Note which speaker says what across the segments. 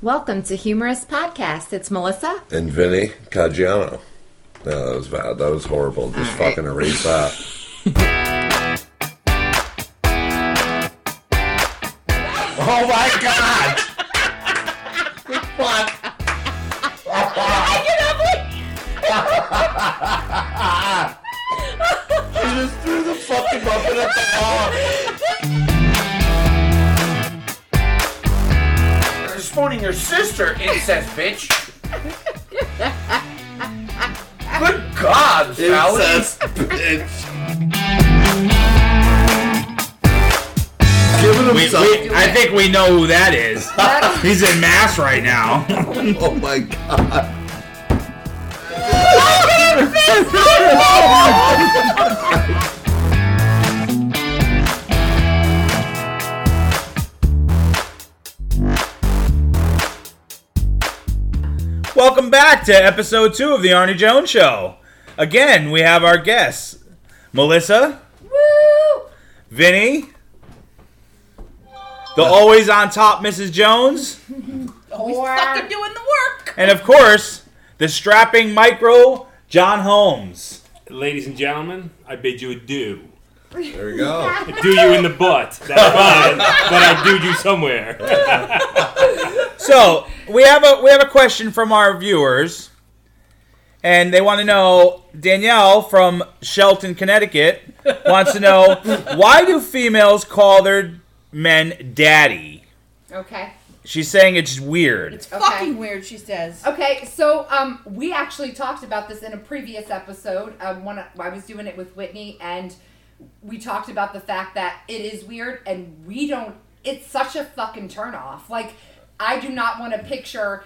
Speaker 1: Welcome to Humorous Podcast. It's Melissa.
Speaker 2: and Vinny Caggiano. No, that was bad. That was horrible. Just
Speaker 1: All right.
Speaker 2: fucking erase that. oh my god! What? You just threw the fucking muffin at the wall.
Speaker 3: This morning, your sister incest, bitch. Good God, Sally.
Speaker 2: Incest, bitch. Giving
Speaker 3: We,
Speaker 2: himself.
Speaker 3: we, I think we know who that is. He's in mass right now.
Speaker 2: Oh my god.
Speaker 4: Welcome back to episode two of the Arnie Jones Show. Again, we have our guests Melissa,
Speaker 1: Woo!
Speaker 4: Vinny, the always on top Mrs. Jones,
Speaker 1: Or
Speaker 5: doing the work.
Speaker 4: and of course, the strapping micro John Holmes.
Speaker 6: Ladies and gentlemen, I bid you adieu.
Speaker 2: There you go.
Speaker 6: I do you in the butt. That's fine, but I do you somewhere.
Speaker 4: So we have a we have a question from our viewers, and they want to know Danielle from Shelton, Connecticut, wants to know why do females call their men daddy?
Speaker 1: okay.
Speaker 4: She's saying it's weird.
Speaker 5: It's fucking weird, she says.
Speaker 1: Okay, so um, we actually talked about this in a previous episode. Um, when I I was doing it with Whitney, and we talked about the fact that it is weird, and we don't. It's such a fucking turnoff. Like, I do not want to picture.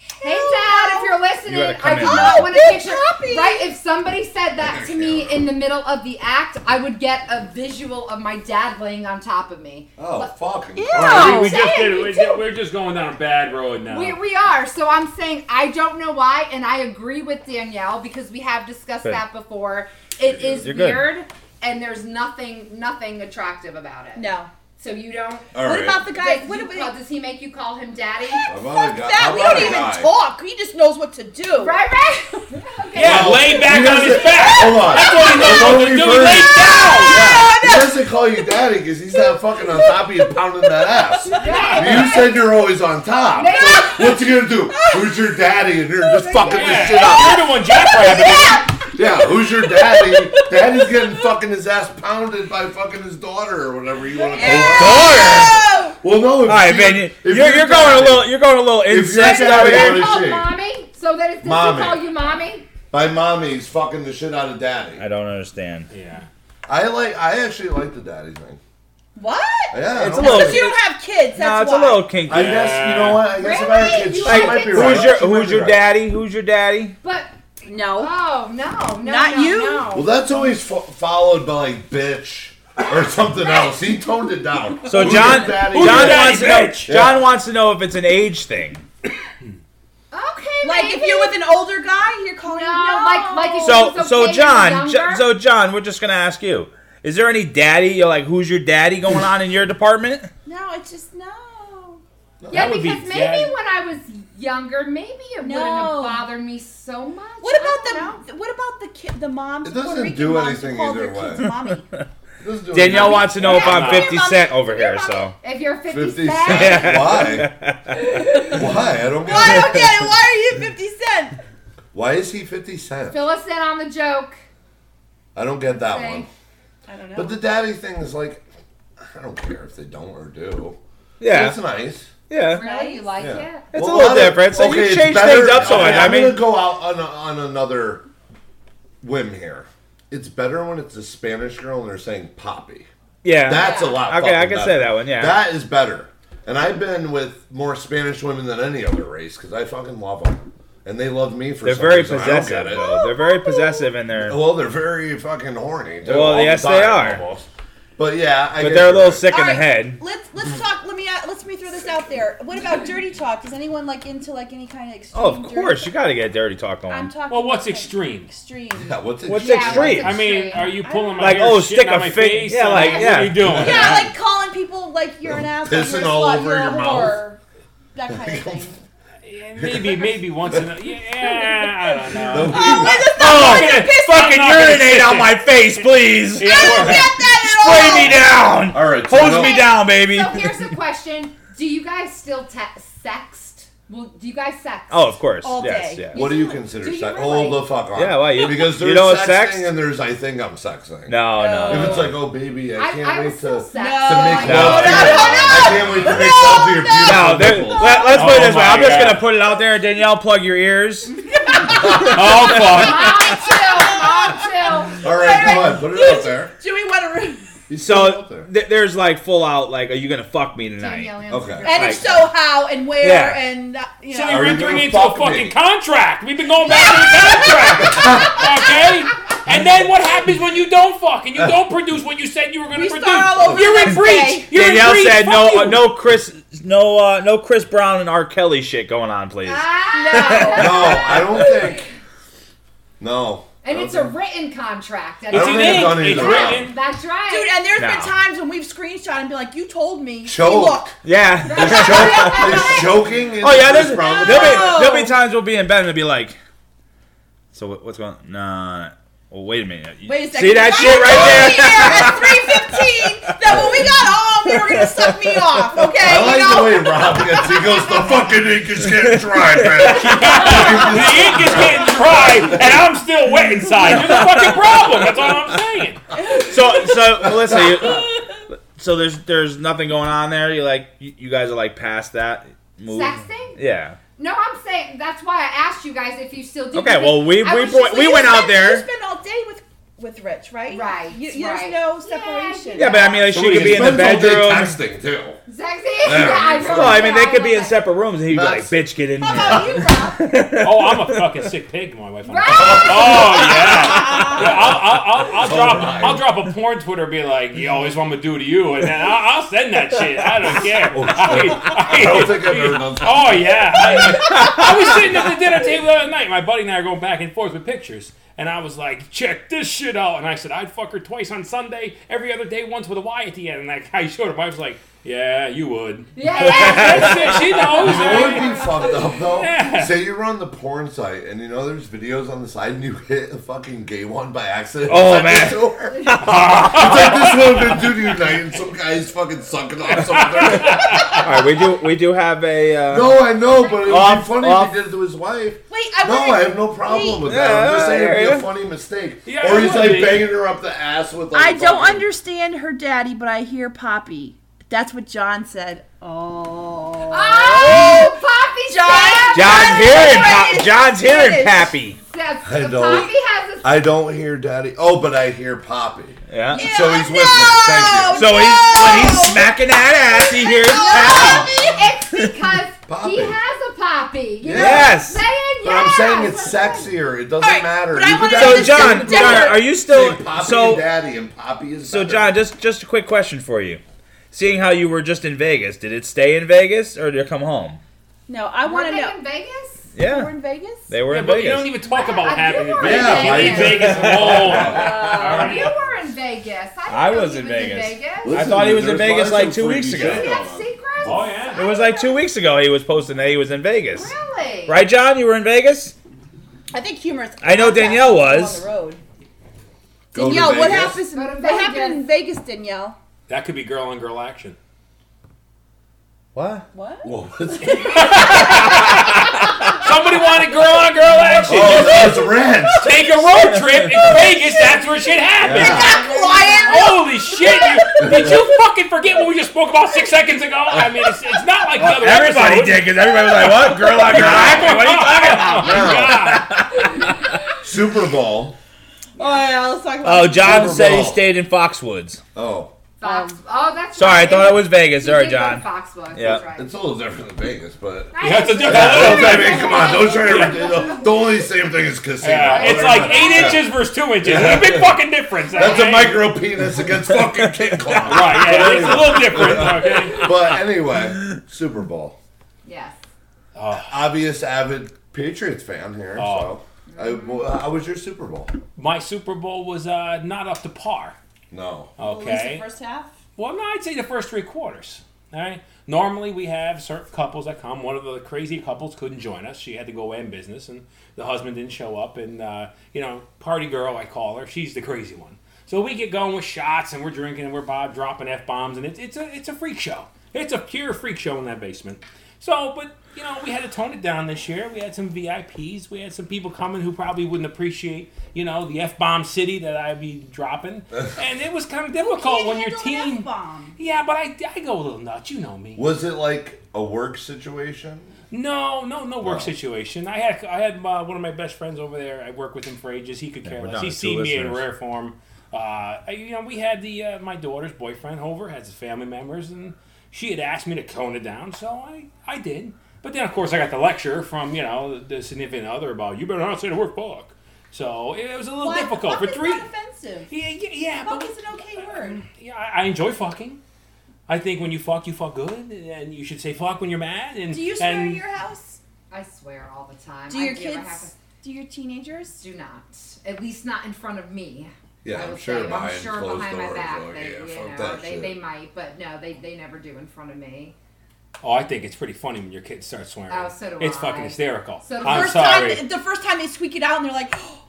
Speaker 1: Hey, Dad, if you're listening,
Speaker 4: You gotta come
Speaker 1: I do
Speaker 4: in.
Speaker 1: not
Speaker 5: Oh,
Speaker 1: want to
Speaker 5: big
Speaker 1: picture.
Speaker 5: puppy.
Speaker 1: Right? If somebody said that to me in the middle of the act, I would get a visual of my dad laying on top of me.
Speaker 2: Oh, fuck.
Speaker 6: we, we
Speaker 1: say
Speaker 6: just
Speaker 1: it,
Speaker 6: did,
Speaker 1: you
Speaker 6: we
Speaker 1: do.
Speaker 6: are just going down a bad road now.
Speaker 4: Oh.
Speaker 1: We, we are. So I'm saying I don't know why, and I agree with Danielle because we have discussed
Speaker 4: Good.
Speaker 1: that before. It is
Speaker 4: You're good.
Speaker 1: weird, and there's nothing nothing attractive about it.
Speaker 5: No.
Speaker 1: So you don't.
Speaker 2: All
Speaker 5: what
Speaker 2: right.
Speaker 5: about the guy?
Speaker 1: Does,
Speaker 5: What
Speaker 1: you
Speaker 5: about
Speaker 1: call- does he make you call him daddy?
Speaker 2: I've
Speaker 5: fuck
Speaker 2: only got-
Speaker 5: that?
Speaker 2: I've
Speaker 5: We don't
Speaker 2: only
Speaker 5: even
Speaker 2: got-
Speaker 5: talk. He just knows what to do.
Speaker 1: Right, right. okay.
Speaker 6: yeah, lay back on his back.
Speaker 2: Hold on. That's
Speaker 6: what he knows what to do. He laid down.
Speaker 2: Yeah. He doesn't call you daddy because he's not fucking on top of you pounding that ass. You said you're always on top. So what's he gonna do? Who's your daddy? And you're just fucking this shit up.
Speaker 6: Yeah, you're the one jackrabbit.
Speaker 2: Yeah, who's your daddy? Daddy's getting fucking his ass pounded by fucking his daughter or whatever you want to call her.
Speaker 4: Daughter.
Speaker 5: Oh!
Speaker 2: Well, no. If
Speaker 4: All right,
Speaker 2: she-
Speaker 4: man. you-
Speaker 2: if
Speaker 4: You're,
Speaker 2: your
Speaker 4: you're going a
Speaker 2: daddy-
Speaker 4: little. You're going a little
Speaker 2: your
Speaker 4: incest
Speaker 2: daddy
Speaker 4: out
Speaker 2: was-
Speaker 4: here.
Speaker 1: You're
Speaker 2: is
Speaker 1: called
Speaker 2: she?
Speaker 1: mommy. So that it's does
Speaker 2: Mommy.
Speaker 1: he call you mommy?
Speaker 2: My mommy's fucking the shit out of daddy.
Speaker 4: I don't understand.
Speaker 6: Yeah.
Speaker 2: I like. I actually like the daddy thing.
Speaker 5: What?
Speaker 2: Yeah, I
Speaker 4: It's
Speaker 2: don't
Speaker 4: a little-
Speaker 2: like
Speaker 5: Because you don't have kids. That's
Speaker 4: No, it's
Speaker 5: why.
Speaker 4: a little kinky.
Speaker 2: I guess you know what? I guess if I had kids, she
Speaker 1: Really? You
Speaker 2: might be
Speaker 1: like
Speaker 2: right.
Speaker 4: who's your
Speaker 2: She might
Speaker 4: Who's
Speaker 2: be
Speaker 4: your
Speaker 2: right.
Speaker 4: daddy? Who's your daddy?
Speaker 1: But
Speaker 5: No.
Speaker 1: oh no, no,
Speaker 5: Not
Speaker 1: no,
Speaker 5: you?
Speaker 1: No.
Speaker 2: Well, that's always fo- followed by like bitch or something else. He toned it down.
Speaker 4: So
Speaker 2: Who's
Speaker 4: John,
Speaker 2: your daddy? Who's your
Speaker 4: John
Speaker 2: daddy?
Speaker 4: wants to know.
Speaker 6: bitch?
Speaker 4: John
Speaker 2: Yeah.
Speaker 4: wants to know if it's an age thing.
Speaker 1: okay,
Speaker 5: Like
Speaker 1: maybe.
Speaker 5: if you're with an older guy, you're calling
Speaker 1: No,
Speaker 5: him. No.
Speaker 1: like- like if
Speaker 4: So,
Speaker 1: It's okay
Speaker 4: so
Speaker 1: if
Speaker 4: John,
Speaker 1: you're
Speaker 4: Jo-
Speaker 1: younger.
Speaker 4: so John, we're just gonna ask you: Is there any daddy? You're like, who's your daddy going on in your department?
Speaker 5: No, it's just no.
Speaker 1: Yeah,
Speaker 6: That would be
Speaker 1: because maybe
Speaker 6: sad.
Speaker 1: when I was younger, maybe it wouldn't have
Speaker 5: No.
Speaker 1: bothered me so much.
Speaker 5: What
Speaker 1: I don't
Speaker 5: about the what about the kid the moms?
Speaker 2: It
Speaker 5: the
Speaker 2: doesn't
Speaker 5: Puerto Rican
Speaker 2: do
Speaker 5: moms who
Speaker 2: anything
Speaker 5: call
Speaker 2: either
Speaker 5: their
Speaker 2: way.
Speaker 5: kids mommy.
Speaker 2: Let's do it.
Speaker 4: Danielle wants to know if I'm
Speaker 6: Yeah.
Speaker 4: 50
Speaker 5: Your
Speaker 4: Cent
Speaker 5: mommy-
Speaker 4: over
Speaker 5: your
Speaker 4: here. So,
Speaker 1: know. If you're 50,
Speaker 2: 50
Speaker 1: cent,
Speaker 2: cent. Why? Why? I don't
Speaker 5: Well, I
Speaker 2: get it.
Speaker 5: don't get it. Why are you fifty cent?
Speaker 2: Why is he 50 Cent?
Speaker 1: fill us in on the joke.
Speaker 2: I don't get that
Speaker 1: Say.
Speaker 2: one.
Speaker 5: I don't know.
Speaker 2: But the daddy thing is like, I don't care if they don't or do.
Speaker 4: yeah,
Speaker 2: It's nice.
Speaker 4: yeah,
Speaker 1: Really? You like
Speaker 2: Yeah.
Speaker 1: it?
Speaker 2: Well,
Speaker 4: it's a little
Speaker 2: lot of-
Speaker 4: different. So you
Speaker 2: it's
Speaker 4: change
Speaker 2: better-
Speaker 4: things up so much.
Speaker 2: okay,
Speaker 4: I
Speaker 2: I'm
Speaker 4: mean,
Speaker 2: gonna go out on a, on another whim here. It's better when it's a Spanish girl and they're saying "poppy."
Speaker 4: yeah,
Speaker 2: That's a lot.
Speaker 4: Okay, I
Speaker 2: fucking
Speaker 4: can
Speaker 2: better.
Speaker 4: say that one. Yeah,
Speaker 2: that is better. And I've been with more Spanish women than any other race because I fucking love them, and they love me for.
Speaker 4: they're
Speaker 2: some
Speaker 4: very
Speaker 2: reason. I don't
Speaker 4: possessive.
Speaker 2: get it. Oh,
Speaker 4: Though. They're very possessive in their.
Speaker 2: Well, they're very fucking horny. Too,
Speaker 4: Well,
Speaker 2: all the
Speaker 4: yes, they
Speaker 2: time,
Speaker 4: are.
Speaker 2: almost. But yeah, I guess
Speaker 4: But they're a
Speaker 2: you're
Speaker 4: little
Speaker 2: right.
Speaker 4: sick in the
Speaker 5: All right,
Speaker 4: head.
Speaker 5: Let's let's talk. Let me uh, let me throw this out there. What about dirty talk? Is anyone like into like any kind of extreme?
Speaker 4: Oh, of
Speaker 5: dirty
Speaker 4: course, you
Speaker 5: talk?
Speaker 4: got to get dirty talk on.
Speaker 5: I'm talking.
Speaker 6: Well, what's
Speaker 5: like,
Speaker 6: extreme?
Speaker 5: Extreme.
Speaker 2: Yeah, what's it?
Speaker 4: What's
Speaker 1: Yeah,
Speaker 4: extreme?
Speaker 1: what's
Speaker 6: I mean, are you pulling my
Speaker 4: Like,
Speaker 6: hair,
Speaker 4: oh,
Speaker 6: shitting
Speaker 4: stick
Speaker 6: on
Speaker 4: a
Speaker 6: my
Speaker 4: fi-
Speaker 6: face?
Speaker 4: yeah, like,
Speaker 6: what
Speaker 4: yeah.
Speaker 6: are you doing?
Speaker 5: Yeah, like calling people like you're an asshole.
Speaker 2: Pissing
Speaker 5: you're a
Speaker 2: all
Speaker 5: slut,
Speaker 2: over
Speaker 5: you're a
Speaker 2: your
Speaker 5: whore. that kind of thing.
Speaker 6: Maybe, maybe once in a yeah, I don't know.
Speaker 4: Oh, fucking
Speaker 6: I'm not gonna
Speaker 4: urinate
Speaker 6: sit
Speaker 4: on
Speaker 6: there.
Speaker 4: my face, please.
Speaker 6: Yeah,
Speaker 5: I don't
Speaker 6: we're-
Speaker 5: get that at all.
Speaker 4: Spray me down.
Speaker 2: All right. So
Speaker 4: Hose
Speaker 2: no-
Speaker 4: me down, baby.
Speaker 1: So here's a question: Do you guys still te- sext? Well, do you guys sext?
Speaker 4: Oh, of course.
Speaker 5: All
Speaker 4: yes,
Speaker 5: day.
Speaker 4: yeah.
Speaker 2: What do you
Speaker 1: Do you
Speaker 2: consider
Speaker 1: really?
Speaker 2: sex? Hold the fuck on.
Speaker 4: Yeah, why, you-
Speaker 2: because
Speaker 4: you
Speaker 2: there's
Speaker 4: know what
Speaker 2: sexting
Speaker 4: sex-
Speaker 2: and there's I think I'm sexing.
Speaker 4: No, no.
Speaker 2: If it's like, oh baby, I
Speaker 1: I,
Speaker 2: can't
Speaker 1: I
Speaker 2: wait
Speaker 1: was
Speaker 2: to,
Speaker 1: still
Speaker 2: to make
Speaker 1: sext.
Speaker 5: No.
Speaker 2: love to
Speaker 4: No,
Speaker 2: you.
Speaker 4: no,
Speaker 2: I can't wait to make love to your
Speaker 4: No,
Speaker 2: beautiful
Speaker 4: there,
Speaker 2: nipples.
Speaker 4: let, let's put it
Speaker 6: Oh
Speaker 4: this way.
Speaker 6: my
Speaker 4: I'm just
Speaker 6: God.
Speaker 4: gonna put it out there. Danielle, plug your ears.
Speaker 6: Oh fuck!
Speaker 1: Mom, too. Mom, too.
Speaker 2: All right, come on, put it out there.
Speaker 5: Do we want to? Re-
Speaker 2: You put it
Speaker 4: So
Speaker 2: out there.
Speaker 4: th- there's like full out like, are you gonna fuck me tonight?
Speaker 1: Danielle answered
Speaker 2: Okay.
Speaker 1: your
Speaker 5: and
Speaker 1: question.
Speaker 5: if so, how and where
Speaker 4: Yeah.
Speaker 5: and uh, you
Speaker 6: So
Speaker 5: know.
Speaker 2: Are
Speaker 6: you're
Speaker 2: you
Speaker 6: entering
Speaker 2: gonna
Speaker 6: into a
Speaker 2: fuck me?
Speaker 6: fucking contract. We've been going back to the contract, okay? And then what happens when you don't fuck and you don't produce what you said you were going
Speaker 5: We
Speaker 6: to
Speaker 5: start
Speaker 6: produce?
Speaker 5: all over the
Speaker 6: you're in
Speaker 5: next day.
Speaker 6: breach. You're
Speaker 4: Danielle
Speaker 6: in breach.
Speaker 4: said,
Speaker 6: Fuck
Speaker 4: "No,
Speaker 6: you.
Speaker 4: uh, no, Chris, no, uh, no, Chris Brown and R. Kelly shit going on, please."
Speaker 1: Ah,
Speaker 2: No, I don't think. No.
Speaker 1: And
Speaker 2: I
Speaker 1: it's a
Speaker 2: don't think-
Speaker 1: written contract.
Speaker 2: I don't
Speaker 6: It's
Speaker 2: think I've done
Speaker 6: an
Speaker 2: any
Speaker 6: ink.
Speaker 2: of
Speaker 6: It's
Speaker 2: that.
Speaker 6: written.
Speaker 1: That's right.
Speaker 5: Dude, and there's been
Speaker 4: No.
Speaker 5: times when we've screenshot and been like, "You told me." See,
Speaker 2: Joke.
Speaker 5: Look,
Speaker 4: Yeah.
Speaker 2: There's, joke, there's joking. in
Speaker 4: Oh yeah.
Speaker 2: this
Speaker 4: There's,
Speaker 2: problem.
Speaker 4: there'll be there'll be times we'll be in bed and it'll be like, "So what, what's going? on? Nah. Well, wait a minute. You-
Speaker 5: wait a second.
Speaker 4: See that
Speaker 5: I
Speaker 4: shit
Speaker 5: told
Speaker 4: right
Speaker 5: you at three fifteen that when we got home, you were gonna suck me off. Okay,
Speaker 2: I like
Speaker 5: you
Speaker 2: the
Speaker 5: know.
Speaker 2: way Rob gets. He goes, the fucking ink is getting dry, man.
Speaker 6: The ink is getting dry, and I'm still wet inside. You're the fucking problem. That's all I'm saying.
Speaker 4: there?" So so well, listen. You, so there's there's nothing going on there. You like you, you guys are like past that. Move.
Speaker 1: Sexting?
Speaker 4: Yeah.
Speaker 1: No, I'm saying that's why I asked you guys if you still do.
Speaker 4: Okay,
Speaker 1: because
Speaker 4: well, we-
Speaker 1: I
Speaker 4: we
Speaker 1: was
Speaker 4: brought-
Speaker 1: just
Speaker 4: we
Speaker 1: like-
Speaker 4: went out
Speaker 5: spend-
Speaker 4: there.
Speaker 5: You spend all day with with Rich, right?
Speaker 1: Right,
Speaker 5: You, you-
Speaker 1: right.
Speaker 5: There's no
Speaker 1: Yeah,
Speaker 5: separation.
Speaker 4: Yeah, but I mean, like, she could be in the
Speaker 2: Spends all day
Speaker 4: bedroom.
Speaker 2: texting too.
Speaker 1: Sexy.
Speaker 2: There.
Speaker 1: Yeah, I
Speaker 4: Well, I mean, they
Speaker 1: yeah,
Speaker 4: could be in
Speaker 1: love
Speaker 4: separate rooms, and he'd be like,
Speaker 2: That's-
Speaker 4: "Bitch, get in
Speaker 5: How
Speaker 4: here."
Speaker 5: about you, Rob?
Speaker 6: Oh, I'm a fucking sick pig. My wife.
Speaker 1: it.
Speaker 6: I'm a-
Speaker 1: Right?
Speaker 6: Oh yeah. Yeah, I'll, I'll, I'll,
Speaker 4: Oh
Speaker 6: I'll drop
Speaker 2: my.
Speaker 6: I'll drop a porn Twitter and be like, yo, this is what I'm gonna do to you, and then I'll, I'll send that shit. I
Speaker 4: Oh,
Speaker 6: don't care. I, I,
Speaker 2: I don't think I've ever done. that.
Speaker 6: Oh yeah, I, I was sitting at the dinner table the other night. My buddy and I are going back and forth with pictures, and I was like, "Check this shit out." And I said, "I'd fuck her twice on Sunday, every other day, once with a Y at the end." And that guy showed him. I was like, "Yeah, you would."
Speaker 1: Yeah, yeah.
Speaker 6: That's it. She knows.
Speaker 2: You would
Speaker 6: right?
Speaker 2: be fucked up though.
Speaker 6: Yeah.
Speaker 2: Say you're on the porn site and you know there's videos on the side and you hit a fucking gay one by accident.
Speaker 4: Oh,
Speaker 2: Send
Speaker 4: man.
Speaker 2: it to her. it's like this would have been due tonight and some guy's fucking sucking off something.
Speaker 4: All right, we do we do have a. Uh,
Speaker 2: no, I know, but it would
Speaker 4: Off,
Speaker 2: be funny
Speaker 4: off.
Speaker 2: if he did it to his wife.
Speaker 5: Wait, I
Speaker 2: No,
Speaker 5: wanna-
Speaker 2: I have no problem with that. I'm just saying it'd be a funny mistake.
Speaker 6: Yeah,
Speaker 2: or
Speaker 6: it
Speaker 2: he's
Speaker 6: would
Speaker 2: like
Speaker 6: be.
Speaker 2: banging her up the ass with like
Speaker 5: I don't
Speaker 2: fucking-
Speaker 5: understand her daddy, but I hear Poppy. That's what John said. Oh.
Speaker 1: Oh, Poppy
Speaker 5: John-
Speaker 1: John.
Speaker 4: John's hearing, Pop-
Speaker 5: Finish.
Speaker 4: John's hearing,
Speaker 5: Finish.
Speaker 4: Pappy.
Speaker 2: I
Speaker 1: Poppy
Speaker 2: don't-
Speaker 1: has a.
Speaker 2: I don't hear daddy. Oh, but I hear Poppy.
Speaker 4: Yeah.
Speaker 2: So he's with me. Thank you.
Speaker 4: So he's when he's smacking that ass, he hears Pappy.
Speaker 1: It's because
Speaker 2: Poppy.
Speaker 1: he has a poppy. You know
Speaker 4: Yes.
Speaker 1: what I'm saying?
Speaker 2: But I'm
Speaker 1: Yeah.
Speaker 2: saying it's sexier. It doesn't
Speaker 5: Alright,
Speaker 2: matter.
Speaker 5: but I wanna
Speaker 4: So
Speaker 5: That's
Speaker 4: John,
Speaker 5: different.
Speaker 4: John, are you still
Speaker 2: Poppy and
Speaker 4: so?
Speaker 2: Daddy and Poppy is
Speaker 4: So
Speaker 2: better.
Speaker 4: John, just just a quick question for you. Seeing how you were just in Vegas, did it stay in Vegas or did it come home?
Speaker 5: No, I
Speaker 1: Were
Speaker 5: want to
Speaker 1: they
Speaker 5: know.
Speaker 1: in Vegas?
Speaker 5: We're
Speaker 4: Yeah,
Speaker 5: in Vegas.
Speaker 4: they were
Speaker 6: Yeah,
Speaker 4: in
Speaker 6: but you don't
Speaker 4: Vegas.
Speaker 6: even talk about
Speaker 1: Yeah,
Speaker 6: having
Speaker 1: you
Speaker 6: it.
Speaker 1: were
Speaker 6: Vegas.
Speaker 2: Yeah,
Speaker 1: in
Speaker 2: why-
Speaker 6: Vegas at all.
Speaker 1: You were in Vegas.
Speaker 4: I
Speaker 1: didn't know
Speaker 4: was
Speaker 1: he
Speaker 4: in
Speaker 1: In
Speaker 4: Vegas.
Speaker 1: Vegas.
Speaker 4: I thought he was in
Speaker 2: Listen, there's
Speaker 4: Vegas,
Speaker 2: lots
Speaker 4: like,
Speaker 2: of
Speaker 4: two
Speaker 2: freaky
Speaker 4: weeks
Speaker 2: shit
Speaker 4: ago.
Speaker 1: Is
Speaker 2: going
Speaker 1: that
Speaker 2: on.
Speaker 1: secret?
Speaker 6: Oh, yeah.
Speaker 4: It was like two weeks ago. He was posting that he was in Vegas,
Speaker 1: Really?
Speaker 4: right, John? You were in Vegas.
Speaker 5: I think humorous.
Speaker 4: I know Danielle was.
Speaker 5: On the road.
Speaker 2: Go to
Speaker 5: Danielle, what
Speaker 2: Vegas.
Speaker 5: happens?
Speaker 1: Go to
Speaker 5: What happened
Speaker 1: Vegas.
Speaker 5: in Vegas, Danielle?
Speaker 6: That could be girl on girl action.
Speaker 4: What?
Speaker 5: What?
Speaker 6: Somebody wanted girl on girl action.
Speaker 2: Oh, that was red.
Speaker 6: Take a road trip in Vegas. That's where shit happens.
Speaker 5: Quiet.
Speaker 6: Holy shit! You, did you fucking forget what we just spoke about six seconds ago? I mean, it's, it's not like the other
Speaker 4: Everybody
Speaker 6: episode.
Speaker 4: did because everybody was like, "What? Girl on girl action? What are you talking about?"
Speaker 6: Oh, God.
Speaker 2: Super Bowl.
Speaker 5: Oh, yeah, let's talk about.
Speaker 4: Oh, John
Speaker 2: Super
Speaker 4: said he
Speaker 2: Bowl.
Speaker 4: stayed in Foxwoods.
Speaker 2: Oh,
Speaker 1: Fox.
Speaker 5: um,
Speaker 1: Oh, that's
Speaker 4: Sorry, I
Speaker 1: right.
Speaker 4: thought it was Vegas.
Speaker 1: He
Speaker 4: Sorry,
Speaker 1: did go to
Speaker 4: John.
Speaker 1: Foxwoods.
Speaker 4: Yeah.
Speaker 1: That's right.
Speaker 2: it's a little different than Vegas, but.
Speaker 1: I
Speaker 6: Yeah, it's a
Speaker 1: actually-
Speaker 6: different-
Speaker 2: I mean, come on, don't try to. The only same thing is casino.
Speaker 6: Yeah, it's
Speaker 2: Other
Speaker 6: like
Speaker 2: than-
Speaker 6: eight
Speaker 2: Yeah.
Speaker 6: inches versus two inches. There's a big fucking difference.
Speaker 2: That's
Speaker 6: okay?
Speaker 2: a micro penis against fucking King Kong.
Speaker 6: Right? Yeah, it's a little different. Okay.
Speaker 2: But anyway, Super Bowl.
Speaker 1: Yes.
Speaker 2: Obvious avid Patriots fan here,
Speaker 6: Oh.
Speaker 2: so. I, well, how was your Super Bowl?
Speaker 6: My Super Bowl was uh, not up to par.
Speaker 2: No.
Speaker 5: At least the
Speaker 6: Okay.
Speaker 5: first half.
Speaker 6: Well, no, I'd say the first three quarters. All right. Normally, we have certain couples that come. One of the crazy couples couldn't join us. She had to go away in business, and the husband didn't show up. And, uh, you know, party girl, I call her. She's the crazy one. So we get going with shots, and we're drinking, and we're bob dropping F bombs, and it's, it's, a, it's a freak show. It's a pure freak show in that basement. So, but, you know, we had to tone it down this year. We had some VIPs. We had some people coming who probably wouldn't appreciate, you know, the F bomb city that I'd be dropping. And it was kind of difficult when your team.
Speaker 5: bomb.
Speaker 6: Yeah, but I, I go a little nuts. You know me.
Speaker 2: Was it like a work situation?
Speaker 6: No, no, no work situation. I had I had uh, one of my best friends over there. I worked with him for ages. He could care
Speaker 3: we're
Speaker 6: less.
Speaker 3: down
Speaker 6: He
Speaker 3: to two
Speaker 6: seen me in
Speaker 3: listeners.
Speaker 6: rare form. Uh, I- you know, we had the uh, my daughter's boyfriend over has his family members, and she had asked me to cone it down, so I I did. But then of course I got the lecture from you know the significant other about you better not say the word fuck. So it was a little
Speaker 5: Why?
Speaker 6: difficult
Speaker 5: Fuck
Speaker 6: for
Speaker 5: is
Speaker 6: three.
Speaker 5: Not offensive.
Speaker 6: Yeah, yeah, yeah
Speaker 5: Fuck
Speaker 6: but
Speaker 5: is an okay word.
Speaker 6: yeah, I, I enjoy fucking. I think when you fuck, you fuck good, and you should say fuck when you're mad. And
Speaker 5: Do you swear
Speaker 6: and
Speaker 5: in your house?
Speaker 1: I swear all the time.
Speaker 5: Do
Speaker 1: I
Speaker 5: your
Speaker 1: I
Speaker 5: kids?
Speaker 1: have
Speaker 5: do your teenagers?
Speaker 1: to- do not. At least not in front of me.
Speaker 2: Yeah,
Speaker 1: I
Speaker 2: I'm
Speaker 1: would
Speaker 2: sure
Speaker 1: say.
Speaker 2: behind
Speaker 1: I'm sure
Speaker 2: closed
Speaker 1: behind my
Speaker 2: doors.
Speaker 1: back.
Speaker 2: oh,
Speaker 1: they,
Speaker 2: yeah,
Speaker 1: you
Speaker 2: fuck
Speaker 1: know,
Speaker 2: that
Speaker 1: they,
Speaker 2: shit.
Speaker 1: they might, but no, they, they never do in front of me.
Speaker 6: Oh, I think it's pretty funny when your kids start swearing.
Speaker 1: Oh, so do
Speaker 6: it's
Speaker 1: I.
Speaker 6: fucking hysterical.
Speaker 1: So the
Speaker 6: I'm
Speaker 5: first
Speaker 6: sorry.
Speaker 5: time, the first time they squeak it out, and they're like,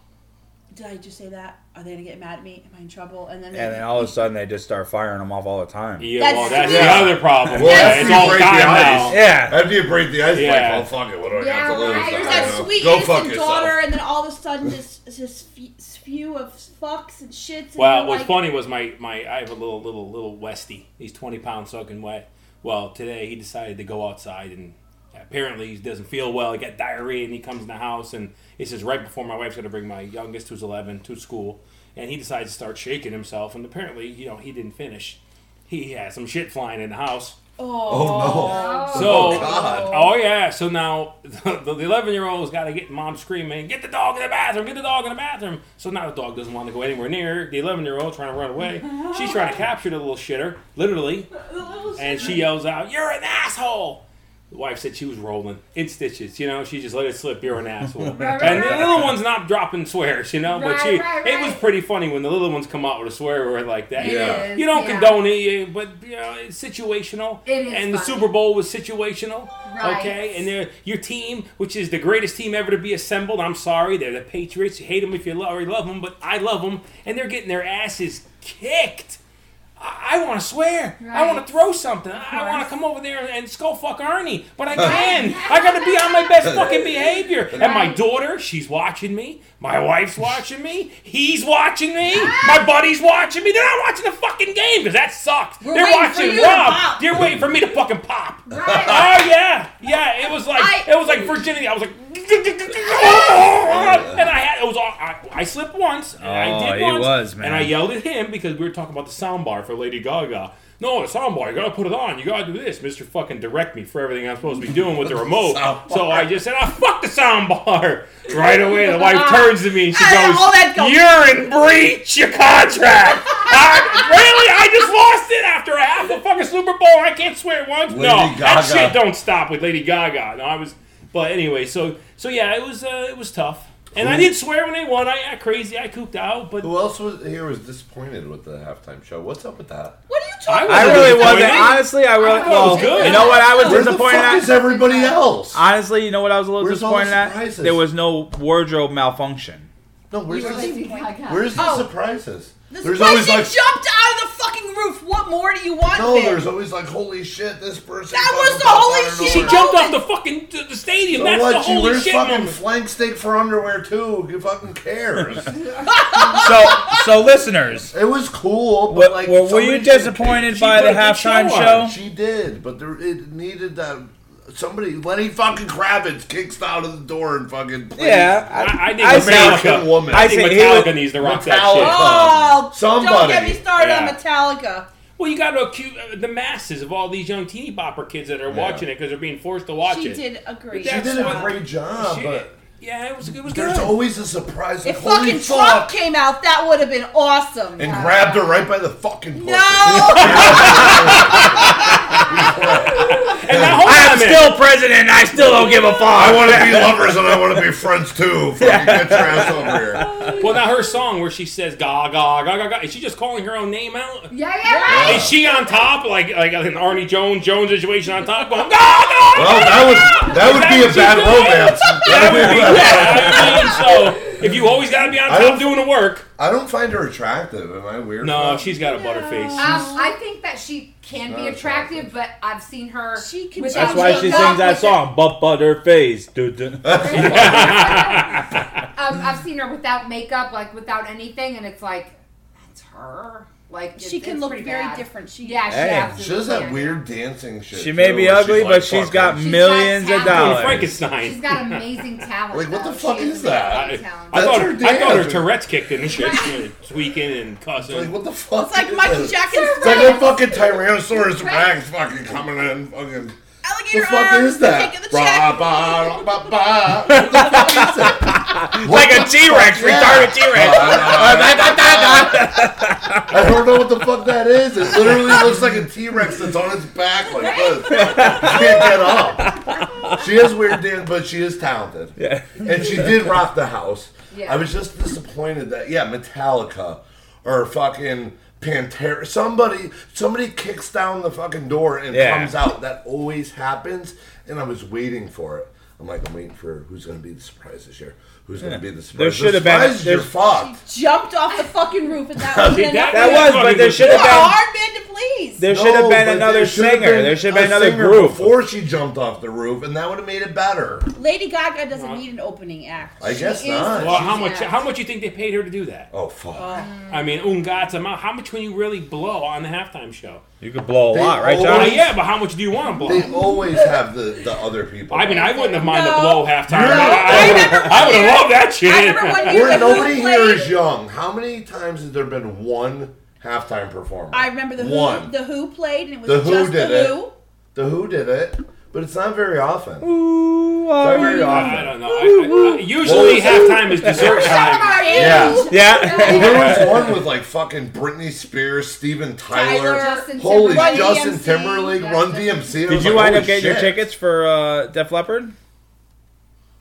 Speaker 5: "Did I just say that? Are they gonna get mad at me? Am I in trouble?" And then,
Speaker 4: And then all of a sudden, they just start firing them off all the time.
Speaker 6: yeah,
Speaker 5: That's
Speaker 6: well, that's
Speaker 5: Yeah.
Speaker 6: the other problem.
Speaker 2: Well,
Speaker 6: yeah,
Speaker 2: after
Speaker 6: it's
Speaker 2: you
Speaker 6: all
Speaker 2: break the
Speaker 6: time
Speaker 2: ice.
Speaker 6: now.
Speaker 4: Yeah.
Speaker 2: After you break the ice,
Speaker 6: Yeah.
Speaker 2: like, well, fuck it. What do I
Speaker 1: Yeah,
Speaker 2: got to lose?
Speaker 1: right.
Speaker 2: I
Speaker 5: there's
Speaker 2: don't
Speaker 1: There's that
Speaker 5: that
Speaker 2: know.
Speaker 5: sweet
Speaker 2: Uh, Go fuck
Speaker 5: innocent
Speaker 2: yourself.
Speaker 5: daughter, and then all of a sudden, this this fe- spew of fucks and shits. And
Speaker 6: Well,
Speaker 5: you're
Speaker 6: what's
Speaker 5: like,
Speaker 6: funny was my, my I have a little little little Westie. He's twenty pounds soaking wet. Well, today he decided to go outside and apparently he doesn't feel well. He got diarrhea and he comes in the house and this is right before my wife's gonna bring my youngest, who's eleven, to school. And he decides to start shaking himself and apparently you know he didn't finish. He had some shit flying in the house.
Speaker 2: Oh,
Speaker 1: Oh,
Speaker 2: no.
Speaker 6: So,
Speaker 2: oh, God.
Speaker 6: Oh yeah. So now the eleven year old's got to get mom screaming, "Get the dog in the bathroom! Get the dog in the bathroom!" So now the dog doesn't want to go anywhere near her. the eleven year old trying to run away. She's trying to capture the little shitter, literally, and she yells out, "You're an asshole!" The wife said she was rolling in stitches. You know, she just let it slip. You're an asshole.
Speaker 1: right,
Speaker 6: and the
Speaker 1: right.
Speaker 6: little one's not dropping swears. You know, but
Speaker 1: Right,
Speaker 6: she
Speaker 1: right,
Speaker 6: it was
Speaker 1: right.
Speaker 6: pretty funny when the little ones come out with a swear word like that.
Speaker 1: It
Speaker 2: Yeah.
Speaker 1: is,
Speaker 6: You don't
Speaker 1: yeah.
Speaker 6: condone it, but you know it's situational.
Speaker 1: It is
Speaker 6: and the
Speaker 1: funny.
Speaker 6: Super Bowl was situational.
Speaker 1: Right.
Speaker 6: Okay, and they're, your team, which is the greatest team ever to be assembled. I'm sorry, they're the Patriots. You hate them if you love or you love them, but I love them, and they're getting their asses kicked. I, I want to swear. I
Speaker 1: Right.
Speaker 6: want to throw something. I,
Speaker 1: course.
Speaker 6: want to come over there and, and skull fuck Arnie, but I can. I got to be on my best fucking behavior. And my
Speaker 1: Right.
Speaker 6: daughter, she's watching me. My wife's watching me. He's watching me. My buddy's watching me. They're not watching the fucking game because that sucks.
Speaker 5: We're
Speaker 6: They're
Speaker 5: waiting for
Speaker 6: watching
Speaker 5: you to
Speaker 6: Rob.
Speaker 5: pop.
Speaker 6: They're waiting for me to fucking pop.
Speaker 1: Right.
Speaker 6: Oh yeah, yeah. It was like
Speaker 5: I-
Speaker 6: it was like virginity. I was like, and I had it was all I, I slipped once. And I
Speaker 4: Oh,
Speaker 6: did
Speaker 4: he
Speaker 6: once,
Speaker 4: was, man.
Speaker 6: And I yelled at him because we were talking about the soundbar for Lady Gaga. No, the soundbar. You gotta put it on. You gotta do this, Mister. Fucking direct me for everything I'm supposed to be doing with the remote. so I just said, "I fuck the soundbar." Right away, the wife turns to me and she
Speaker 5: And
Speaker 6: goes,
Speaker 5: Ah, all that goes-
Speaker 6: "You're in breach of contract." I, really? I just lost it after a half a fucking Super Bowl. I can't swear once. no,
Speaker 2: Lady
Speaker 6: that
Speaker 2: Gaga.
Speaker 6: shit don't stop with Lady Gaga. No, I was, but anyway, so so yeah, it was uh, it was tough, and I did swear when they won. I got crazy, I cooped out, but
Speaker 2: Who else was here was disappointed with the halftime show? What's up with that?
Speaker 5: "What are you
Speaker 6: I
Speaker 5: talking?"
Speaker 6: was
Speaker 4: I really wasn't.
Speaker 6: disappointed.
Speaker 4: Honestly, I really.
Speaker 1: thought it
Speaker 4: Well,
Speaker 1: was good.
Speaker 4: you know what? I
Speaker 6: Oh,
Speaker 4: was
Speaker 2: Where the
Speaker 4: disappointed
Speaker 2: fuck
Speaker 4: at.
Speaker 2: is everybody else?
Speaker 4: Honestly, you know what I was a little
Speaker 2: Where's all the
Speaker 4: disappointed at?
Speaker 2: surprises?
Speaker 4: There was no wardrobe malfunction.
Speaker 2: no, where's
Speaker 1: You were
Speaker 2: the,
Speaker 1: Lady Gaga.
Speaker 2: where's the
Speaker 5: Oh.
Speaker 2: surprises?
Speaker 5: The
Speaker 2: There's
Speaker 5: There's
Speaker 2: always like
Speaker 5: jumped out of the fucking roof. What more do you want?
Speaker 2: no,
Speaker 5: Vin?
Speaker 2: there's always like holy shit, this person.
Speaker 5: That
Speaker 2: fucking
Speaker 5: was the
Speaker 2: popped
Speaker 5: holy
Speaker 2: out of
Speaker 5: shit.
Speaker 6: She
Speaker 2: nowhere.
Speaker 6: jumped off the fucking t- the stadium.
Speaker 2: So
Speaker 6: That's
Speaker 2: what?
Speaker 6: the
Speaker 2: she
Speaker 6: holy
Speaker 2: wears
Speaker 6: shit
Speaker 2: fucking
Speaker 6: moment.
Speaker 2: flank steak for underwear too. Who fucking cares?
Speaker 4: So, so listeners,
Speaker 2: it was cool, but
Speaker 4: were,
Speaker 2: like,
Speaker 4: were, were
Speaker 2: somebody
Speaker 4: you
Speaker 2: should have
Speaker 4: disappointed
Speaker 6: She
Speaker 4: by the
Speaker 6: put a good
Speaker 4: halftime
Speaker 6: show
Speaker 4: show?
Speaker 6: on.
Speaker 2: She did, but there, it needed that. Somebody, Lenny fucking Kravitz kicks out of the door and fucking plays.
Speaker 4: Yeah,
Speaker 6: I, I think
Speaker 4: I
Speaker 6: Metallica.
Speaker 2: think- woman.
Speaker 6: I
Speaker 4: I
Speaker 6: think
Speaker 4: think
Speaker 6: Metallica
Speaker 4: he-
Speaker 6: needs to rock
Speaker 2: Metallica.
Speaker 6: that shit.
Speaker 5: Oh, don't
Speaker 2: uh, Somebody.
Speaker 5: get me started on
Speaker 6: Yeah.
Speaker 5: Metallica.
Speaker 6: Well, you got to accuse uh, the masses of all these young teeny bopper kids that are watching it because they're being forced to watch
Speaker 5: She
Speaker 6: it.
Speaker 5: did agree.
Speaker 2: she
Speaker 6: That's
Speaker 2: did a
Speaker 6: what-
Speaker 2: great job,
Speaker 6: She-
Speaker 2: but
Speaker 6: yeah, it was it was
Speaker 2: there's
Speaker 6: good.
Speaker 2: always a surprise. Like,
Speaker 5: If
Speaker 2: holy
Speaker 5: fucking Trump
Speaker 2: fuck!
Speaker 5: came out, that would have been awesome.
Speaker 2: And grabbed her right by the fucking pussy.
Speaker 5: no,
Speaker 6: And that whole
Speaker 4: I I'm
Speaker 6: minute.
Speaker 4: still president. and I still don't give a fuck.
Speaker 2: I want to be lovers and I want to be friends too. Fucking get your ass over here.
Speaker 6: Well, now her song where she says "ga ga ga ga ga," is she just calling her own name out?
Speaker 1: Yeah, yeah, right.
Speaker 6: Is she on top like like an Arnie Jones Jones situation on top going "ga ga"?
Speaker 2: Well, that would that would be a bad romance. That would be
Speaker 6: I mean, so if you always got to be on
Speaker 2: I
Speaker 6: top
Speaker 2: don't-
Speaker 6: doing the work,
Speaker 2: I don't find her attractive. Am I weird?
Speaker 6: no, she's got a butterface.
Speaker 1: Um, I think that she can be
Speaker 2: Not
Speaker 1: attractive, but I've seen her.
Speaker 5: She can
Speaker 1: without
Speaker 5: That's why she
Speaker 1: makeup,
Speaker 5: sings
Speaker 1: with-
Speaker 4: But Butterface.
Speaker 1: Um, I've seen her without makeup, like without anything, and it's like that's her. Like it's-
Speaker 5: She can
Speaker 1: it's
Speaker 5: look
Speaker 1: pretty
Speaker 5: very
Speaker 1: bad.
Speaker 5: different. She
Speaker 1: Yeah, she
Speaker 4: Hey.
Speaker 1: absolutely.
Speaker 2: She does that
Speaker 1: can.
Speaker 2: weird dancing shit.
Speaker 4: She may
Speaker 2: too,
Speaker 4: be
Speaker 2: where
Speaker 4: ugly,
Speaker 2: like,
Speaker 4: but she's
Speaker 2: fuck
Speaker 4: got
Speaker 2: it.
Speaker 4: millions
Speaker 1: She's
Speaker 4: of
Speaker 1: got talent.
Speaker 6: Doing
Speaker 4: dollars.
Speaker 6: Frankenstein.
Speaker 1: She's got amazing talent.
Speaker 2: Like, what the
Speaker 1: though.
Speaker 2: fuck
Speaker 1: She
Speaker 2: is
Speaker 1: has
Speaker 2: that?
Speaker 1: amazing
Speaker 6: I,
Speaker 1: talent.
Speaker 6: I
Speaker 2: That's
Speaker 6: thought
Speaker 2: her
Speaker 6: her, I thought her
Speaker 2: dad.
Speaker 6: Tourette's kicked in and shit, you know, tweaking and
Speaker 2: Like
Speaker 6: cussing.
Speaker 2: what the fuck?
Speaker 5: It's like
Speaker 2: is
Speaker 5: Michael
Speaker 2: this?
Speaker 5: Jackson.
Speaker 2: It's like a fucking Tyrannosaurus Rex fucking coming in. Fucking.
Speaker 5: Alligator
Speaker 2: The fuck
Speaker 5: arms,
Speaker 2: is that?
Speaker 5: taking the
Speaker 2: Ba,
Speaker 5: check.
Speaker 2: ba, ba, ba. What the fuck is that?
Speaker 4: Like a T Rex,
Speaker 2: Yeah. Oh,
Speaker 4: retarded T Rex.
Speaker 2: I don't know what the fuck that is. It literally looks like a T Rex that's on its back like this. She can't get up. She is weird, Dan, but she is talented. Yeah. And she did rock the house.
Speaker 1: Yeah.
Speaker 2: I was just disappointed that yeah, Metallica or fucking Pantera somebody somebody kicks down the fucking door and
Speaker 4: Yeah.
Speaker 2: comes out. That always happens and I was waiting for it. I'm like, I'm waiting for who's gonna be the surprise this year. Who's gonna be the surprise? The
Speaker 4: There should have been-
Speaker 2: surprise is You're
Speaker 4: there-
Speaker 2: fucked.
Speaker 5: Jumped off the fucking roof, and that was
Speaker 6: See,
Speaker 5: enough.
Speaker 6: that
Speaker 5: for
Speaker 4: That
Speaker 5: you.
Speaker 4: was, but there should
Speaker 5: You are
Speaker 4: have
Speaker 5: a
Speaker 4: been.
Speaker 5: hard man to please.
Speaker 4: There should have
Speaker 2: No,
Speaker 4: been
Speaker 2: but
Speaker 4: another
Speaker 2: should have
Speaker 4: singer.
Speaker 2: been
Speaker 4: there should have been
Speaker 2: a
Speaker 4: another
Speaker 2: singer
Speaker 4: group.
Speaker 2: before she jumped off the roof, and that would have made it better.
Speaker 5: Lady Gaga doesn't need an opening act.
Speaker 2: I
Speaker 5: She
Speaker 2: guess
Speaker 5: is-
Speaker 2: not.
Speaker 6: Well, how much?
Speaker 1: Yeah.
Speaker 6: How much you think they paid her to do that?
Speaker 2: Oh fuck!
Speaker 6: I mean, ungata ma. How much can you really blow on the halftime show?
Speaker 4: You could blow a
Speaker 2: They
Speaker 4: lot, right,
Speaker 2: all-
Speaker 6: Well,
Speaker 4: John?
Speaker 6: yeah, but how much do you want to blow?
Speaker 2: They always have the, the other people.
Speaker 6: I mean, I wouldn't have minded
Speaker 5: No.
Speaker 6: a blow halftime.
Speaker 2: No.
Speaker 6: I, would have, I would have loved that shit.
Speaker 5: I remember one year
Speaker 2: We're,
Speaker 5: that
Speaker 2: nobody
Speaker 5: we
Speaker 2: here
Speaker 5: played.
Speaker 2: is young. How many times has there been one halftime performer?
Speaker 5: I remember the who,
Speaker 2: one.
Speaker 5: the who played, and it was
Speaker 2: The Who
Speaker 5: just
Speaker 2: did
Speaker 5: the
Speaker 2: it.
Speaker 5: who.
Speaker 2: The Who did it, but it's not very often.
Speaker 4: Who
Speaker 2: It's
Speaker 4: are
Speaker 2: not very
Speaker 4: you?
Speaker 6: I
Speaker 2: often.
Speaker 6: don't know. I, I, I, usually halftime is dessert time.
Speaker 2: Yeah.
Speaker 4: Yeah.
Speaker 2: There was one with like fucking Britney Spears, Steven Tyler,
Speaker 5: Tyler.
Speaker 1: Justin
Speaker 2: holy
Speaker 1: Timberlake.
Speaker 2: Justin
Speaker 5: Run DMC.
Speaker 2: Timberlake, Run DMC. I
Speaker 4: Did
Speaker 2: was
Speaker 4: you
Speaker 2: like,
Speaker 4: wind
Speaker 2: holy
Speaker 4: up getting your
Speaker 2: shit.
Speaker 4: tickets for uh, Def Leppard?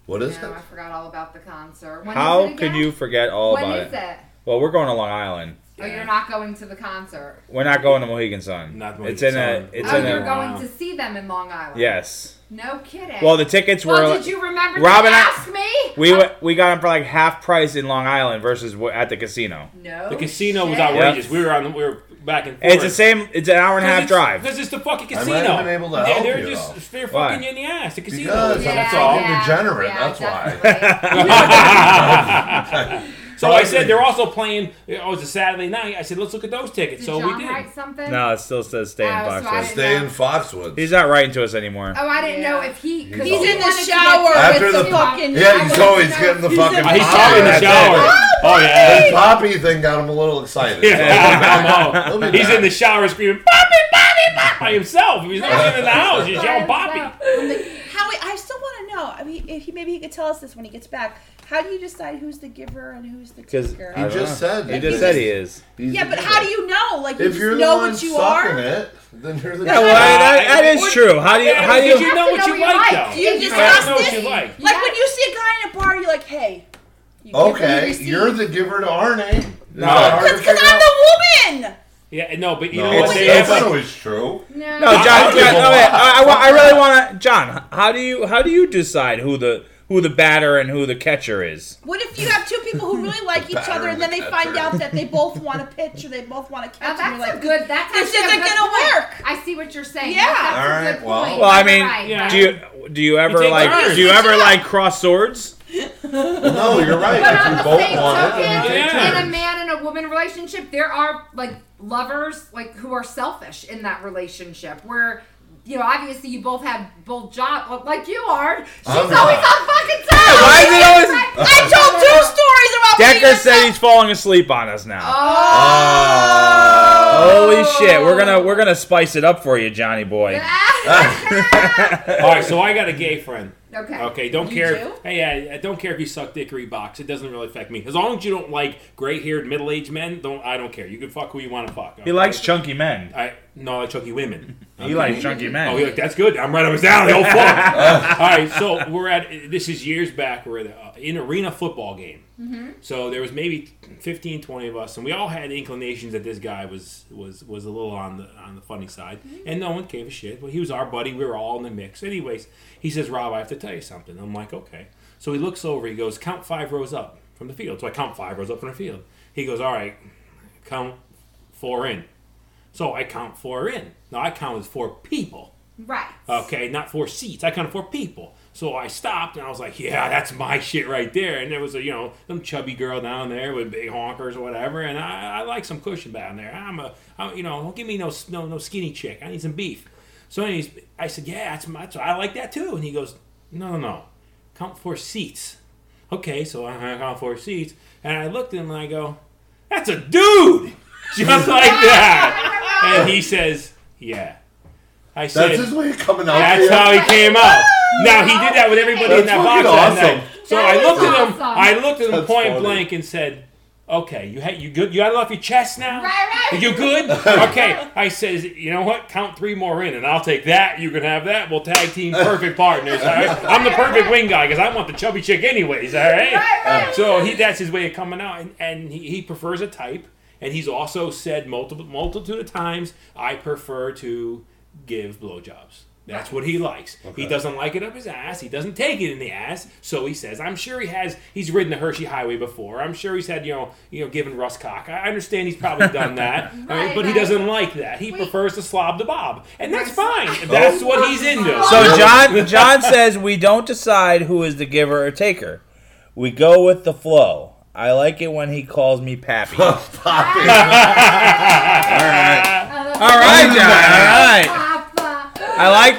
Speaker 2: What is
Speaker 1: No, Oh, I
Speaker 2: it?
Speaker 1: forgot all about the concert. When is
Speaker 4: How
Speaker 1: it
Speaker 4: could
Speaker 1: again?
Speaker 4: you forget all
Speaker 1: When
Speaker 4: about
Speaker 1: is
Speaker 4: it?
Speaker 1: it?
Speaker 4: Well, we're going to Long Island.
Speaker 1: Oh, you're not going to the concert.
Speaker 4: We're not going to Mohegan Sun.
Speaker 6: Not
Speaker 4: it's in
Speaker 6: Mohegan
Speaker 4: a.
Speaker 6: Sun.
Speaker 4: It's
Speaker 1: Oh,
Speaker 4: in
Speaker 1: you're
Speaker 4: a.
Speaker 1: going
Speaker 6: Wow.
Speaker 1: to see them in Long Island.
Speaker 4: Yes.
Speaker 1: No kidding.
Speaker 4: Well, the tickets were.
Speaker 1: Well, did you remember
Speaker 4: Rob
Speaker 1: to
Speaker 4: and I-
Speaker 1: ask me? Uh,
Speaker 4: we went, we got them for like half price in Long Island versus w- at the casino.
Speaker 1: No.
Speaker 6: The casino was
Speaker 1: shit.
Speaker 6: outrageous. We were on. The, we were back and forth.
Speaker 4: And it's the same. It's an hour and a half drive.
Speaker 6: Because it's the fucking
Speaker 2: I
Speaker 6: casino.
Speaker 2: might have been able to
Speaker 6: They-
Speaker 2: help
Speaker 6: they're
Speaker 2: you,
Speaker 6: just
Speaker 2: though.
Speaker 6: they're
Speaker 4: Why?
Speaker 6: fucking you in the ass. The casino.
Speaker 2: Because
Speaker 1: Yeah,
Speaker 6: that's all.
Speaker 1: yeah,
Speaker 2: Degenerate,
Speaker 1: yeah,
Speaker 2: that's why.
Speaker 1: definitely.
Speaker 6: So I said they're also playing. Oh, it's a Saturday night. I said let's look at those tickets.
Speaker 1: Did
Speaker 6: so
Speaker 1: John
Speaker 6: we did.
Speaker 1: write something?
Speaker 4: No, it still says stay in
Speaker 1: Oh, so I
Speaker 4: Foxwoods.
Speaker 1: didn't-
Speaker 2: Stay in Foxwoods.
Speaker 4: He's not writing to us anymore.
Speaker 1: Oh, I didn't
Speaker 5: Yeah.
Speaker 1: know if he. 'cause
Speaker 2: He's
Speaker 1: he
Speaker 5: in the
Speaker 1: wanted to
Speaker 5: shower
Speaker 1: get-
Speaker 5: with
Speaker 2: After
Speaker 5: the
Speaker 2: the-
Speaker 5: fucking.
Speaker 2: Yeah, he's
Speaker 1: I wanted
Speaker 2: always
Speaker 1: to know-
Speaker 2: getting the
Speaker 1: He's
Speaker 2: fucking
Speaker 6: Uh,
Speaker 2: poppy.
Speaker 6: he's talking in the
Speaker 2: That's it.
Speaker 6: shower. Oh
Speaker 2: That
Speaker 6: yeah.
Speaker 2: poppy thing got him a little excited.
Speaker 6: Yeah, I'm
Speaker 2: He'll
Speaker 6: out.
Speaker 2: be
Speaker 6: He's
Speaker 2: back.
Speaker 6: in the shower screaming Bobby, Bobby, Bobby by himself. He's not even in the house. He's yelling Bobby.
Speaker 5: When the- Howie, I still want to know. I mean, if he maybe he could tell us this when he gets back. How do you decide who's the giver and who's the
Speaker 4: 'Cause
Speaker 5: taker?
Speaker 4: I
Speaker 2: He
Speaker 4: don't
Speaker 2: just
Speaker 4: know.
Speaker 2: said.
Speaker 4: He
Speaker 2: that.
Speaker 4: just said he is.
Speaker 2: He's
Speaker 5: yeah,
Speaker 2: the
Speaker 5: but
Speaker 2: giver.
Speaker 5: how do you know? Like,
Speaker 2: If
Speaker 5: you
Speaker 2: you're
Speaker 5: just
Speaker 2: the
Speaker 5: know
Speaker 2: one
Speaker 5: what you
Speaker 2: sucking
Speaker 5: are.
Speaker 2: it, then you're the.
Speaker 4: Yeah, well,
Speaker 2: giver.
Speaker 4: that, that
Speaker 6: I-
Speaker 4: is true. How do you? How do
Speaker 6: Did
Speaker 4: you?
Speaker 6: you know what you like though?
Speaker 5: Do you
Speaker 1: You
Speaker 5: discuss
Speaker 1: have
Speaker 6: to know
Speaker 5: this?
Speaker 6: what you like.
Speaker 5: Like when you see a guy in a bar, you're like, hey. You give and
Speaker 2: Okay,
Speaker 5: receive.
Speaker 2: you're the giver to Arnie.
Speaker 4: No.
Speaker 5: Because I'm the woman.
Speaker 6: Yeah, no, but you
Speaker 2: No,
Speaker 6: know what
Speaker 2: it's,
Speaker 6: they
Speaker 2: it's
Speaker 6: have
Speaker 2: not
Speaker 6: like
Speaker 2: always true.
Speaker 1: No.
Speaker 4: No, John.
Speaker 6: I- I
Speaker 4: John
Speaker 6: give a
Speaker 4: no, wait,
Speaker 6: lot.
Speaker 4: I, I, wa- I really want to. John, how do you? How do you decide who the who the batter and who the catcher is?
Speaker 5: What if you have two people who really like each other and then they find out that they both want to pitch or they both want to
Speaker 1: Now,
Speaker 5: catch? and
Speaker 1: that's
Speaker 5: you're like,
Speaker 1: a good. That's
Speaker 5: this
Speaker 1: actually a
Speaker 5: isn't
Speaker 1: good
Speaker 5: gonna
Speaker 1: point.
Speaker 5: work.
Speaker 1: I see what you're saying.
Speaker 5: Yeah.
Speaker 1: That's, that's a
Speaker 2: Alright,
Speaker 1: good
Speaker 2: well-
Speaker 1: point.
Speaker 4: Well, I
Speaker 1: You're
Speaker 4: mean,
Speaker 1: right.
Speaker 6: Yeah.
Speaker 4: Do you do you ever
Speaker 6: take
Speaker 4: like
Speaker 6: turns.
Speaker 4: do you ever like cross swords?
Speaker 2: No, you're right.
Speaker 1: But
Speaker 2: If
Speaker 1: on
Speaker 2: you
Speaker 1: the
Speaker 2: both
Speaker 1: same
Speaker 2: want it, then you
Speaker 1: token,
Speaker 2: take
Speaker 6: Yeah.
Speaker 2: turns.
Speaker 1: in a man and a woman relationship, there are like lovers like who are selfish in that relationship where. You know, obviously, you both have both job like you are. She's
Speaker 2: I'm
Speaker 1: always
Speaker 2: not.
Speaker 1: on fucking time.
Speaker 4: why is it always-
Speaker 5: I told two stories about
Speaker 4: Decker
Speaker 5: being
Speaker 4: said
Speaker 5: upset.
Speaker 4: he's falling asleep on us now.
Speaker 1: Oh,
Speaker 5: Oh.
Speaker 4: Holy shit, we're gonna we're gonna spice it up for you, Johnny boy.
Speaker 6: All right, so I got a gay friend.
Speaker 1: okay.
Speaker 6: Okay, don't
Speaker 5: You
Speaker 6: care.
Speaker 5: do?
Speaker 6: Hey, I, I don't care if you suck dick or you box. It doesn't really affect me. As long as you don't like gray-haired middle-aged men, don't I don't care. You can fuck who you want to fuck.
Speaker 4: He likes chunky men.
Speaker 6: I No, I like chunky women.
Speaker 4: He likes chunky men.
Speaker 6: Oh, you're like, that's good. I'm right up his alley. Oh, fuck. All right, so we're at, this is years back, we're at a, in arena football game. So there was maybe 15, 20 of us, and we all had inclinations that this guy was was was a little on the on the funny side, and no one gave a shit. But he was our buddy; we were all in the mix. Anyways, he says, "Rob, I have to tell you something." I'm like, "Okay." So he looks over. He goes, "Count five rows up from the field." So I count five rows up from the field. He goes, "All right, count four in." So I count four in. Now I count as four people.
Speaker 5: Right.
Speaker 6: Okay, not four seats. I counted four people. So I stopped and I was like, yeah, that's my shit right there. And there was a, you know, some chubby girl down there with big honkers or whatever. And I, I like some cushion down there. I'm a, I'm, you know, don't give me no, no, no skinny chick. I need some beef. So anyways, I said, yeah, that's my, that's, I like that too. And he goes, no, no, no, count four seats. Okay, so I count four seats. And I looked at him and I go, that's a dude, just like that. And he says, yeah. I said,
Speaker 2: That's his way of coming out.
Speaker 6: that's
Speaker 2: to you.
Speaker 6: how he came out. Now he did that with everybody
Speaker 2: That's
Speaker 6: in that box
Speaker 2: fucking
Speaker 6: that
Speaker 2: awesome.
Speaker 6: night. So
Speaker 1: That
Speaker 6: I
Speaker 1: is
Speaker 6: looked at him.
Speaker 1: awesome.
Speaker 6: I looked at him
Speaker 2: That's
Speaker 6: point
Speaker 2: funny.
Speaker 6: blank and said, "Okay, you had you good? You got it off your chest now?
Speaker 5: Right, right.
Speaker 6: You good? Okay." I says, "You know what? Count three more in, and I'll take that. You can have that. We'll tag team perfect partners. All right? I'm the perfect wing guy because I want the chubby chick anyways. All
Speaker 5: Right, right.
Speaker 6: so he that's his way of coming out, and, and he, he prefers a type. And he's also said multiple multitude of times, I prefer to give blowjobs. That's what he likes. He doesn't like it up his ass. He doesn't take it in the ass. So he says, "I'm sure he has. He's ridden the Hershey Highway before. I'm sure he's had you know you know given Russ cock. I understand he's probably done that, all right,
Speaker 5: Right,
Speaker 6: but he
Speaker 5: right.
Speaker 6: doesn't like that. He
Speaker 5: Wait.
Speaker 6: prefers to slob the bob, and that's fine. If that's what he's into.
Speaker 4: So John John says we don't decide who is the giver or taker. We go with the flow. I like it when he calls me pappy. All right, John. All right. I like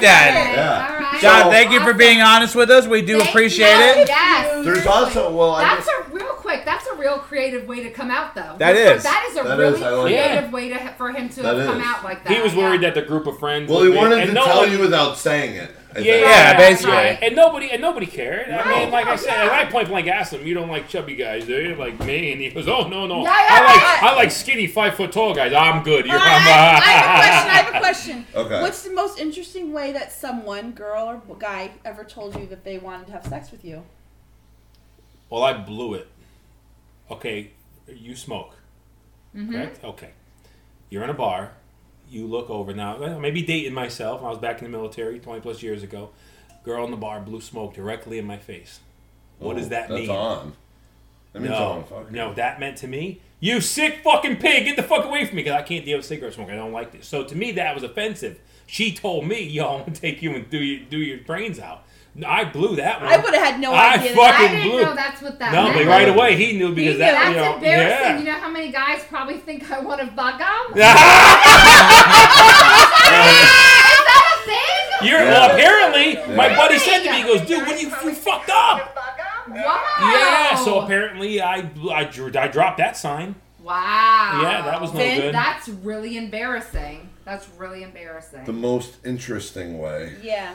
Speaker 2: Yeah.
Speaker 4: that. John, thank you for being honest with us. We do appreciate it.
Speaker 1: Yes.
Speaker 2: There's also well, I
Speaker 1: That's
Speaker 2: guess,
Speaker 1: a real quick. That's a real creative way to come out, though.
Speaker 4: That
Speaker 1: That's-
Speaker 4: is.
Speaker 1: That is a
Speaker 2: That
Speaker 1: really
Speaker 2: is, I like
Speaker 1: creative way to for him to
Speaker 2: That
Speaker 1: have come
Speaker 2: is.
Speaker 1: out like that.
Speaker 6: He was worried
Speaker 1: yeah.
Speaker 6: that the group of friends.
Speaker 2: well,
Speaker 6: would
Speaker 2: he
Speaker 6: be-
Speaker 2: wanted
Speaker 6: and
Speaker 2: to
Speaker 6: no
Speaker 2: tell
Speaker 6: one-
Speaker 2: you without saying it. I "Oh,
Speaker 6: Yeah,
Speaker 2: think.
Speaker 4: Yeah, basically.
Speaker 1: Right.
Speaker 6: And nobody and nobody cared. I mean,
Speaker 1: Right.
Speaker 6: like I said, and I point blank asked him, "You don't like chubby guys, do you?" Like me, and he goes, "Oh no, no,
Speaker 1: Yeah,
Speaker 6: I
Speaker 1: yeah,
Speaker 6: like
Speaker 1: yeah.
Speaker 6: I like skinny five foot tall guys. I'm good. You're
Speaker 5: I, I have a question. I have a question.
Speaker 2: Okay.
Speaker 5: What's the most interesting way that someone, girl or guy, ever told you that they wanted to have sex with you?
Speaker 6: Well, I blew it. Okay, you smoke,
Speaker 1: Mm-hmm.
Speaker 6: correct? Okay, you're in a bar. You look over now. well, Maybe dating myself. I was back in the military, twenty plus years ago. Girl in the bar blew smoke directly in my face. What does that
Speaker 2: Oh, that's
Speaker 6: mean?
Speaker 2: on. That means
Speaker 6: No,
Speaker 2: on. Fuck.
Speaker 6: no, that meant to me, you sick fucking pig, get the fuck away from me because I can't deal with cigarette smoke. I don't like this. So to me, that was offensive. She told me, yo, I'm gonna take you and do your do your brains out. I blew that one.
Speaker 5: I would have had no
Speaker 6: I
Speaker 5: idea.
Speaker 1: I
Speaker 5: That
Speaker 6: fucking
Speaker 1: didn't
Speaker 6: blue.
Speaker 1: know that's what that
Speaker 6: no,
Speaker 1: meant.
Speaker 6: but right away he knew because
Speaker 5: knew.
Speaker 6: that
Speaker 1: That's
Speaker 6: you know,
Speaker 1: embarrassing.
Speaker 6: yeah.
Speaker 1: You know how many guys probably think I want to bug them? Is that a thing?
Speaker 6: You're
Speaker 2: Yeah.
Speaker 6: well, apparently my
Speaker 2: Yeah.
Speaker 6: buddy said to me, he goes, dude, what do you, you fucked up?
Speaker 1: Wow.
Speaker 6: Yeah, so apparently I I, drew, I dropped that sign.
Speaker 1: Wow.
Speaker 6: Yeah, that was no
Speaker 5: Then
Speaker 6: good.
Speaker 1: That's really embarrassing. That's really embarrassing.
Speaker 2: The most interesting way.
Speaker 5: Yeah.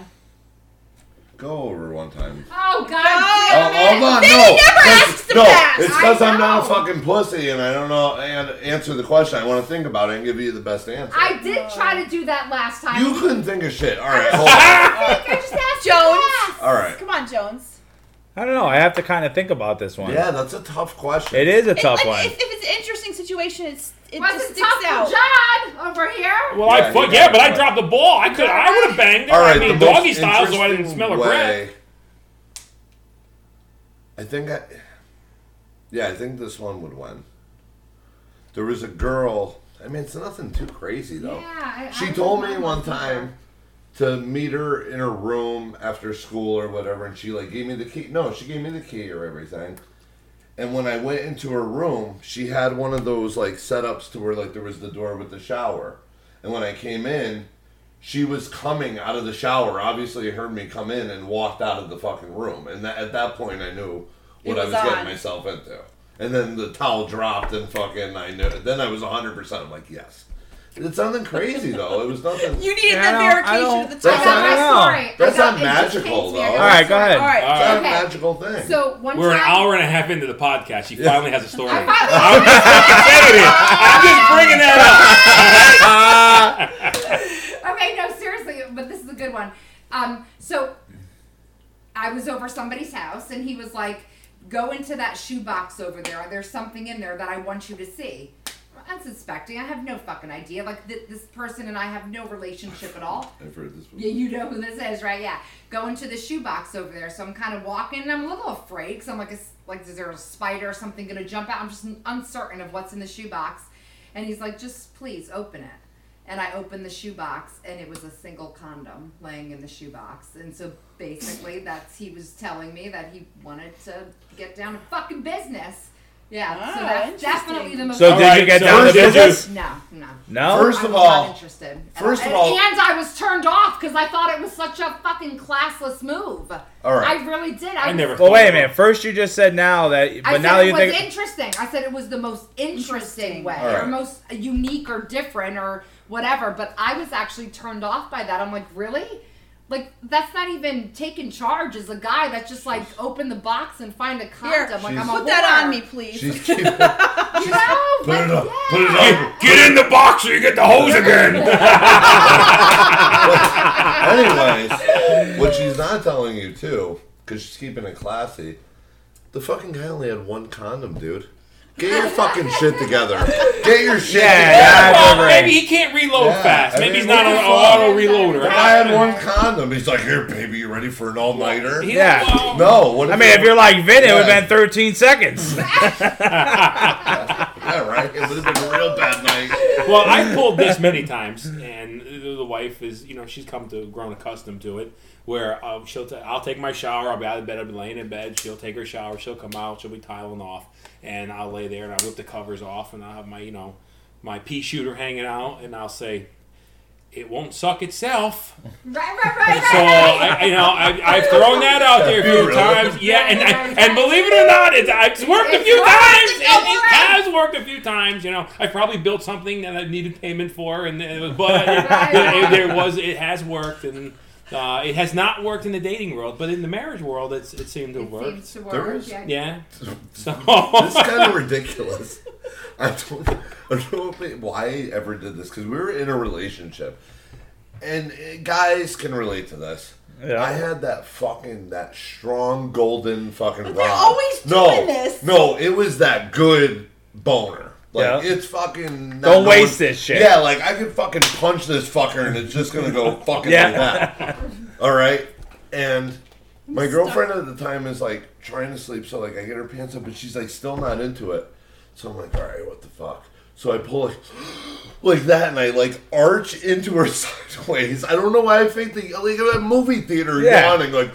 Speaker 2: Go over one time.
Speaker 1: oh, God.
Speaker 2: Oh,
Speaker 1: damn it.
Speaker 2: hold on,
Speaker 5: Then
Speaker 2: no.
Speaker 5: he never
Speaker 2: That's-
Speaker 5: asks him
Speaker 2: no,
Speaker 5: that.
Speaker 2: it's because
Speaker 1: I
Speaker 2: I'm not a
Speaker 1: know.
Speaker 2: fucking pussy and I don't know and answer the question. I want to think about it and give you the best answer.
Speaker 1: I did try to do that last time.
Speaker 2: you couldn't think of shit. All right, hold on.
Speaker 1: I think I just asked you
Speaker 5: Jones.
Speaker 1: last.
Speaker 2: All right.
Speaker 5: Come on, Jones.
Speaker 4: I don't know. I have to kind of think about this one.
Speaker 2: Yeah, that's a tough question.
Speaker 4: It is a
Speaker 5: It-
Speaker 4: tough
Speaker 5: like,
Speaker 4: one.
Speaker 5: If, if it's an interesting situation, it's, it just
Speaker 1: Wasn't tough
Speaker 5: sticks out.
Speaker 1: for John over here.
Speaker 6: Well,
Speaker 2: Yeah,
Speaker 6: I
Speaker 2: he
Speaker 6: fuck
Speaker 2: got
Speaker 6: yeah,
Speaker 2: it
Speaker 6: but I
Speaker 2: right.
Speaker 6: dropped the ball. I could I would have banged her.
Speaker 2: All right,
Speaker 6: I mean,
Speaker 2: the most
Speaker 6: doggy style, so I didn't
Speaker 2: interesting
Speaker 6: smell a breath.
Speaker 2: way- I think I. Yeah, I think this one would win. There was a girl. I mean, it's nothing too crazy though.
Speaker 1: Yeah, I-
Speaker 2: she
Speaker 1: I
Speaker 2: told
Speaker 1: don't
Speaker 2: me
Speaker 1: know.
Speaker 2: one time to meet her in her room after school or whatever, and she like gave me the key. No, she gave me the key or everything. And when I went into her room, she had one of those like setups to where like there was the door with the shower. And when I came in, she was coming out of the shower. Obviously, heard me come in and walked out of the fucking room. And that, at that point, I knew what
Speaker 5: It
Speaker 2: I
Speaker 5: was
Speaker 2: was
Speaker 5: on.
Speaker 2: getting myself into. And then the towel dropped and fucking I knew. Then I was hundred percent. I'm like, yes, It's nothing crazy though. It was nothing.
Speaker 5: You
Speaker 4: I
Speaker 5: need an
Speaker 4: don't- I
Speaker 5: Americation
Speaker 4: don't-
Speaker 5: of the
Speaker 1: I
Speaker 2: That's
Speaker 1: got
Speaker 5: time.
Speaker 2: not-
Speaker 1: my
Speaker 4: I
Speaker 1: story. I
Speaker 2: That's
Speaker 1: got-
Speaker 2: not
Speaker 1: it just
Speaker 2: magical,
Speaker 1: came to me. I
Speaker 2: though.
Speaker 1: got
Speaker 2: All
Speaker 1: my
Speaker 4: right, go
Speaker 1: story.
Speaker 4: ahead.
Speaker 5: All right.
Speaker 6: All
Speaker 2: It's not
Speaker 1: Okay.
Speaker 2: a magical thing.
Speaker 1: So one
Speaker 6: We're an
Speaker 1: time,
Speaker 6: hour and a half into the podcast. She finally has a story. I'm just
Speaker 1: I-
Speaker 6: saying it. I'm just bringing that up.
Speaker 4: Ah,
Speaker 1: okay, no, seriously, but this is a good one. Um, so I was over somebody's house, and he was like, "Go into that shoebox over there. There's something in there that I want you to see." Unsuspecting, I have no fucking idea. Like th- this person and I have no relationship at all.
Speaker 2: I've heard this before.
Speaker 1: Yeah, you know who this is, right? Yeah. Go into the shoebox over there. So I'm kind of walking and I'm a little afraid because I'm like, is, like, is there a spider or something going to jump out? I'm just uncertain of what's in the shoebox. And he's like, just please open it. And I opened the shoebox and it was a single condom laying in the shoebox. And so basically, that's he was telling me that he wanted to get down to fucking business. Yeah, so
Speaker 5: Ah,
Speaker 1: that's definitely
Speaker 5: interesting.
Speaker 1: the most.
Speaker 4: So
Speaker 6: All
Speaker 4: did you
Speaker 6: right,
Speaker 4: get
Speaker 6: so
Speaker 4: down to
Speaker 6: what did you-
Speaker 4: business?
Speaker 1: no, no.
Speaker 4: No.
Speaker 2: First
Speaker 1: I
Speaker 2: of
Speaker 1: was not
Speaker 2: all-
Speaker 1: interested. And
Speaker 2: first
Speaker 1: I-
Speaker 2: of all-
Speaker 1: and I was turned off because I thought it was such a fucking classless move.
Speaker 2: All right.
Speaker 1: I really did. I,
Speaker 6: I
Speaker 1: was-
Speaker 6: never.
Speaker 4: Well, wait a minute. First, you just said now that,
Speaker 1: I
Speaker 4: but
Speaker 1: said
Speaker 4: now
Speaker 1: it
Speaker 4: you
Speaker 1: was
Speaker 4: think.
Speaker 1: interesting. I said it was the most interesting
Speaker 5: Interesting.
Speaker 1: way,
Speaker 2: All
Speaker 1: or
Speaker 2: right.
Speaker 1: most unique, or different, or whatever. But I was actually turned off by that. I'm like, really? Like that's not even taking charge as a guy. That's just like open the box and find a
Speaker 5: Here,
Speaker 1: condom. like I'm a
Speaker 5: put that
Speaker 1: whore.
Speaker 5: on me, please.
Speaker 2: She's keeping,
Speaker 1: You know?
Speaker 2: put it
Speaker 1: Like,
Speaker 2: up. Put
Speaker 1: yeah.
Speaker 2: it up.
Speaker 6: Get in the box or you get the hose again.
Speaker 2: Anyways, what she's not telling you too, because she's keeping it classy. The fucking guy only had one condom, dude. Get your fucking shit together. Get your shit together.
Speaker 4: Yeah,
Speaker 6: well,
Speaker 4: Right.
Speaker 6: maybe he can't reload
Speaker 2: Yeah,
Speaker 6: fast.
Speaker 2: I
Speaker 6: Maybe
Speaker 2: mean,
Speaker 6: he's not
Speaker 2: what
Speaker 6: an
Speaker 2: the fuck?
Speaker 6: auto reloader.
Speaker 2: The guy had one condom. He's like, here, baby, you ready for an all nighter?
Speaker 6: He-
Speaker 4: Yeah.
Speaker 6: well,
Speaker 2: No, what?
Speaker 4: I mean, if you're like Vin, it would
Speaker 2: Yeah.
Speaker 4: have been 13 seconds.
Speaker 2: yeah, right, it would have been a real bad night.
Speaker 6: well, I pulled this many times, and the the wife is, you know, she's come to grown accustomed to it. Where um, she'll, t- I'll take my shower. I'll be out of bed. I'll be laying in bed. She'll take her shower. She'll come out. She'll be tiling off, and I'll lay there and I'll whip the covers off, and I'll have my, you know, my pea shooter hanging out, and I'll say, "It won't suck itself."
Speaker 1: Right, right, right, right.
Speaker 6: So I, I- you know, I, I've thrown that out there a few
Speaker 2: Really?
Speaker 6: times. Yeah, and I, and believe it or not, it, it's worked a few
Speaker 1: It's worked.
Speaker 6: times. It, it
Speaker 1: It's
Speaker 6: has worked a few times. You know, I probably built something that I needed payment for, and it was, but it,
Speaker 1: Right.
Speaker 6: it- there was it has worked, and uh, it has not worked in the dating world, but in the marriage world, it's, it seemed to
Speaker 1: It
Speaker 6: work.
Speaker 1: seems to
Speaker 2: There
Speaker 1: work.
Speaker 2: is-
Speaker 1: Yeah.
Speaker 6: Yeah. So
Speaker 2: This is kind of ridiculous. I don't, I don't know why I ever did this because we were in a relationship, and uh, guys can relate to this.
Speaker 4: Yeah.
Speaker 2: I had that fucking that strong golden fucking. But
Speaker 5: they're always doing
Speaker 2: no,
Speaker 5: this.
Speaker 2: No, it was that good boner. Like
Speaker 4: Yeah.
Speaker 2: it's fucking. not
Speaker 4: Don't
Speaker 2: going-
Speaker 4: waste this shit.
Speaker 2: Yeah, like I could fucking punch this fucker and it's just gonna go fucking
Speaker 4: Yeah.
Speaker 2: like that. All right, and my girlfriend at the time is like trying to sleep, so like I get her pants up, but she's like still not into it. So I'm like, all right, what the fuck? So I pull like, like that, and I like arch into her sideways. I don't know why I think the like I'm at a movie theater
Speaker 4: Yeah.
Speaker 2: yawning like.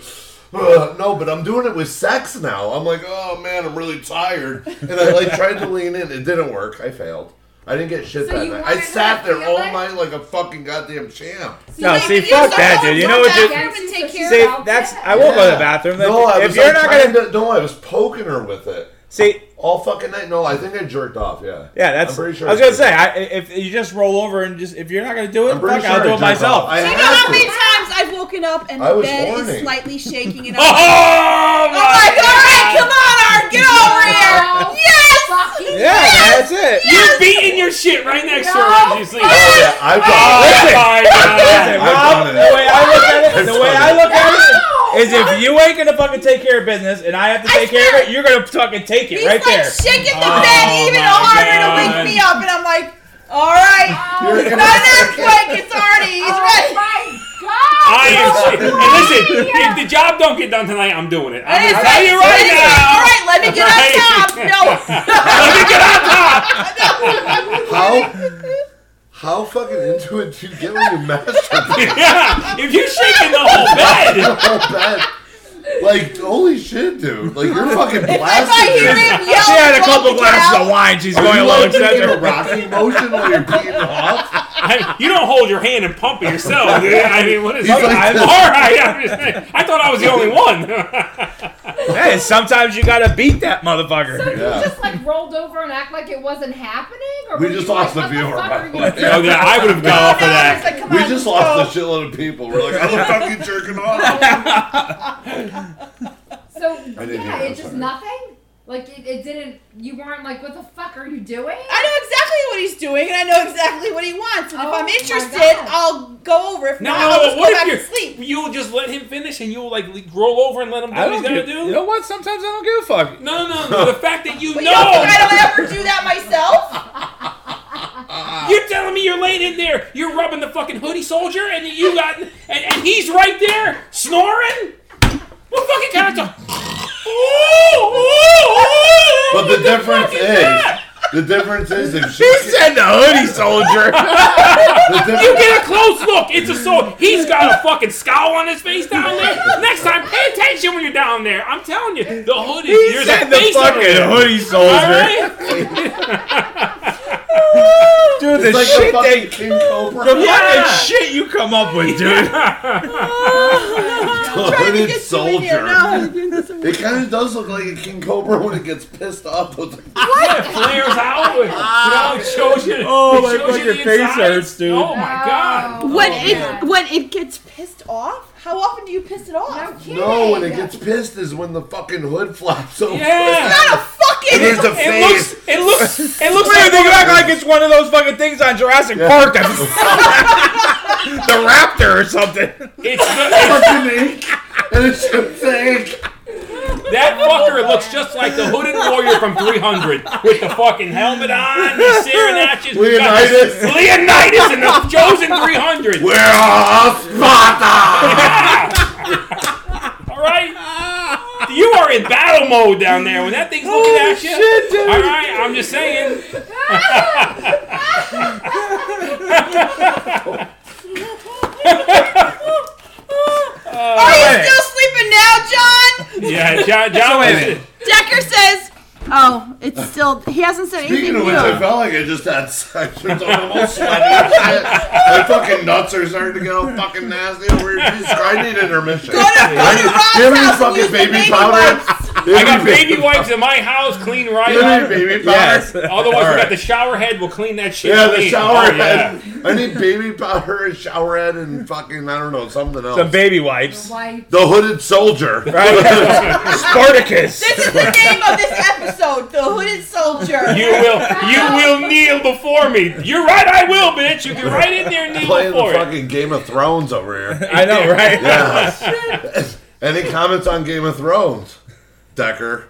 Speaker 2: "Ugh, no, but I'm doing it with sex now. I'm like, oh man, I'm really tired, and I like tried to lean in. It didn't work. I failed. I didn't get shit
Speaker 1: So
Speaker 2: that
Speaker 1: you
Speaker 2: night.
Speaker 1: wanted
Speaker 2: I
Speaker 1: to
Speaker 2: sat there
Speaker 1: feel
Speaker 2: all
Speaker 1: it?
Speaker 2: night like a fucking goddamn champ.
Speaker 4: No,
Speaker 5: like,
Speaker 4: see,
Speaker 5: if
Speaker 4: fuck
Speaker 5: you
Speaker 4: that,
Speaker 5: someone
Speaker 4: dude. You
Speaker 5: don't
Speaker 4: know what?
Speaker 5: back
Speaker 4: you-
Speaker 5: out
Speaker 1: Yes,
Speaker 5: and
Speaker 1: so
Speaker 5: take
Speaker 1: she
Speaker 5: care
Speaker 1: said-
Speaker 5: of
Speaker 4: See,
Speaker 1: yourself.
Speaker 4: that's.
Speaker 1: Yeah.
Speaker 4: I will go to
Speaker 2: Yeah.
Speaker 4: the bathroom.
Speaker 2: No, I
Speaker 4: if
Speaker 2: was,
Speaker 4: you're
Speaker 2: like,
Speaker 4: not
Speaker 2: trying
Speaker 4: gonna
Speaker 2: to no, I was poking her with it
Speaker 4: see,
Speaker 2: all fucking night. No, I think I jerked off. Yeah,
Speaker 4: yeah, that's.
Speaker 2: I'm pretty sure.
Speaker 4: I was gonna
Speaker 2: did.
Speaker 4: say, I, if you just roll over and just, if you're not gonna do it,
Speaker 2: I'm pretty
Speaker 4: fuck,
Speaker 2: sure
Speaker 4: I'll
Speaker 2: I
Speaker 4: do it
Speaker 2: jerked
Speaker 4: myself.
Speaker 2: off. I
Speaker 5: Do you know
Speaker 2: had
Speaker 5: how
Speaker 2: to.
Speaker 5: many times I've woken up and
Speaker 2: I
Speaker 5: the
Speaker 2: was
Speaker 5: bed
Speaker 2: horny.
Speaker 5: is slightly shaking and
Speaker 6: oh, my
Speaker 5: I'm like, oh my god, alright, come on, Art, get over
Speaker 1: Oh,
Speaker 5: here! Yes!
Speaker 1: fucking
Speaker 4: Yeah, that's it.
Speaker 6: You're beating your shit right next to her as you sleep.
Speaker 2: Oh, yeah, I've done it.
Speaker 6: Oh, my God.
Speaker 4: Listen,
Speaker 2: I've
Speaker 4: Rob,
Speaker 2: done
Speaker 4: the
Speaker 2: it.
Speaker 4: way I look at it,
Speaker 2: I've
Speaker 4: the way
Speaker 2: done
Speaker 4: I
Speaker 2: it.
Speaker 4: look at it is if you ain't gonna fucking take care of business and I have to take care of it, you're gonna fucking take it
Speaker 5: He's
Speaker 4: right
Speaker 5: like
Speaker 4: there.
Speaker 5: shaking the
Speaker 6: Oh
Speaker 5: bed even
Speaker 6: my
Speaker 5: harder to
Speaker 6: God.
Speaker 5: wake me up, and I'm like, all right,
Speaker 1: Oh,
Speaker 5: it's not an earthquake, it's Artie, he's ready.
Speaker 1: my
Speaker 6: I am.
Speaker 1: God!
Speaker 6: and listen, if the job don't get done tonight, I'm doing it. I'm
Speaker 5: And
Speaker 6: gonna
Speaker 5: it's
Speaker 6: tell
Speaker 5: like,
Speaker 6: you
Speaker 5: and
Speaker 6: right
Speaker 5: it's like,
Speaker 6: now.
Speaker 5: all right, let me get
Speaker 6: Right.
Speaker 5: on top. No,
Speaker 6: Let me get on top.
Speaker 2: How how fucking into it do you get when you masturbate
Speaker 6: Yeah, if you're shaking the whole bed,
Speaker 2: so bad? Like holy shit, dude! Like you're fucking
Speaker 5: if I
Speaker 2: blasted.
Speaker 5: hear
Speaker 2: dude.
Speaker 5: him yell,
Speaker 4: She had a couple
Speaker 5: walk
Speaker 4: glasses
Speaker 5: out,
Speaker 4: of wine. She's
Speaker 2: Are
Speaker 4: going
Speaker 2: you
Speaker 4: a little
Speaker 2: like doing a
Speaker 4: excessive.
Speaker 2: rocking motion while you're beating off?
Speaker 6: I, you don't hold your hand and pump it yourself. dude. I mean, what is
Speaker 2: He's
Speaker 6: that?
Speaker 2: like
Speaker 6: I'm-
Speaker 2: this.
Speaker 6: all right, I'm just saying. I thought I was the only one.
Speaker 4: Hey, sometimes you gotta beat that motherfucker.
Speaker 1: So you
Speaker 2: Yeah.
Speaker 1: just like rolled over and act like it wasn't happening, or
Speaker 2: We
Speaker 1: were
Speaker 2: just
Speaker 1: you
Speaker 2: lost
Speaker 1: like,
Speaker 2: the
Speaker 1: what
Speaker 2: viewer,
Speaker 1: fuck
Speaker 2: by
Speaker 1: are
Speaker 2: the
Speaker 1: you
Speaker 2: way.
Speaker 1: doing?
Speaker 6: Oh, yeah, I would have gone off for
Speaker 1: No, I was
Speaker 6: that.
Speaker 1: like, come
Speaker 2: We
Speaker 1: on,
Speaker 2: just
Speaker 1: let's
Speaker 2: lost a
Speaker 1: go.
Speaker 2: shitload of people. We're like, I'm fucking jerking off.
Speaker 1: So
Speaker 2: I didn't hear
Speaker 1: yeah, it
Speaker 2: that,
Speaker 1: just
Speaker 2: sorry.
Speaker 1: nothing. Like it, it didn't. You weren't like, what the fuck are you doing?
Speaker 5: I know exactly what he's doing, and I know exactly what he wants. And
Speaker 1: Oh
Speaker 5: if I'm
Speaker 1: my
Speaker 5: interested,
Speaker 1: God.
Speaker 5: I'll go over. If
Speaker 6: No,
Speaker 5: not, I'll just
Speaker 6: what
Speaker 5: go back to
Speaker 6: if
Speaker 5: sleep.
Speaker 6: you you'll just let him finish and you'll like le- roll over and let him do what he's gonna
Speaker 4: give,
Speaker 6: do?
Speaker 4: You know what? Sometimes I don't give a fuck.
Speaker 6: No, no, no. The fact that you
Speaker 5: But you don't think
Speaker 6: know.
Speaker 5: I don't ever do that myself?
Speaker 6: You're telling me you're laying in there. You're rubbing the fucking hoodie soldier, and you got, and, and he's right there snoring. What fucking kind of?
Speaker 2: But the difference is, the difference is if she,
Speaker 4: He said the hoodie soldier.
Speaker 2: the
Speaker 6: You
Speaker 2: difference,
Speaker 6: get a close look. It's a soul. He's got a fucking scowl on his face down there. Next time, pay attention when you're down there. I'm telling you, the hoodie.
Speaker 4: he
Speaker 6: there's
Speaker 4: said
Speaker 6: a
Speaker 4: the
Speaker 6: face on
Speaker 4: fucking
Speaker 6: it.
Speaker 4: hoodie soldier.
Speaker 6: All right?
Speaker 4: Dude, the
Speaker 2: it's like
Speaker 4: shit
Speaker 2: the fucking
Speaker 4: they,
Speaker 2: King Cobra.
Speaker 4: the
Speaker 6: Yeah.
Speaker 4: fucking shit you come up with, dude.
Speaker 5: I'm trying to
Speaker 2: hooded
Speaker 5: get you in here.
Speaker 2: soldier.
Speaker 5: No.
Speaker 2: It kind of does look like a King Cobra when it gets pissed up. It's like,
Speaker 6: It flares out. You know, it shows you.
Speaker 4: Oh,
Speaker 6: it
Speaker 4: my
Speaker 6: shows you
Speaker 4: fucking
Speaker 6: the
Speaker 4: face
Speaker 6: insides.
Speaker 4: hurts, dude.
Speaker 6: Oh my god.
Speaker 5: When
Speaker 1: oh,
Speaker 5: it
Speaker 1: man.
Speaker 5: when it gets pissed off, how often do you piss it off?
Speaker 1: No kidding.
Speaker 2: no, when it gets pissed is when the fucking hood flaps open.
Speaker 6: Yeah.
Speaker 5: Not a fucking.
Speaker 2: It is a
Speaker 6: It
Speaker 2: face.
Speaker 6: looks. It looks. It looks
Speaker 4: Wait,
Speaker 6: like
Speaker 4: they act like it's one of those fucking things on Jurassic Park. That's the raptor or something.
Speaker 6: It's the,
Speaker 2: fucking ink. And it's just ink.
Speaker 6: it's, that fucker looks just like the hooded warrior from 300 with the fucking helmet on. He's staring at you.
Speaker 2: Leonidas.
Speaker 6: Leonidas in the Chosen 300.
Speaker 2: We're all Sparta.
Speaker 6: All right. You are in battle mode down there when that thing's looking at you.
Speaker 4: shit, dude.
Speaker 6: All right, I'm just saying.
Speaker 5: Are you
Speaker 4: Alright.
Speaker 5: still sleeping now, John?
Speaker 6: Yeah, John. John
Speaker 4: Oh, wait a minute.
Speaker 5: Decker says, "Oh, it's still. He hasn't said anything
Speaker 2: Speaking of
Speaker 5: new."
Speaker 2: which, I felt like I just had sections on them all sweaty and shit. My fucking nuts are starting to get all fucking nasty over here. Jesus, I need intermission.
Speaker 5: Go to, go to Rob's
Speaker 2: Give me
Speaker 5: house and
Speaker 2: fucking
Speaker 5: use the
Speaker 2: baby, powder.
Speaker 5: wipes.
Speaker 2: Give
Speaker 6: I got
Speaker 2: me
Speaker 6: baby wipes in my house, clean right
Speaker 2: Give me
Speaker 6: up.
Speaker 2: baby powder.
Speaker 6: Otherwise, we
Speaker 4: Alright.
Speaker 6: got the shower head. We'll clean that shit.
Speaker 2: Yeah, the
Speaker 6: clean.
Speaker 2: shower
Speaker 6: Oh, yeah.
Speaker 2: head. I need baby powder and shower head and fucking, I don't know, something else.
Speaker 4: The baby wipes.
Speaker 1: Why?
Speaker 2: the hooded soldier.
Speaker 4: Right? Spartacus.
Speaker 5: This is the name of this episode: The Hooded Soldier.
Speaker 6: You will, you will kneel before me. You're right, I will, bitch. You can right in there and kneel
Speaker 2: Playing the
Speaker 6: before it.
Speaker 2: fucking Game of Thrones over here.
Speaker 4: I know, right?
Speaker 2: Yes. Any comments on Game of Thrones, Decker?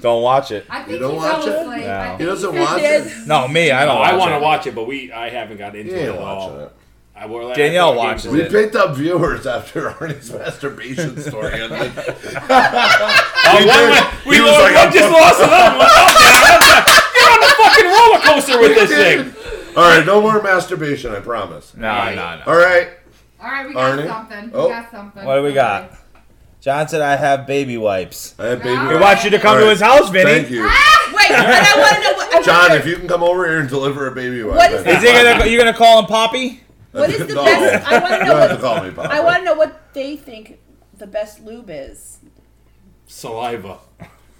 Speaker 4: Don't watch it.
Speaker 1: I think
Speaker 2: don't
Speaker 1: he
Speaker 2: watch
Speaker 1: fell
Speaker 2: it?
Speaker 1: asleep.
Speaker 4: No.
Speaker 1: I think
Speaker 2: He doesn't
Speaker 1: fell
Speaker 2: watch
Speaker 1: asleep.
Speaker 2: it.
Speaker 4: No, me, I don't.
Speaker 6: Oh,
Speaker 4: watch
Speaker 6: I want to
Speaker 4: it.
Speaker 6: watch it, but we, I haven't got into
Speaker 2: He
Speaker 6: it at
Speaker 2: ain't
Speaker 6: all.
Speaker 2: watching it.
Speaker 6: I will- I
Speaker 4: Danielle
Speaker 6: think
Speaker 4: watches
Speaker 6: it's-
Speaker 2: We
Speaker 4: it.
Speaker 2: picked up viewers after Arnie's masturbation story. and like,
Speaker 6: Oh, one
Speaker 2: did.
Speaker 6: went- we
Speaker 2: He was
Speaker 6: lo-
Speaker 2: like,
Speaker 6: we
Speaker 2: I'm
Speaker 6: just
Speaker 2: fucking-
Speaker 6: lost another one. You're on the fucking roller coaster with this thing.
Speaker 2: All right, no more masturbation. I promise.
Speaker 4: No, no, no.
Speaker 2: All right.
Speaker 1: All right, we got
Speaker 2: Arnie?
Speaker 1: something.
Speaker 2: Oh.
Speaker 1: We got something.
Speaker 4: What do we got? John said I have baby wipes.
Speaker 2: I have baby.
Speaker 1: He
Speaker 4: He
Speaker 2: wipes.
Speaker 4: wants you to come to
Speaker 2: Alright.
Speaker 4: his house, Vinny.
Speaker 2: Thank you,
Speaker 5: Wait, and I want to know what. I
Speaker 2: John.
Speaker 5: wonder,
Speaker 2: If you can come over here and deliver a baby wipe.
Speaker 5: What is
Speaker 4: Is
Speaker 2: I'd
Speaker 4: he gonna? You gonna call him Poppy?
Speaker 5: what is the
Speaker 2: No.
Speaker 5: best? I want to
Speaker 2: You
Speaker 5: know
Speaker 2: don't have to
Speaker 5: what.
Speaker 2: call me Bob.
Speaker 5: I want to know what they think the best lube is.
Speaker 6: Saliva.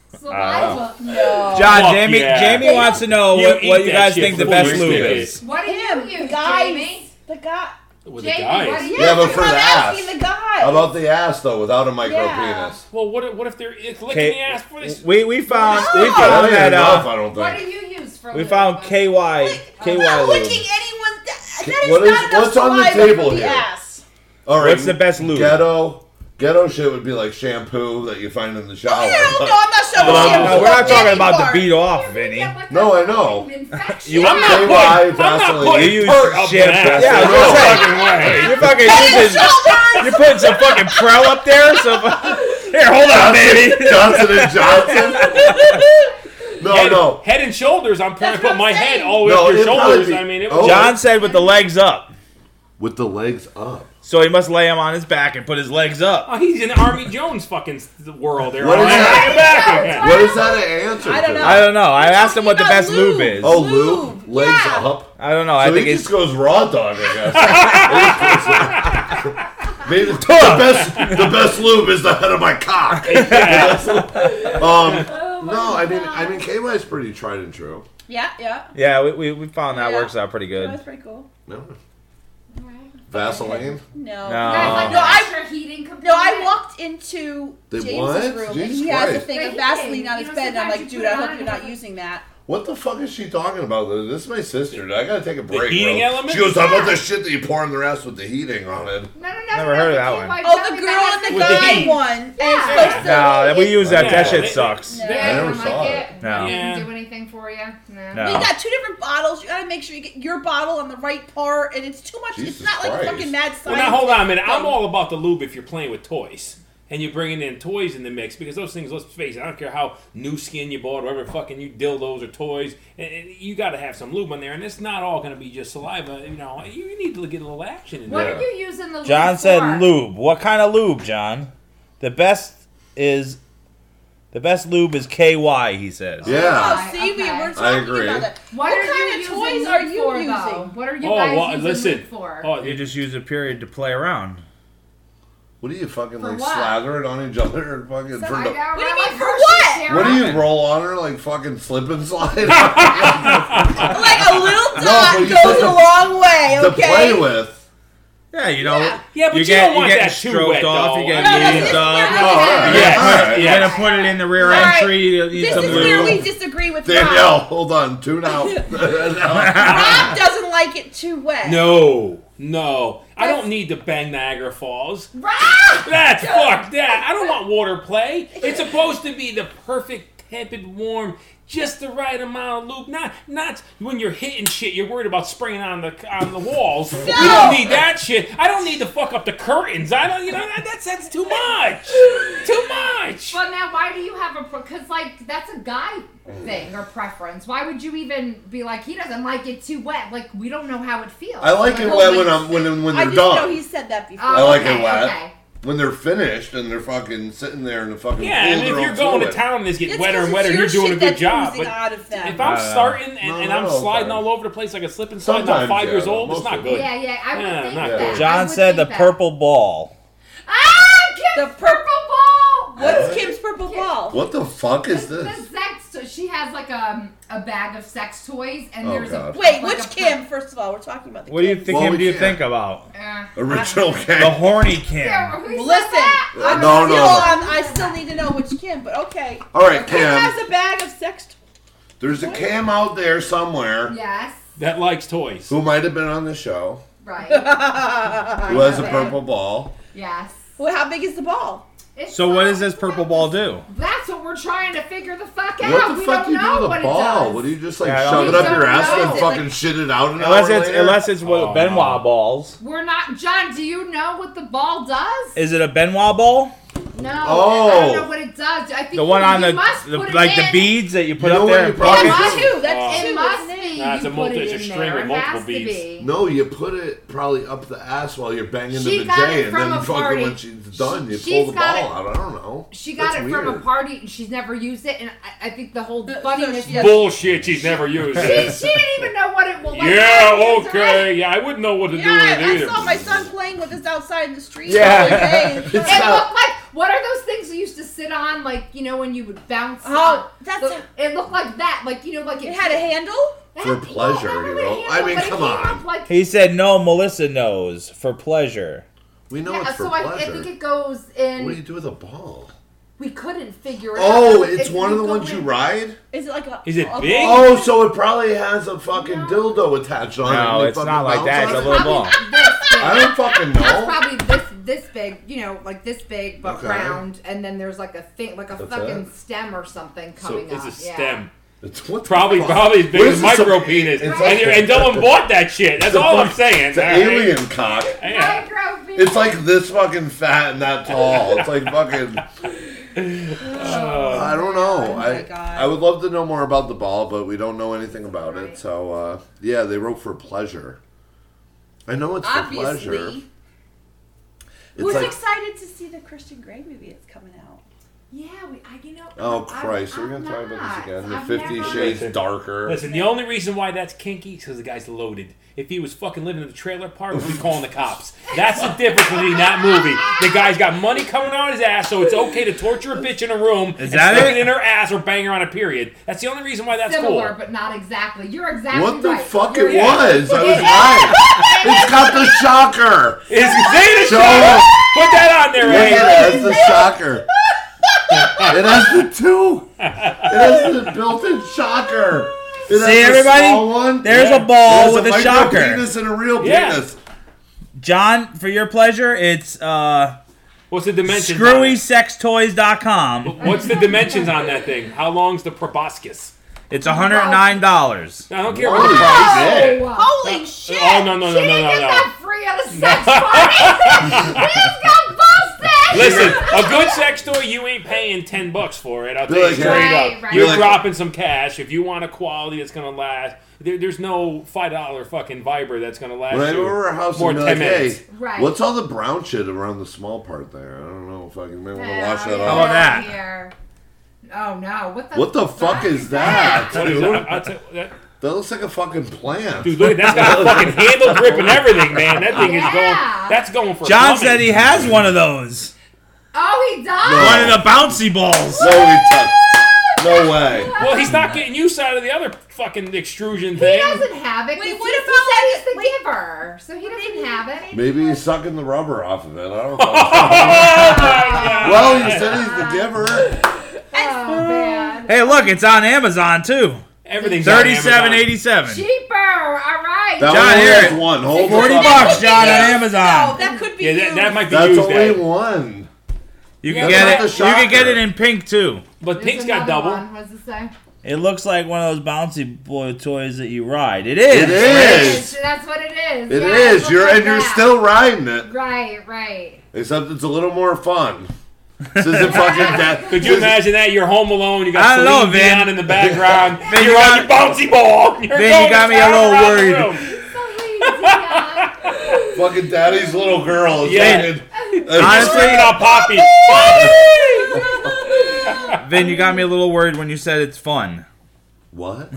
Speaker 1: Saliva. Oh.
Speaker 5: No.
Speaker 4: John,
Speaker 6: Fuck
Speaker 4: Jamie,
Speaker 6: yeah.
Speaker 4: Jamie
Speaker 5: They
Speaker 4: wants to know
Speaker 6: You
Speaker 4: Oh, what,
Speaker 6: eat
Speaker 4: what you
Speaker 6: that
Speaker 4: guys
Speaker 6: shit
Speaker 4: think the
Speaker 6: before
Speaker 4: best
Speaker 6: you
Speaker 4: lube
Speaker 6: stick
Speaker 4: is.
Speaker 1: What do
Speaker 5: Him,
Speaker 1: you use,
Speaker 5: guys.
Speaker 1: Jamie?
Speaker 5: The guy.
Speaker 6: With the
Speaker 1: Jamie, what
Speaker 6: guys.
Speaker 1: do you?
Speaker 2: Yeah, but
Speaker 5: that's
Speaker 2: for
Speaker 5: what
Speaker 2: the
Speaker 5: I'm
Speaker 2: ass.
Speaker 5: asking the guy.
Speaker 2: How about the ass though, without a micro
Speaker 5: Yeah.
Speaker 2: penis?
Speaker 6: Well, what, what if they're it's licking
Speaker 4: Okay.
Speaker 6: the ass for this?
Speaker 4: We we found we
Speaker 5: Oh.
Speaker 2: I don't
Speaker 4: found
Speaker 2: even
Speaker 4: that
Speaker 2: know if
Speaker 4: uh,
Speaker 2: I don't
Speaker 1: What
Speaker 2: think.
Speaker 1: do you use for?
Speaker 4: we
Speaker 1: lube?
Speaker 4: found KY KY
Speaker 5: not
Speaker 4: lube.
Speaker 5: licking anyone's. That, that is
Speaker 2: What is-
Speaker 5: not enough
Speaker 2: what's on the
Speaker 5: saliva
Speaker 2: table
Speaker 5: for the
Speaker 2: here?
Speaker 5: Ass.
Speaker 2: All right.
Speaker 4: What's the best lube?
Speaker 2: Ghetto. Ghetto shit would be like shampoo that you find in the shower.
Speaker 5: Hell no, I'm not showing
Speaker 2: Oh, No,
Speaker 5: you.
Speaker 4: No, we're not talking about the
Speaker 5: Part.
Speaker 4: beat off,
Speaker 1: You're gonna
Speaker 4: Vinny.
Speaker 1: get like
Speaker 2: No,
Speaker 1: a
Speaker 2: I know.
Speaker 1: fucking infection.
Speaker 6: You- I'm
Speaker 2: KY,
Speaker 6: not putting, I'm not
Speaker 2: Vaseline.
Speaker 6: putting
Speaker 4: You use
Speaker 6: dirt up
Speaker 4: shit,
Speaker 6: my ass.
Speaker 4: yeah, I was
Speaker 6: No
Speaker 4: gonna say.
Speaker 6: fucking way.
Speaker 4: You're fucking
Speaker 5: His
Speaker 4: using,
Speaker 5: shoulders.
Speaker 4: you're putting some fucking pro up there. So here, hold on, baby.
Speaker 2: Johnson and Johnson. No, Oh,
Speaker 6: Head,
Speaker 2: no.
Speaker 6: head and shoulders. I'm trying
Speaker 5: That's
Speaker 6: to put
Speaker 5: what
Speaker 6: my
Speaker 5: I'm saying.
Speaker 6: head all the way
Speaker 2: No,
Speaker 6: up your
Speaker 2: it'd probably
Speaker 6: shoulders.
Speaker 2: be-
Speaker 6: I mean, it
Speaker 2: oh.
Speaker 6: was
Speaker 4: John said with the legs up,
Speaker 2: With the legs up.
Speaker 4: so he must lay him on his back and put his legs up.
Speaker 6: Oh, he's in Army Jones fucking s- world. There,
Speaker 2: What
Speaker 6: Army.
Speaker 2: is that?
Speaker 6: Bring it back again.
Speaker 2: What is that an answer
Speaker 5: I don't
Speaker 2: to?
Speaker 5: know.
Speaker 4: I don't know. I asked him what the
Speaker 5: Talking about
Speaker 4: best lube,
Speaker 5: lube.
Speaker 4: is.
Speaker 2: Oh, lube.
Speaker 5: Lube,
Speaker 2: Legs
Speaker 5: yeah.
Speaker 2: up.
Speaker 4: I don't know.
Speaker 2: So
Speaker 4: I think
Speaker 2: he
Speaker 4: it's
Speaker 2: just goes raw dog, I guess. Maybe the, the best the best lube is the head of my cock.
Speaker 1: Oh
Speaker 2: um, no, I mean I mean KY is pretty tried and true.
Speaker 5: Yeah, yeah.
Speaker 4: Yeah, we, we, we found that
Speaker 5: Yeah.
Speaker 4: works out pretty
Speaker 5: That
Speaker 4: good.
Speaker 5: was pretty cool.
Speaker 2: No.
Speaker 1: Right.
Speaker 2: Vaseline.
Speaker 5: No.
Speaker 4: No.
Speaker 1: Guys, like
Speaker 2: um,
Speaker 4: Oh.
Speaker 1: no, I heating component.
Speaker 5: No, I walked into
Speaker 2: They
Speaker 5: James's
Speaker 2: what?
Speaker 5: room and
Speaker 2: Jesus
Speaker 5: he has a
Speaker 2: Christ.
Speaker 5: thing
Speaker 1: They're
Speaker 5: of Vaseline
Speaker 1: heating.
Speaker 5: on
Speaker 1: You
Speaker 5: his
Speaker 1: know,
Speaker 5: bed. And I'm
Speaker 1: sometimes
Speaker 5: like,
Speaker 1: you put
Speaker 5: dude,
Speaker 1: it
Speaker 5: I hope
Speaker 1: on
Speaker 5: you're
Speaker 1: and
Speaker 5: not
Speaker 1: it's-
Speaker 5: using that.
Speaker 2: What the fuck is she talking about? This is my sister. I gotta take a break.
Speaker 6: heating
Speaker 2: bro.
Speaker 6: element?
Speaker 2: She goes, "How about the shit that you pour in the ass with the heating on it?"
Speaker 1: No, no, no.
Speaker 4: Never
Speaker 1: no,
Speaker 4: heard of
Speaker 1: the
Speaker 4: that
Speaker 1: KY
Speaker 4: one.
Speaker 5: Oh, the
Speaker 1: jelly
Speaker 5: girl
Speaker 1: that
Speaker 5: and the
Speaker 1: has
Speaker 2: With the
Speaker 5: guy
Speaker 2: heat.
Speaker 5: one.
Speaker 1: Yeah.
Speaker 5: And it's supposed
Speaker 4: No,
Speaker 5: to.
Speaker 4: we use that. That
Speaker 6: Yeah,
Speaker 4: shit
Speaker 6: they-
Speaker 4: sucks.
Speaker 1: Yeah,
Speaker 2: I never
Speaker 1: don't like
Speaker 2: saw
Speaker 1: it.
Speaker 2: it.
Speaker 4: No.
Speaker 1: Doesn't
Speaker 6: Yeah.
Speaker 1: do anything for you. No.
Speaker 4: No.
Speaker 5: We got two different bottles. You gotta make sure you get your bottle on the right part, and it's too much.
Speaker 2: Jesus
Speaker 5: it's not like
Speaker 2: Christ.
Speaker 5: fucking mad science.
Speaker 6: Well, now hold on a minute. I'm all about the lube if you're playing with toys. And you're bringing in toys in the mix because those things, let's face it, I don't care how new skin you bought, whatever fucking you dildos or toys, and, and you got to have some lube on there. And it's not all going to be just saliva. You know, you need to get a little action in
Speaker 1: What
Speaker 6: there.
Speaker 1: are you using the
Speaker 4: John
Speaker 1: lube for?
Speaker 4: said lube. What kind of lube, John? The best is the best lube is KY, he says.
Speaker 2: Yeah.
Speaker 5: Oh, see, we
Speaker 1: Okay.
Speaker 5: were talking
Speaker 2: agree.
Speaker 5: about that.
Speaker 1: What,
Speaker 5: What
Speaker 1: are
Speaker 5: kind
Speaker 1: you
Speaker 5: of
Speaker 1: using
Speaker 5: toys
Speaker 1: lube
Speaker 5: are you
Speaker 1: for,
Speaker 5: using?
Speaker 1: Though? What are you
Speaker 6: oh,
Speaker 1: guys
Speaker 6: well,
Speaker 1: using
Speaker 6: listen.
Speaker 1: lube for?
Speaker 6: Oh,
Speaker 4: You
Speaker 6: you
Speaker 4: just use a period to play around.
Speaker 2: What do you fucking
Speaker 1: For
Speaker 2: like
Speaker 1: what?
Speaker 2: slather it on each other and fucking?
Speaker 1: So
Speaker 2: for
Speaker 1: I
Speaker 2: no-
Speaker 1: got
Speaker 5: What do you
Speaker 1: around
Speaker 5: mean
Speaker 1: like
Speaker 5: for
Speaker 1: Hershey
Speaker 5: what?
Speaker 1: syrup.
Speaker 2: what do you roll on her like fucking slip and slide
Speaker 5: Like a little
Speaker 2: No,
Speaker 5: dot
Speaker 2: but you put
Speaker 5: goes
Speaker 2: the-
Speaker 5: a long way.
Speaker 2: to
Speaker 5: Okay.
Speaker 2: play with?
Speaker 4: Yeah, you know.
Speaker 5: Yeah.
Speaker 6: Yeah, but you
Speaker 4: get,
Speaker 6: don't want
Speaker 4: you get
Speaker 6: that too
Speaker 4: stroked
Speaker 6: wet,
Speaker 4: off, you
Speaker 6: though.
Speaker 4: get
Speaker 5: No, that's-
Speaker 4: used
Speaker 5: it's
Speaker 4: up.
Speaker 5: not-
Speaker 2: Oh, all right.
Speaker 6: Yes,
Speaker 2: All right.
Speaker 6: yes.
Speaker 4: You're gonna put it in the rear
Speaker 5: All right.
Speaker 4: entry. You need
Speaker 5: This
Speaker 4: some
Speaker 5: is
Speaker 4: lube.
Speaker 5: where we disagree with
Speaker 2: Danielle,
Speaker 5: Rob.
Speaker 2: hold on, tune out. No.
Speaker 5: Rob doesn't like it too wet.
Speaker 6: No, no. I don't need to bang Niagara Falls.
Speaker 1: Rob!
Speaker 6: That's fuck that. I don't want water play. It's supposed to be the perfect tepid warm, just the right amount of lube. Not not when you're hitting shit, you're worried about spraying on the on the walls. You don't need that shit. I don't need to fuck up the curtains. I don't. You know that, that's that's too much. Too much.
Speaker 1: Well, now why do you have a because like that's a guy thing or preference? Why would you even be like he doesn't like it too wet? Like we don't know how it feels.
Speaker 2: I like it
Speaker 1: Well,
Speaker 2: wet
Speaker 1: we-
Speaker 2: when I'm when when
Speaker 5: I
Speaker 2: they're
Speaker 5: just
Speaker 2: done.
Speaker 5: know he said that before.
Speaker 1: Oh,
Speaker 2: I like
Speaker 1: okay,
Speaker 2: it wet.
Speaker 1: okay.
Speaker 2: When they're finished and they're fucking sitting there in the fucking
Speaker 6: Yeah,
Speaker 2: pool
Speaker 6: and
Speaker 2: their
Speaker 6: if you're
Speaker 2: own
Speaker 6: going to
Speaker 2: fluid.
Speaker 6: town and it's getting
Speaker 5: It's
Speaker 6: wetter
Speaker 5: 'cause
Speaker 6: and
Speaker 5: it's
Speaker 6: wetter,
Speaker 5: your
Speaker 6: you're doing a
Speaker 5: shit
Speaker 6: good
Speaker 5: that's
Speaker 6: job.
Speaker 5: oozing
Speaker 6: But
Speaker 5: out of them.
Speaker 6: if I'm
Speaker 4: Uh,
Speaker 6: starting and, and I'm
Speaker 2: no,
Speaker 6: sliding
Speaker 2: but-
Speaker 6: all over the place like a slip and slide,
Speaker 2: Sometimes,
Speaker 6: I'm five
Speaker 2: yeah,
Speaker 6: years old. It's
Speaker 2: most
Speaker 6: not
Speaker 2: of them.
Speaker 6: good.
Speaker 1: Yeah, yeah, I would
Speaker 6: Yeah,
Speaker 1: think
Speaker 6: not
Speaker 1: that.
Speaker 6: good.
Speaker 1: I
Speaker 4: John
Speaker 1: would
Speaker 4: said
Speaker 1: think
Speaker 4: the
Speaker 1: that.
Speaker 4: purple ball.
Speaker 1: Ah, Kim's
Speaker 5: The
Speaker 1: the
Speaker 5: purple-
Speaker 1: purple ball.
Speaker 5: What's Kim's purple
Speaker 1: Kim-
Speaker 5: ball?
Speaker 2: What the fuck is
Speaker 1: The
Speaker 2: this?
Speaker 1: sex. So she has like um a bag of sex toys, and
Speaker 2: Oh,
Speaker 1: there's
Speaker 2: God.
Speaker 1: a
Speaker 5: Wait,
Speaker 1: like
Speaker 5: which
Speaker 1: a-
Speaker 5: Kim? First of all, we're talking about the
Speaker 4: What do you
Speaker 5: Kims.
Speaker 4: think?
Speaker 2: Well,
Speaker 4: Kim,
Speaker 2: we
Speaker 4: do you
Speaker 2: can't.
Speaker 4: think about
Speaker 1: Uh,
Speaker 2: Original
Speaker 4: the
Speaker 2: K.
Speaker 4: horny Kim?
Speaker 1: yeah, who
Speaker 5: Well,
Speaker 1: said
Speaker 5: listen,
Speaker 1: that?
Speaker 5: I'm
Speaker 2: No,
Speaker 5: still
Speaker 2: no.
Speaker 5: on. I still need to know which Kim, but okay.
Speaker 2: All right,
Speaker 5: Kim
Speaker 2: Cam.
Speaker 5: has a bag of sex. toys.
Speaker 2: There's a Cam out there somewhere
Speaker 1: Yes,
Speaker 6: That likes toys.
Speaker 2: who might have been on the show
Speaker 1: right.
Speaker 2: who has a
Speaker 1: Okay.
Speaker 2: purple ball.
Speaker 1: yes.
Speaker 5: Well, how big is the ball?
Speaker 1: It's
Speaker 4: So what
Speaker 1: not-
Speaker 4: does this purple ball do?
Speaker 1: That's what we're trying to figure the fuck out.
Speaker 2: What the
Speaker 1: we
Speaker 2: fuck do
Speaker 1: don't
Speaker 2: you do
Speaker 1: know
Speaker 2: with
Speaker 1: what
Speaker 2: a
Speaker 1: it
Speaker 2: ball?
Speaker 1: does.
Speaker 2: What do you just like
Speaker 4: Yeah, I
Speaker 2: shove
Speaker 4: don't
Speaker 2: it up
Speaker 1: know.
Speaker 2: your ass and
Speaker 1: Is it
Speaker 2: fucking
Speaker 5: like-
Speaker 2: shit it out? An
Speaker 4: Unless
Speaker 2: hour
Speaker 4: it's
Speaker 2: later?
Speaker 4: unless it's what
Speaker 6: Oh,
Speaker 4: Benoit
Speaker 6: no.
Speaker 4: balls.
Speaker 1: We're not John. Do you know what the ball does?
Speaker 4: Is it a Benoit ball?
Speaker 1: no, I
Speaker 2: Oh.
Speaker 1: don't know what it does. I think
Speaker 4: The one
Speaker 1: you,
Speaker 4: on
Speaker 1: you
Speaker 4: the,
Speaker 1: must
Speaker 4: the
Speaker 1: put it
Speaker 4: like the
Speaker 1: in.
Speaker 4: beads that you put
Speaker 2: You know
Speaker 4: up
Speaker 2: what
Speaker 4: there.
Speaker 2: you
Speaker 4: and
Speaker 2: probably
Speaker 4: pop
Speaker 1: It
Speaker 2: do?
Speaker 1: must,
Speaker 5: Two, that's
Speaker 6: Oh.
Speaker 5: two,
Speaker 1: it must
Speaker 5: isn't
Speaker 1: be.
Speaker 5: it?
Speaker 6: Nah, it's
Speaker 1: you
Speaker 6: a
Speaker 1: put
Speaker 6: multi-
Speaker 1: it
Speaker 6: it's
Speaker 1: in
Speaker 6: extremely
Speaker 1: there. It
Speaker 6: multiple
Speaker 1: has to
Speaker 6: beads.
Speaker 1: be.
Speaker 2: No, you put it probably up the ass while you're banging
Speaker 1: She
Speaker 2: the
Speaker 1: got it
Speaker 2: bidet, and
Speaker 1: from
Speaker 2: then
Speaker 1: a
Speaker 2: fucking
Speaker 1: party.
Speaker 2: when she's done, you
Speaker 1: She-
Speaker 2: pull
Speaker 1: she's
Speaker 2: the ball
Speaker 1: got
Speaker 2: out. I don't know.
Speaker 1: She got
Speaker 2: That's
Speaker 1: it from a
Speaker 2: weird.
Speaker 1: party and she's never used it. And I, I think the whole
Speaker 5: so
Speaker 1: funniness.
Speaker 5: she-
Speaker 6: Bullshit. She's never used
Speaker 1: she,
Speaker 6: it.
Speaker 1: she didn't even know what it was. Like,
Speaker 6: Yeah,
Speaker 1: it's
Speaker 6: okay. Yeah, I wouldn't know what to do
Speaker 5: Yeah,
Speaker 6: with it
Speaker 5: I, I
Speaker 6: either.
Speaker 5: saw my son playing with this outside in the street.
Speaker 4: Yeah.
Speaker 5: The other day.
Speaker 2: It's
Speaker 5: It's
Speaker 1: It
Speaker 5: like-
Speaker 2: not-
Speaker 1: looked like what are those things you used to sit on, like you know when you would bounce?
Speaker 5: Oh,
Speaker 1: up?
Speaker 5: that's
Speaker 1: Look- it. Looked like that, like you know, like
Speaker 5: it had a handle.
Speaker 1: that-
Speaker 2: For
Speaker 1: well,
Speaker 2: pleasure,
Speaker 1: not really
Speaker 2: you know?
Speaker 1: a
Speaker 2: I mean,
Speaker 1: but it
Speaker 2: come
Speaker 1: came
Speaker 2: on.
Speaker 1: up like-
Speaker 4: He said no. Melissa knows for pleasure.
Speaker 2: We know
Speaker 1: yeah,
Speaker 2: it's for
Speaker 1: so I, I
Speaker 2: pleasure.
Speaker 1: think it goes in.
Speaker 2: What do you do with a ball?
Speaker 1: we couldn't figure it out.
Speaker 2: Oh,
Speaker 1: It-
Speaker 2: it's
Speaker 1: it
Speaker 2: one of the
Speaker 1: would go
Speaker 2: ones you
Speaker 1: in.
Speaker 2: ride.
Speaker 5: Is it like a?
Speaker 6: Is it
Speaker 5: a
Speaker 6: big?
Speaker 5: ball?
Speaker 2: Oh, so it probably has a fucking dildo attached on it.
Speaker 4: No,
Speaker 2: and they
Speaker 4: it's
Speaker 2: fucking
Speaker 4: not like that.
Speaker 2: bounce on
Speaker 4: It's a little ball.
Speaker 1: This big.
Speaker 2: I don't fucking
Speaker 1: That's
Speaker 2: know.
Speaker 1: probably this this big, you know, like this big but
Speaker 2: Okay.
Speaker 1: round, and then there's like a thing, like a
Speaker 2: That's
Speaker 1: fucking
Speaker 2: it?
Speaker 1: stem or something
Speaker 6: So
Speaker 1: coming
Speaker 6: it's
Speaker 1: up.
Speaker 6: a
Speaker 1: yeah.
Speaker 6: stem.
Speaker 2: It's what the
Speaker 6: Probably,
Speaker 2: fuck?
Speaker 6: probably as big
Speaker 2: What
Speaker 6: as
Speaker 2: is this,
Speaker 6: micro
Speaker 2: a-
Speaker 6: penis.
Speaker 2: it's
Speaker 6: And,
Speaker 2: like-
Speaker 6: and no one bought that shit. That's
Speaker 2: It's a
Speaker 6: all I'm
Speaker 2: fuck-
Speaker 6: saying.
Speaker 2: It's an
Speaker 6: All right.
Speaker 2: alien cock.
Speaker 6: Yeah.
Speaker 1: Micro
Speaker 2: It's like this fucking fat and that tall. It's like fucking.
Speaker 6: Oh.
Speaker 2: I don't know.
Speaker 5: Oh my
Speaker 2: I
Speaker 5: God.
Speaker 2: I would love to know more about the ball, but we don't know anything about it. So uh, yeah, they wrote for pleasure. I know it's for
Speaker 5: Obviously.
Speaker 2: pleasure. It's
Speaker 5: Who's
Speaker 2: like
Speaker 5: excited to see the Christian Grey movie that's coming out?
Speaker 1: Yeah, we- I, you know.
Speaker 2: Oh
Speaker 1: I'm-
Speaker 2: Christ,
Speaker 1: I'm
Speaker 2: we're gonna talk about
Speaker 1: not.
Speaker 2: this again. The
Speaker 1: I've
Speaker 2: Fifty
Speaker 1: never-
Speaker 2: Shades Darker.
Speaker 6: Listen, the only reason why that's kinky is because the guy's loaded. If he was fucking living in the trailer park, we'd be calling the cops. That's the difference between that movie. The guy's got money coming out of his ass, so it's okay to torture a bitch in a room and
Speaker 4: that
Speaker 6: stick
Speaker 4: it?
Speaker 6: it in her ass or bang her on a period. That's the only reason why that's
Speaker 1: Similar,
Speaker 6: cool.
Speaker 1: but not exactly. You're exactly
Speaker 2: What the
Speaker 1: right.
Speaker 2: fuck
Speaker 1: You're
Speaker 2: it
Speaker 1: right.
Speaker 2: was? I was right. It's got the shocker.
Speaker 6: Is it
Speaker 2: So
Speaker 6: Put that on there,
Speaker 2: look at it. That's
Speaker 6: right?
Speaker 2: the shocker. It has the two. It has the built-in shocker. It has
Speaker 4: See,
Speaker 2: the
Speaker 4: everybody?
Speaker 2: small one.
Speaker 4: There's
Speaker 6: Yeah.
Speaker 4: a ball
Speaker 2: There's
Speaker 4: with a,
Speaker 2: micro
Speaker 4: shocker.
Speaker 2: penis and a real
Speaker 6: Yeah.
Speaker 2: penis.
Speaker 4: John, for your pleasure, it's uh,
Speaker 6: What's the dimensions? on it?
Speaker 4: screwysextoys.com.
Speaker 6: What's the dimensions on that thing? How long's the proboscis?
Speaker 4: It's $109.
Speaker 6: I don't care what
Speaker 2: Holy
Speaker 6: the price.
Speaker 1: uh,
Speaker 2: shit.
Speaker 5: Holy shit!
Speaker 6: Oh no no no no
Speaker 1: She didn't
Speaker 6: no
Speaker 1: get
Speaker 6: no!
Speaker 1: that free at a sex party. we just got busted.
Speaker 6: Listen, a good sex toy, you ain't paying ten bucks for it. I'll tell you
Speaker 2: Like,
Speaker 6: straight
Speaker 1: Right,
Speaker 6: up.
Speaker 1: right.
Speaker 6: You're
Speaker 2: Like-
Speaker 6: dropping some cash if you want a quality that's gonna last. There, there's no five dollar fucking Viber that's gonna last
Speaker 2: When I
Speaker 6: you
Speaker 2: go over our house
Speaker 6: more
Speaker 2: and
Speaker 6: than
Speaker 2: be
Speaker 6: ten
Speaker 2: like,
Speaker 6: minutes.
Speaker 2: hey,
Speaker 1: Right.
Speaker 2: what's all the brown shit around the small part there? I don't know if I can maybe want to wash that
Speaker 1: yeah,
Speaker 4: How
Speaker 2: off.
Speaker 4: about that?
Speaker 1: Here. Oh no! What the?
Speaker 2: What the fuck is that?
Speaker 6: What is
Speaker 2: dude?
Speaker 6: that? I'll tell- that-
Speaker 2: That looks like a fucking plant.
Speaker 6: Dude, look at that's got a fucking handle grip and everything, man. That thing is going.
Speaker 1: Yeah.
Speaker 6: That's going for.
Speaker 4: John
Speaker 6: plumbing.
Speaker 4: said he has one of those.
Speaker 1: Oh, he
Speaker 2: No.
Speaker 1: died.
Speaker 4: One of the bouncy balls.
Speaker 2: No, we touched. No way.
Speaker 6: Well, he's not getting use out of the other fucking extrusion
Speaker 1: He
Speaker 6: thing.
Speaker 1: doesn't have it.
Speaker 5: Wait,
Speaker 1: Wait,
Speaker 5: what
Speaker 1: what he,
Speaker 5: about,
Speaker 1: he
Speaker 5: like,
Speaker 1: said he's the
Speaker 5: wait-
Speaker 1: giver, so he doesn't have it.
Speaker 2: Maybe he's sucking the rubber off of it. I don't know. well, you said he's the giver.
Speaker 1: Oh man.
Speaker 4: Hey, look, it's on Amazon too.
Speaker 6: Everything's on
Speaker 4: Thirty-seven
Speaker 6: Amazon.
Speaker 4: eighty-seven.
Speaker 1: Cheaper. All right.
Speaker 2: That
Speaker 4: John,
Speaker 2: only
Speaker 4: here.
Speaker 2: has one. Hold the
Speaker 4: Forty
Speaker 2: fuck.
Speaker 4: bucks, John, on
Speaker 5: No,
Speaker 4: Amazon.
Speaker 5: that could be
Speaker 6: Yeah,
Speaker 5: you.
Speaker 6: that, that might be
Speaker 2: That's
Speaker 6: used.
Speaker 2: only
Speaker 6: that.
Speaker 2: one.
Speaker 4: You
Speaker 6: Yeah,
Speaker 4: can get it.
Speaker 2: that's
Speaker 4: You
Speaker 2: a
Speaker 4: can get
Speaker 2: shocker.
Speaker 4: it in pink too.
Speaker 6: But
Speaker 1: There's
Speaker 6: Pink's got
Speaker 1: another
Speaker 6: double.
Speaker 1: One. What's it say?
Speaker 4: It looks like one of those bouncy boy toys that you ride. It is.
Speaker 2: It is.
Speaker 1: That's what it is.
Speaker 2: It
Speaker 1: Yeah,
Speaker 2: is.
Speaker 1: looks
Speaker 2: You're
Speaker 1: like
Speaker 2: and you're
Speaker 1: that.
Speaker 2: still riding it.
Speaker 1: Right. Right.
Speaker 2: Except it's a little more fun. This isn't fucking that.
Speaker 6: Could you imagine that? You're home alone. You got
Speaker 4: I don't know,
Speaker 6: Celine Dion
Speaker 4: Vin.
Speaker 6: in the background.
Speaker 4: Vin,
Speaker 6: you're
Speaker 4: you
Speaker 6: on your
Speaker 4: got-
Speaker 6: bouncy ball. You're
Speaker 4: Vin, you
Speaker 6: going
Speaker 4: got me a
Speaker 6: around
Speaker 4: little
Speaker 6: the
Speaker 4: worried.
Speaker 6: room.
Speaker 1: Somebody,
Speaker 2: Fucking daddy's little girl is
Speaker 6: Yeah.
Speaker 2: fucking.
Speaker 4: Honestly-
Speaker 6: Bring out Poppy.
Speaker 4: Vin, you got me a little worried when you said it's fun.
Speaker 2: What?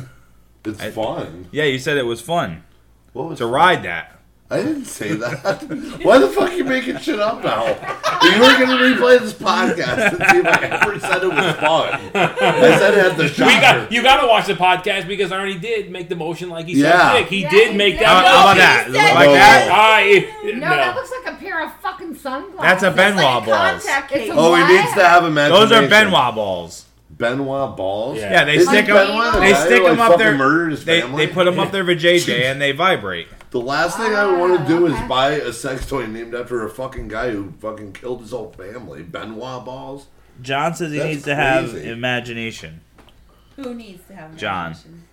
Speaker 2: It's fun.
Speaker 4: Yeah, you said it was fun
Speaker 2: What was
Speaker 4: to ride that.
Speaker 2: I didn't say that. Why the fuck are you making shit up now? You were gonna replay this podcast and see if I ever said it was fun. I said it had the
Speaker 6: We
Speaker 2: shocker.
Speaker 6: got, you got to watch the podcast because Arnie did make the motion like he
Speaker 2: Yeah.
Speaker 6: said. Dick. He
Speaker 1: Yeah,
Speaker 6: did
Speaker 1: he
Speaker 6: make
Speaker 1: did.
Speaker 4: How,
Speaker 6: that.
Speaker 4: how about
Speaker 6: motion.
Speaker 4: that?
Speaker 5: he said-
Speaker 4: Like that?
Speaker 6: I no.
Speaker 1: no, that looks like a pair of fucking sunglasses.
Speaker 4: That's a Benoit
Speaker 5: like a
Speaker 4: balls.
Speaker 5: contact
Speaker 1: It's
Speaker 5: case.
Speaker 1: a-
Speaker 2: Oh, he needs to have imagination.
Speaker 4: Those are Benoit balls.
Speaker 2: Benoit balls.
Speaker 6: Yeah.
Speaker 4: Yeah, they
Speaker 2: Isn't
Speaker 4: stick them.
Speaker 2: Benoit the
Speaker 4: They
Speaker 2: guy who,
Speaker 4: stick
Speaker 2: like,
Speaker 4: them up
Speaker 2: fucking
Speaker 4: there.
Speaker 2: Murdered his
Speaker 4: They,
Speaker 2: family.
Speaker 4: they put them up there for JJ and they vibrate.
Speaker 2: The last thing I want to do is
Speaker 1: okay.
Speaker 2: buy a sex toy named after a fucking guy who fucking killed his whole family. Benoit balls.
Speaker 4: John says he
Speaker 2: That's
Speaker 4: needs to have
Speaker 2: crazy.
Speaker 4: imagination.
Speaker 5: Who needs to have an
Speaker 4: John.
Speaker 5: abortion?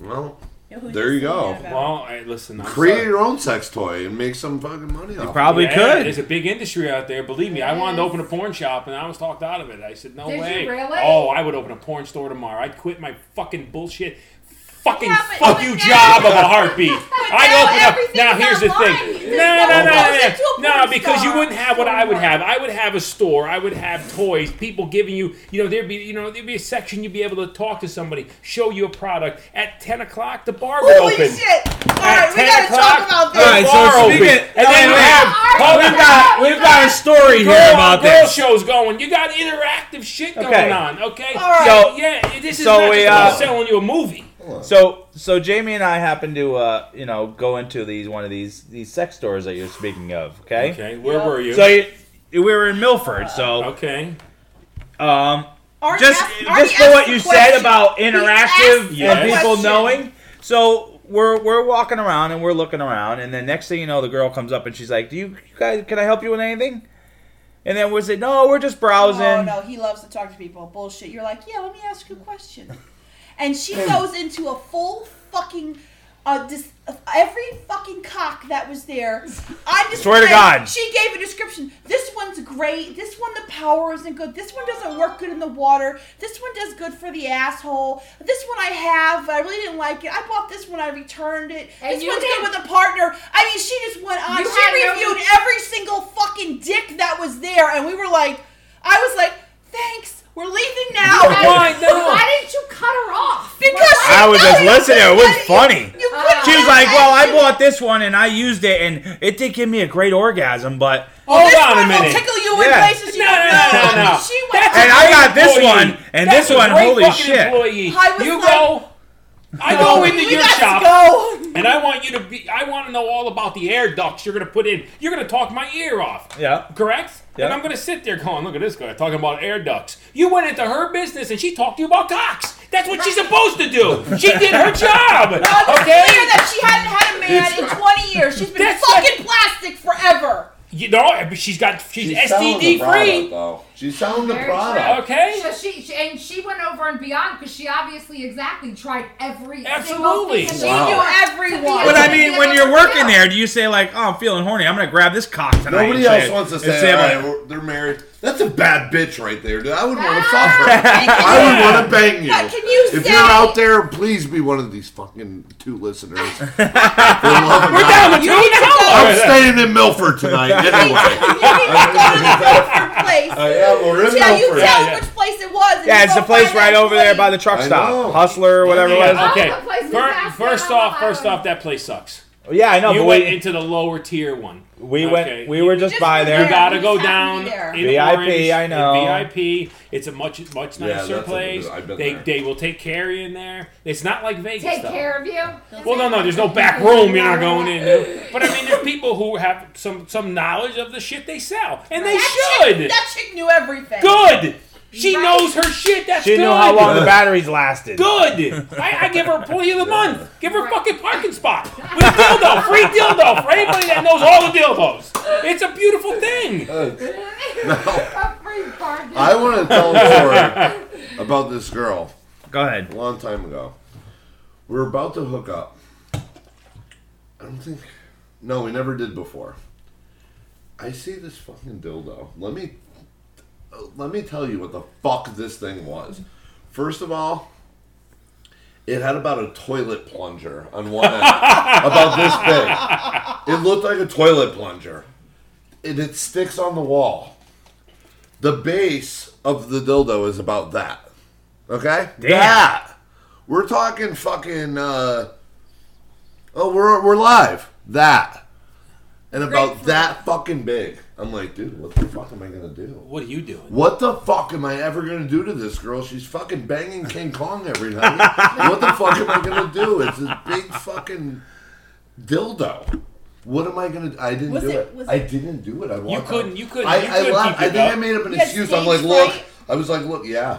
Speaker 2: Well,
Speaker 5: You know, who
Speaker 2: There you
Speaker 5: needs to
Speaker 2: go.
Speaker 5: know about it?
Speaker 6: Well, I, listen. I'm
Speaker 2: create
Speaker 6: sorry.
Speaker 2: your own sex toy and make some fucking money off. it.
Speaker 4: Probably
Speaker 6: Yeah, There's
Speaker 4: Oh, could.
Speaker 6: a big industry out there. Believe me, I wanted to
Speaker 1: Yes.
Speaker 6: open a porn shop and I was talked out of it. I said, no
Speaker 1: Did you
Speaker 6: way.
Speaker 1: really?
Speaker 6: Oh, I would open a porn store tomorrow. I'd quit my fucking bullshit. Fucking
Speaker 5: Yeah, but-
Speaker 6: fuck
Speaker 5: but
Speaker 6: you
Speaker 5: now-
Speaker 6: job of a heartbeat.
Speaker 5: now
Speaker 6: I'd open up.
Speaker 5: everything's
Speaker 6: Now here's the
Speaker 5: online.
Speaker 6: thing.
Speaker 5: There's
Speaker 6: No,
Speaker 5: no
Speaker 6: no,
Speaker 5: one goes
Speaker 6: no,
Speaker 5: into a
Speaker 6: no, no.
Speaker 5: porn
Speaker 6: Because you
Speaker 5: store
Speaker 6: wouldn't have what I would
Speaker 5: anymore.
Speaker 6: have. I would have a store. I would have toys. People giving you, you know, there'd be, you know, there'd be a section you'd be able to talk to somebody, show you a product. At ten o'clock, the bar would
Speaker 5: Holy
Speaker 6: open.
Speaker 5: shit! All
Speaker 6: At
Speaker 5: right, we
Speaker 6: 10
Speaker 5: gotta talk
Speaker 6: o'clock,
Speaker 5: about
Speaker 6: the
Speaker 5: this.
Speaker 4: All right, so
Speaker 6: bar open.
Speaker 4: speaking-
Speaker 6: and
Speaker 4: Oh,
Speaker 6: then you have
Speaker 1: yeah.
Speaker 6: public
Speaker 1: We've got-
Speaker 4: We've got a story here
Speaker 6: girl
Speaker 4: about
Speaker 6: on girl
Speaker 4: this.
Speaker 6: shows going. You got interactive shit going
Speaker 4: Okay.
Speaker 6: on. Okay.
Speaker 5: All right.
Speaker 4: So-
Speaker 6: yeah, this is
Speaker 4: so
Speaker 6: not
Speaker 4: we,
Speaker 6: just about
Speaker 4: uh,
Speaker 6: selling you a movie.
Speaker 4: So, so Jamie and I happened to, uh, you know, go into these one of these these sex stores that you're speaking of. Okay.
Speaker 6: Okay, where were you?
Speaker 4: So you, we were in Milford. So,
Speaker 6: okay.
Speaker 4: um,
Speaker 5: Arnie
Speaker 4: just
Speaker 5: asked- Arnie
Speaker 4: just for
Speaker 5: asked
Speaker 4: what
Speaker 5: the
Speaker 4: you
Speaker 5: question.
Speaker 4: said about
Speaker 5: asked
Speaker 4: interactive
Speaker 5: the
Speaker 6: Yes.
Speaker 4: and people
Speaker 5: question.
Speaker 4: knowing. So we're we're walking around and we're looking around, and then next thing you know, the girl comes up and she's like, "Do you, you guys? Can I help you with anything?" And then we said, "No, we're just browsing."
Speaker 5: Oh no, he loves to talk to people. Bullshit. You're like, yeah, let me ask you a question, and she goes into a full fucking. Uh, dis- every fucking cock that was there, I just
Speaker 4: Swear to God.
Speaker 5: she gave a description. This one's great. This one, the power isn't good. This one doesn't work good in the water. This one does good for the asshole. This one I have, but I really didn't like it. I bought this one. I returned it.
Speaker 1: And
Speaker 5: this
Speaker 1: you
Speaker 5: one's
Speaker 1: didn't-
Speaker 5: good with a partner. I mean, she just went on.
Speaker 1: You had
Speaker 5: she
Speaker 1: no-
Speaker 5: reviewed every single fucking dick that was there, and we were like, I was like, thanks, we're leaving
Speaker 6: don't
Speaker 1: why,
Speaker 6: mind. No, no.
Speaker 1: Why didn't you cut her off?
Speaker 5: Because
Speaker 4: I was just
Speaker 5: No,
Speaker 4: listening. It was funny.
Speaker 5: You couldn't
Speaker 4: She was
Speaker 5: have
Speaker 4: like, "Well, I
Speaker 5: asked
Speaker 4: bought this one and I used it, and it did give me a great orgasm, but
Speaker 5: him,
Speaker 6: Hold
Speaker 5: this
Speaker 6: on a
Speaker 5: one will
Speaker 6: minute.
Speaker 5: tickle you in
Speaker 4: Yeah.
Speaker 5: places you
Speaker 6: No,
Speaker 5: don't
Speaker 6: no, no,
Speaker 5: know.
Speaker 6: no, no.
Speaker 5: She went.
Speaker 4: And
Speaker 6: a
Speaker 4: I
Speaker 6: great
Speaker 4: got this
Speaker 6: employee.
Speaker 4: one, and
Speaker 6: That's
Speaker 4: this
Speaker 6: a
Speaker 4: one,
Speaker 6: great
Speaker 4: holy
Speaker 6: fucking
Speaker 4: shit.
Speaker 6: Employee.
Speaker 5: I was
Speaker 6: you
Speaker 5: like-
Speaker 6: go. I go into
Speaker 5: we
Speaker 6: your
Speaker 5: gotta
Speaker 6: shop
Speaker 5: Go.
Speaker 6: and I want you to be. I want to know all about the air ducts you're gonna put in. You're gonna talk my ear off.
Speaker 4: Yeah.
Speaker 6: Correct.
Speaker 4: Yeah.
Speaker 6: And I'm gonna sit there going, look at this guy talking about air ducts. You went into her business and she talked to you about cocks. That's what she's supposed to do. She did her job.
Speaker 5: It's clear
Speaker 6: Okay.
Speaker 5: that she hadn't had a man in 20 years. She's been
Speaker 6: That's
Speaker 5: fucking plastic forever.
Speaker 6: You know, but she's got she's,
Speaker 2: She's selling the
Speaker 6: STD
Speaker 2: product,
Speaker 6: free.
Speaker 2: though. She's selling the
Speaker 1: Very
Speaker 2: product.
Speaker 6: Okay.
Speaker 1: So she, she and she went over and beyond because she obviously exactly tried every
Speaker 6: Absolutely.
Speaker 1: single
Speaker 5: She
Speaker 1: thing in
Speaker 2: Wow.
Speaker 1: the
Speaker 5: knew
Speaker 1: world to be
Speaker 5: everyone.
Speaker 1: able
Speaker 4: But I
Speaker 1: to
Speaker 4: mean,
Speaker 1: get
Speaker 4: when
Speaker 1: over
Speaker 4: you're
Speaker 1: the
Speaker 4: working
Speaker 1: hill.
Speaker 4: there, do you say like, "Oh, I'm feeling horny. I'm gonna grab this cock tonight"?
Speaker 2: Nobody
Speaker 4: and say
Speaker 2: else
Speaker 4: it?
Speaker 2: wants to
Speaker 4: It's
Speaker 2: say, all
Speaker 4: like-
Speaker 2: right, we're- they're married. That's a bad bitch right there, dude. I would want to
Speaker 1: Ah!
Speaker 2: fuck her. I would want to bang you.
Speaker 5: But can you
Speaker 2: if
Speaker 5: say-
Speaker 2: you're out there, please be one of these fucking two listeners. For love of
Speaker 6: We're
Speaker 2: God.
Speaker 6: down to
Speaker 5: You
Speaker 6: two
Speaker 5: need to
Speaker 6: now.
Speaker 5: go.
Speaker 2: I'm staying in Milford tonight anyway.
Speaker 5: You need to go to the Milford place.
Speaker 2: I am. We're in
Speaker 5: Yeah, you tell
Speaker 2: Milford.
Speaker 6: Yeah, yeah.
Speaker 5: which place it was. and
Speaker 4: Yeah,
Speaker 5: you
Speaker 4: it's
Speaker 5: go
Speaker 4: the place
Speaker 5: find that
Speaker 4: right over there
Speaker 5: place.
Speaker 4: by the truck
Speaker 2: I
Speaker 4: stop,
Speaker 2: know.
Speaker 4: Hustler, whatever it
Speaker 6: Yeah,
Speaker 4: was.
Speaker 1: Oh, the place
Speaker 6: okay.
Speaker 1: is
Speaker 6: Fir-
Speaker 1: back
Speaker 6: first
Speaker 1: on
Speaker 6: off,
Speaker 1: Long
Speaker 6: first
Speaker 1: Island.
Speaker 6: off, that place sucks.
Speaker 4: Yeah, I know.
Speaker 6: you
Speaker 4: but
Speaker 6: went
Speaker 4: we,
Speaker 6: into the lower tier one.
Speaker 4: we went.
Speaker 6: Okay.
Speaker 4: We were just
Speaker 5: Just
Speaker 4: by
Speaker 5: went
Speaker 4: there.
Speaker 6: You gotta
Speaker 5: We
Speaker 6: go
Speaker 5: just happened
Speaker 6: down.
Speaker 5: to be there.
Speaker 6: in
Speaker 4: VIP,
Speaker 6: Orange,
Speaker 4: I
Speaker 6: in
Speaker 4: know.
Speaker 6: VIP. It's a much much
Speaker 2: Yeah,
Speaker 6: nicer
Speaker 2: that's a-
Speaker 6: place.
Speaker 2: I've been
Speaker 6: they
Speaker 2: there.
Speaker 6: they will take care of you in there. It's not like Vegas.
Speaker 1: Take
Speaker 6: though.
Speaker 1: care of you.
Speaker 6: Well, no, no. There's no back room. You're not going in. But I mean, there's people who have some some knowledge of the shit they sell, and they
Speaker 5: That
Speaker 6: should.
Speaker 5: chick, that chick knew everything.
Speaker 6: good. She
Speaker 1: Right.
Speaker 6: knows her shit. That's
Speaker 4: She
Speaker 6: good.
Speaker 4: knew how long the batteries lasted.
Speaker 6: Good. I, I give her employee of the month. Give her a fucking parking spot with a dildo, free dildo for anybody that knows all the dildos. It's a beautiful thing.
Speaker 1: A free bargain.
Speaker 2: I want to tell a story about this girl.
Speaker 4: Go ahead.
Speaker 2: a long time ago. We were about to hook up. I don't think. No, we never did before. I see this fucking dildo. Let me. uh, Let me tell you what the fuck this thing was. First of all, it had about a toilet plunger on one end. about this big. It looked like a toilet plunger. And it sticks on the wall. The base of the dildo is about that. Okay?
Speaker 4: Damn.
Speaker 2: That. We're talking fucking uh Oh, we're we're live. That. And about that fucking big. I'm like, dude, what the fuck am I gonna do?
Speaker 6: What are you doing?
Speaker 2: What the fuck am I ever gonna do to this girl? She's fucking banging King Kong every night. what the fuck am I gonna do? It's this big fucking dildo. What am I gonna? do? I didn't
Speaker 5: Was
Speaker 2: do
Speaker 5: it-
Speaker 2: it.
Speaker 5: was
Speaker 2: I
Speaker 5: it-
Speaker 2: didn't do it. I walked out.
Speaker 6: couldn't- you couldn't-
Speaker 2: I,
Speaker 6: you
Speaker 2: I
Speaker 6: couldn't
Speaker 2: laughed.
Speaker 6: keep
Speaker 2: I
Speaker 6: it
Speaker 2: think I
Speaker 6: up.
Speaker 2: made up an
Speaker 5: You had
Speaker 2: excuse. I'm
Speaker 5: stage
Speaker 2: like, look.
Speaker 5: fright?
Speaker 2: I was like, look, yeah.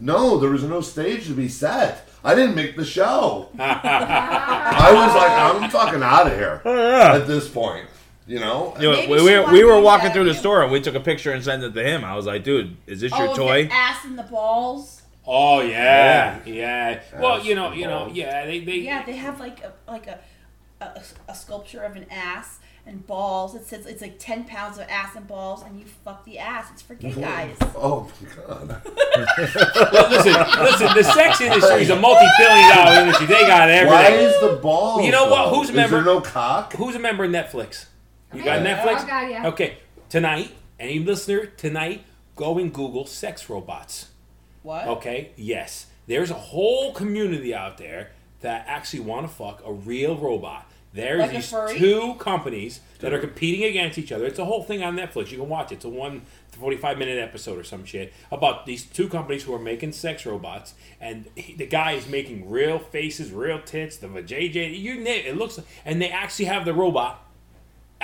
Speaker 2: No, there was no stage to be set. I didn't make the show. I was like, I'm fucking out of here at this point. You know,
Speaker 4: You know,
Speaker 5: Maybe
Speaker 4: we,
Speaker 5: she
Speaker 4: we,
Speaker 5: wanted
Speaker 4: we
Speaker 5: to
Speaker 4: were
Speaker 5: be
Speaker 4: walking
Speaker 5: that
Speaker 4: through the
Speaker 5: him.
Speaker 4: store and we took a picture and sent it to him. I was like, dude, is this
Speaker 5: Oh,
Speaker 4: your
Speaker 5: with
Speaker 4: toy?
Speaker 5: The ass and the balls.
Speaker 6: Oh yeah, yeah. Well,
Speaker 2: Ass
Speaker 6: you know, you know,
Speaker 2: involved.
Speaker 6: yeah. They, they
Speaker 5: Yeah, they have like a like a a, a sculpture of an ass and balls. It says it's like 10 pounds of ass and balls, and you fuck the ass. It's for gay guys.
Speaker 2: Oh my god.
Speaker 6: But listen, listen. The sex industry is a multi-billion-dollar industry. They got
Speaker 2: Why
Speaker 6: everything.
Speaker 2: is the ball?
Speaker 6: You know what? Who's
Speaker 2: is
Speaker 6: member-
Speaker 2: there no cock?
Speaker 6: Who's a member of Netflix? You got
Speaker 1: Oh, Yeah.
Speaker 6: Netflix?
Speaker 1: I got ya.
Speaker 6: Okay, tonight, any listener tonight, go and Google sex robots.
Speaker 5: What?
Speaker 6: Okay, yes. There's a whole community out there that actually want to fuck a real robot. There's
Speaker 5: Like a
Speaker 6: these
Speaker 5: furry?
Speaker 6: two companies that are competing against each other. It's a whole thing on Netflix. You can watch it. It's a one 45 minute episode or some shit about these two companies who are making sex robots. And he, the guy is making real faces, real tits, the vajayjay, you name it. It looks, and they actually have the robot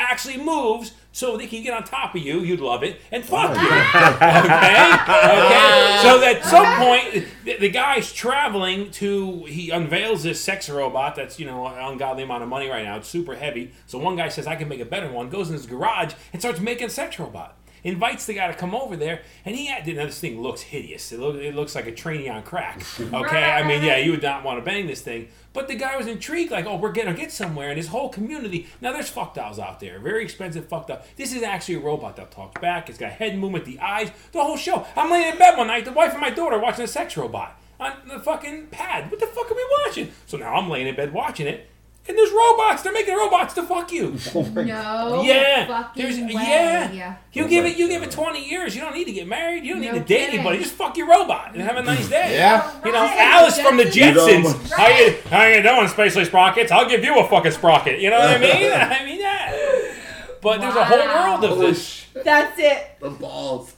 Speaker 6: actually moves so they can get on top of you. You'd love it and fuck you. Okay? okay? So at some point, the, the guy's traveling to, he unveils this sex robot that's, you know, an ungodly amount of money right now. It's super heavy. So one guy says, I can make a better one, goes in his garage and starts making a sex robot. Invites the guy to come over there, and he had, now this thing looks hideous. It, look, it looks like a trainee on crack. Okay, I mean, yeah, you would not want to bang this thing. But the guy was intrigued, like, oh, we're gonna get somewhere, and his whole community. Now there's fuck dolls out there, very expensive fuck doll. This is actually a robot that talks back. It's got head movement, the eyes, the whole show. I'm laying in bed one night, the wife and my daughter are watching a sex robot on the fucking pad. What the fuck are we watching? So now I'm laying in bed watching it. And there's robots. They're making robots to fuck you.
Speaker 1: No.
Speaker 6: Yeah.
Speaker 1: Fucking
Speaker 6: There's-
Speaker 1: way.
Speaker 6: yeah.
Speaker 1: Yeah.
Speaker 6: You give it. You give it 20 years. You don't need to get married. You don't
Speaker 1: No
Speaker 6: need to date
Speaker 1: kidding.
Speaker 6: anybody. Just fuck your robot and have a nice day.
Speaker 2: Yeah.
Speaker 6: You know,
Speaker 5: Right.
Speaker 6: Alice from the
Speaker 2: You know,
Speaker 6: Jetsons. How you how you doing, Spacely Sprockets? I'll give you a fucking sprocket. You know what I mean? I mean yeah. But there's a
Speaker 1: Wow.
Speaker 6: whole world of
Speaker 2: Holy
Speaker 6: this.
Speaker 2: shit,
Speaker 5: That's it.
Speaker 2: the balls.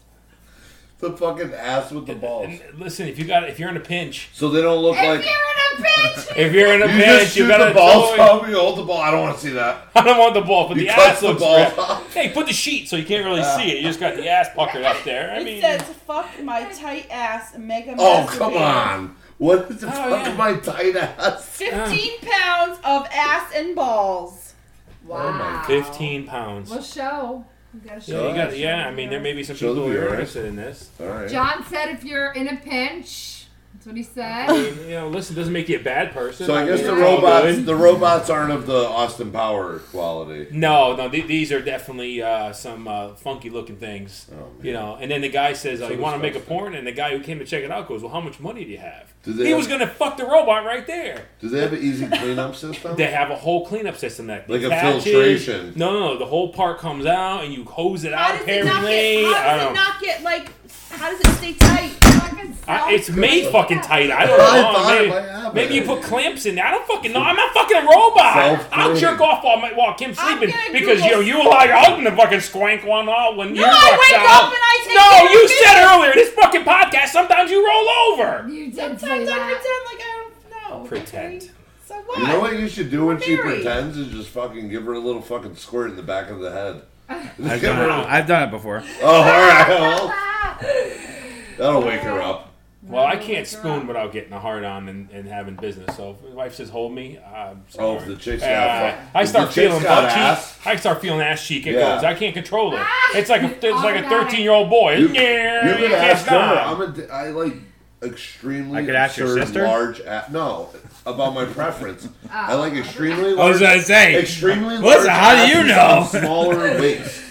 Speaker 2: The fucking ass with the balls.
Speaker 6: And listen, if you got if you're in a pinch,
Speaker 2: So they don't look like.
Speaker 1: If you're in a bitch.
Speaker 6: if you're in a
Speaker 2: You just
Speaker 6: pinch,
Speaker 2: shoot
Speaker 6: you got
Speaker 2: the
Speaker 6: a
Speaker 2: balls
Speaker 6: toy.
Speaker 2: up, you hold the ball. I don't want to see that.
Speaker 6: I don't want the ball, but
Speaker 2: You
Speaker 6: the
Speaker 2: touch
Speaker 6: ass
Speaker 2: the
Speaker 6: looks
Speaker 2: ball. Ah.
Speaker 6: red. Hey, put the sheet so you can't really see it. You just got the ass puckered up there. I mean,
Speaker 5: it says, "Fuck my tight ass, mega."
Speaker 2: Oh,
Speaker 5: massive
Speaker 2: come
Speaker 6: Ah.
Speaker 5: ass.
Speaker 2: on. What is the
Speaker 6: Oh,
Speaker 2: fuck
Speaker 6: yeah.
Speaker 2: am I tight ass?
Speaker 5: Fifteen pounds of ass and balls.
Speaker 1: Wow.
Speaker 2: Oh my
Speaker 6: 15 pounds.
Speaker 1: Well, show. You gotta show.
Speaker 6: Yeah, you
Speaker 1: it.
Speaker 6: got, yeah, I mean, there may be some
Speaker 2: Show
Speaker 6: people
Speaker 2: the
Speaker 6: who are
Speaker 2: viewers.
Speaker 6: interested in this.
Speaker 2: All right.
Speaker 1: John said if you're in a pinch. That's what he
Speaker 6: I
Speaker 1: said.
Speaker 6: mean, you know, listen, doesn't make you a bad person.
Speaker 2: So I guess
Speaker 6: mean,
Speaker 2: the
Speaker 6: it's all
Speaker 2: robots,
Speaker 6: good.
Speaker 2: the robots aren't of the Austin Power quality.
Speaker 6: No, no, th- these are definitely uh, some uh, funky looking things,
Speaker 2: Oh, man.
Speaker 6: you know. And then the guy says, "Oh,
Speaker 2: So
Speaker 6: you want to make a
Speaker 2: disgusting.
Speaker 6: porn?" And the guy who came to check it out goes, "Well, how much money do you have?"
Speaker 2: Do they
Speaker 6: He
Speaker 2: have-
Speaker 6: was gonna fuck the robot right there.
Speaker 2: Do they have an easy cleanup system?
Speaker 6: They have a whole cleanup system that
Speaker 2: Like a
Speaker 6: detaches-
Speaker 2: filtration.
Speaker 6: No, no, no, the whole part comes out and you hose it
Speaker 5: How
Speaker 6: out.
Speaker 5: does it not
Speaker 6: Apparently,
Speaker 5: get? How
Speaker 6: I
Speaker 5: does
Speaker 6: don't
Speaker 5: it
Speaker 6: know.
Speaker 5: not get like? How does it stay tight?
Speaker 1: Fucking
Speaker 6: I, it's
Speaker 1: self-
Speaker 6: made fucking tight. I don't
Speaker 2: I
Speaker 6: know.
Speaker 2: thought it
Speaker 6: Maybe,
Speaker 2: might happen.
Speaker 6: maybe you put clamps in there. I don't fucking know. I'm not fucking a robot. I'll
Speaker 2: Self-cleaning.
Speaker 6: jerk off while, my, while Kim's
Speaker 5: I'm
Speaker 6: sleeping
Speaker 5: gonna
Speaker 6: because you know
Speaker 5: Google-
Speaker 6: you like I'm gonna fucking swank one out when you
Speaker 5: No, I
Speaker 6: walked
Speaker 5: wake
Speaker 6: out.
Speaker 5: up and I take care
Speaker 6: No,
Speaker 5: of
Speaker 6: you
Speaker 5: business.
Speaker 6: said earlier this fucking podcast. Sometimes you roll over.
Speaker 1: You did say
Speaker 5: Sometimes I
Speaker 1: that.
Speaker 5: pretend like I don't know.
Speaker 6: Pretend.
Speaker 5: okay? So what?
Speaker 2: You know what you should do when she
Speaker 5: Mary.
Speaker 2: pretends is just fucking give her a little fucking squirt in the back of the head.
Speaker 4: I've done it, I've done it before.
Speaker 2: Oh, all right. Well, that'll wake her up.
Speaker 6: Well, I can't spoon without getting a hard on and, and having business. So if my wife says hold me, I'm sorry.
Speaker 2: Oh, if the chick's got
Speaker 6: Uh,
Speaker 2: fu-
Speaker 6: I
Speaker 2: if
Speaker 6: start
Speaker 2: the chick's
Speaker 6: feeling
Speaker 2: got
Speaker 6: butt
Speaker 2: ass.
Speaker 6: cheek. I start feeling ass cheek. It
Speaker 2: Yeah.
Speaker 6: goes. I can't control it. It's like a, it's like a
Speaker 1: Automatic.
Speaker 6: 13 year old boy.
Speaker 2: You, you
Speaker 6: yeah, you
Speaker 2: could
Speaker 6: can't
Speaker 2: ask her.
Speaker 6: stop.
Speaker 2: I'm a, d- I like extremely
Speaker 4: I could ask your
Speaker 2: absurd
Speaker 4: sister?
Speaker 2: large. A- no, about my preference. I like extremely
Speaker 4: I
Speaker 2: large.
Speaker 4: was gonna say.
Speaker 2: Extremely large.
Speaker 4: Listen, how do you
Speaker 2: asses
Speaker 4: know?
Speaker 2: and Smaller waist.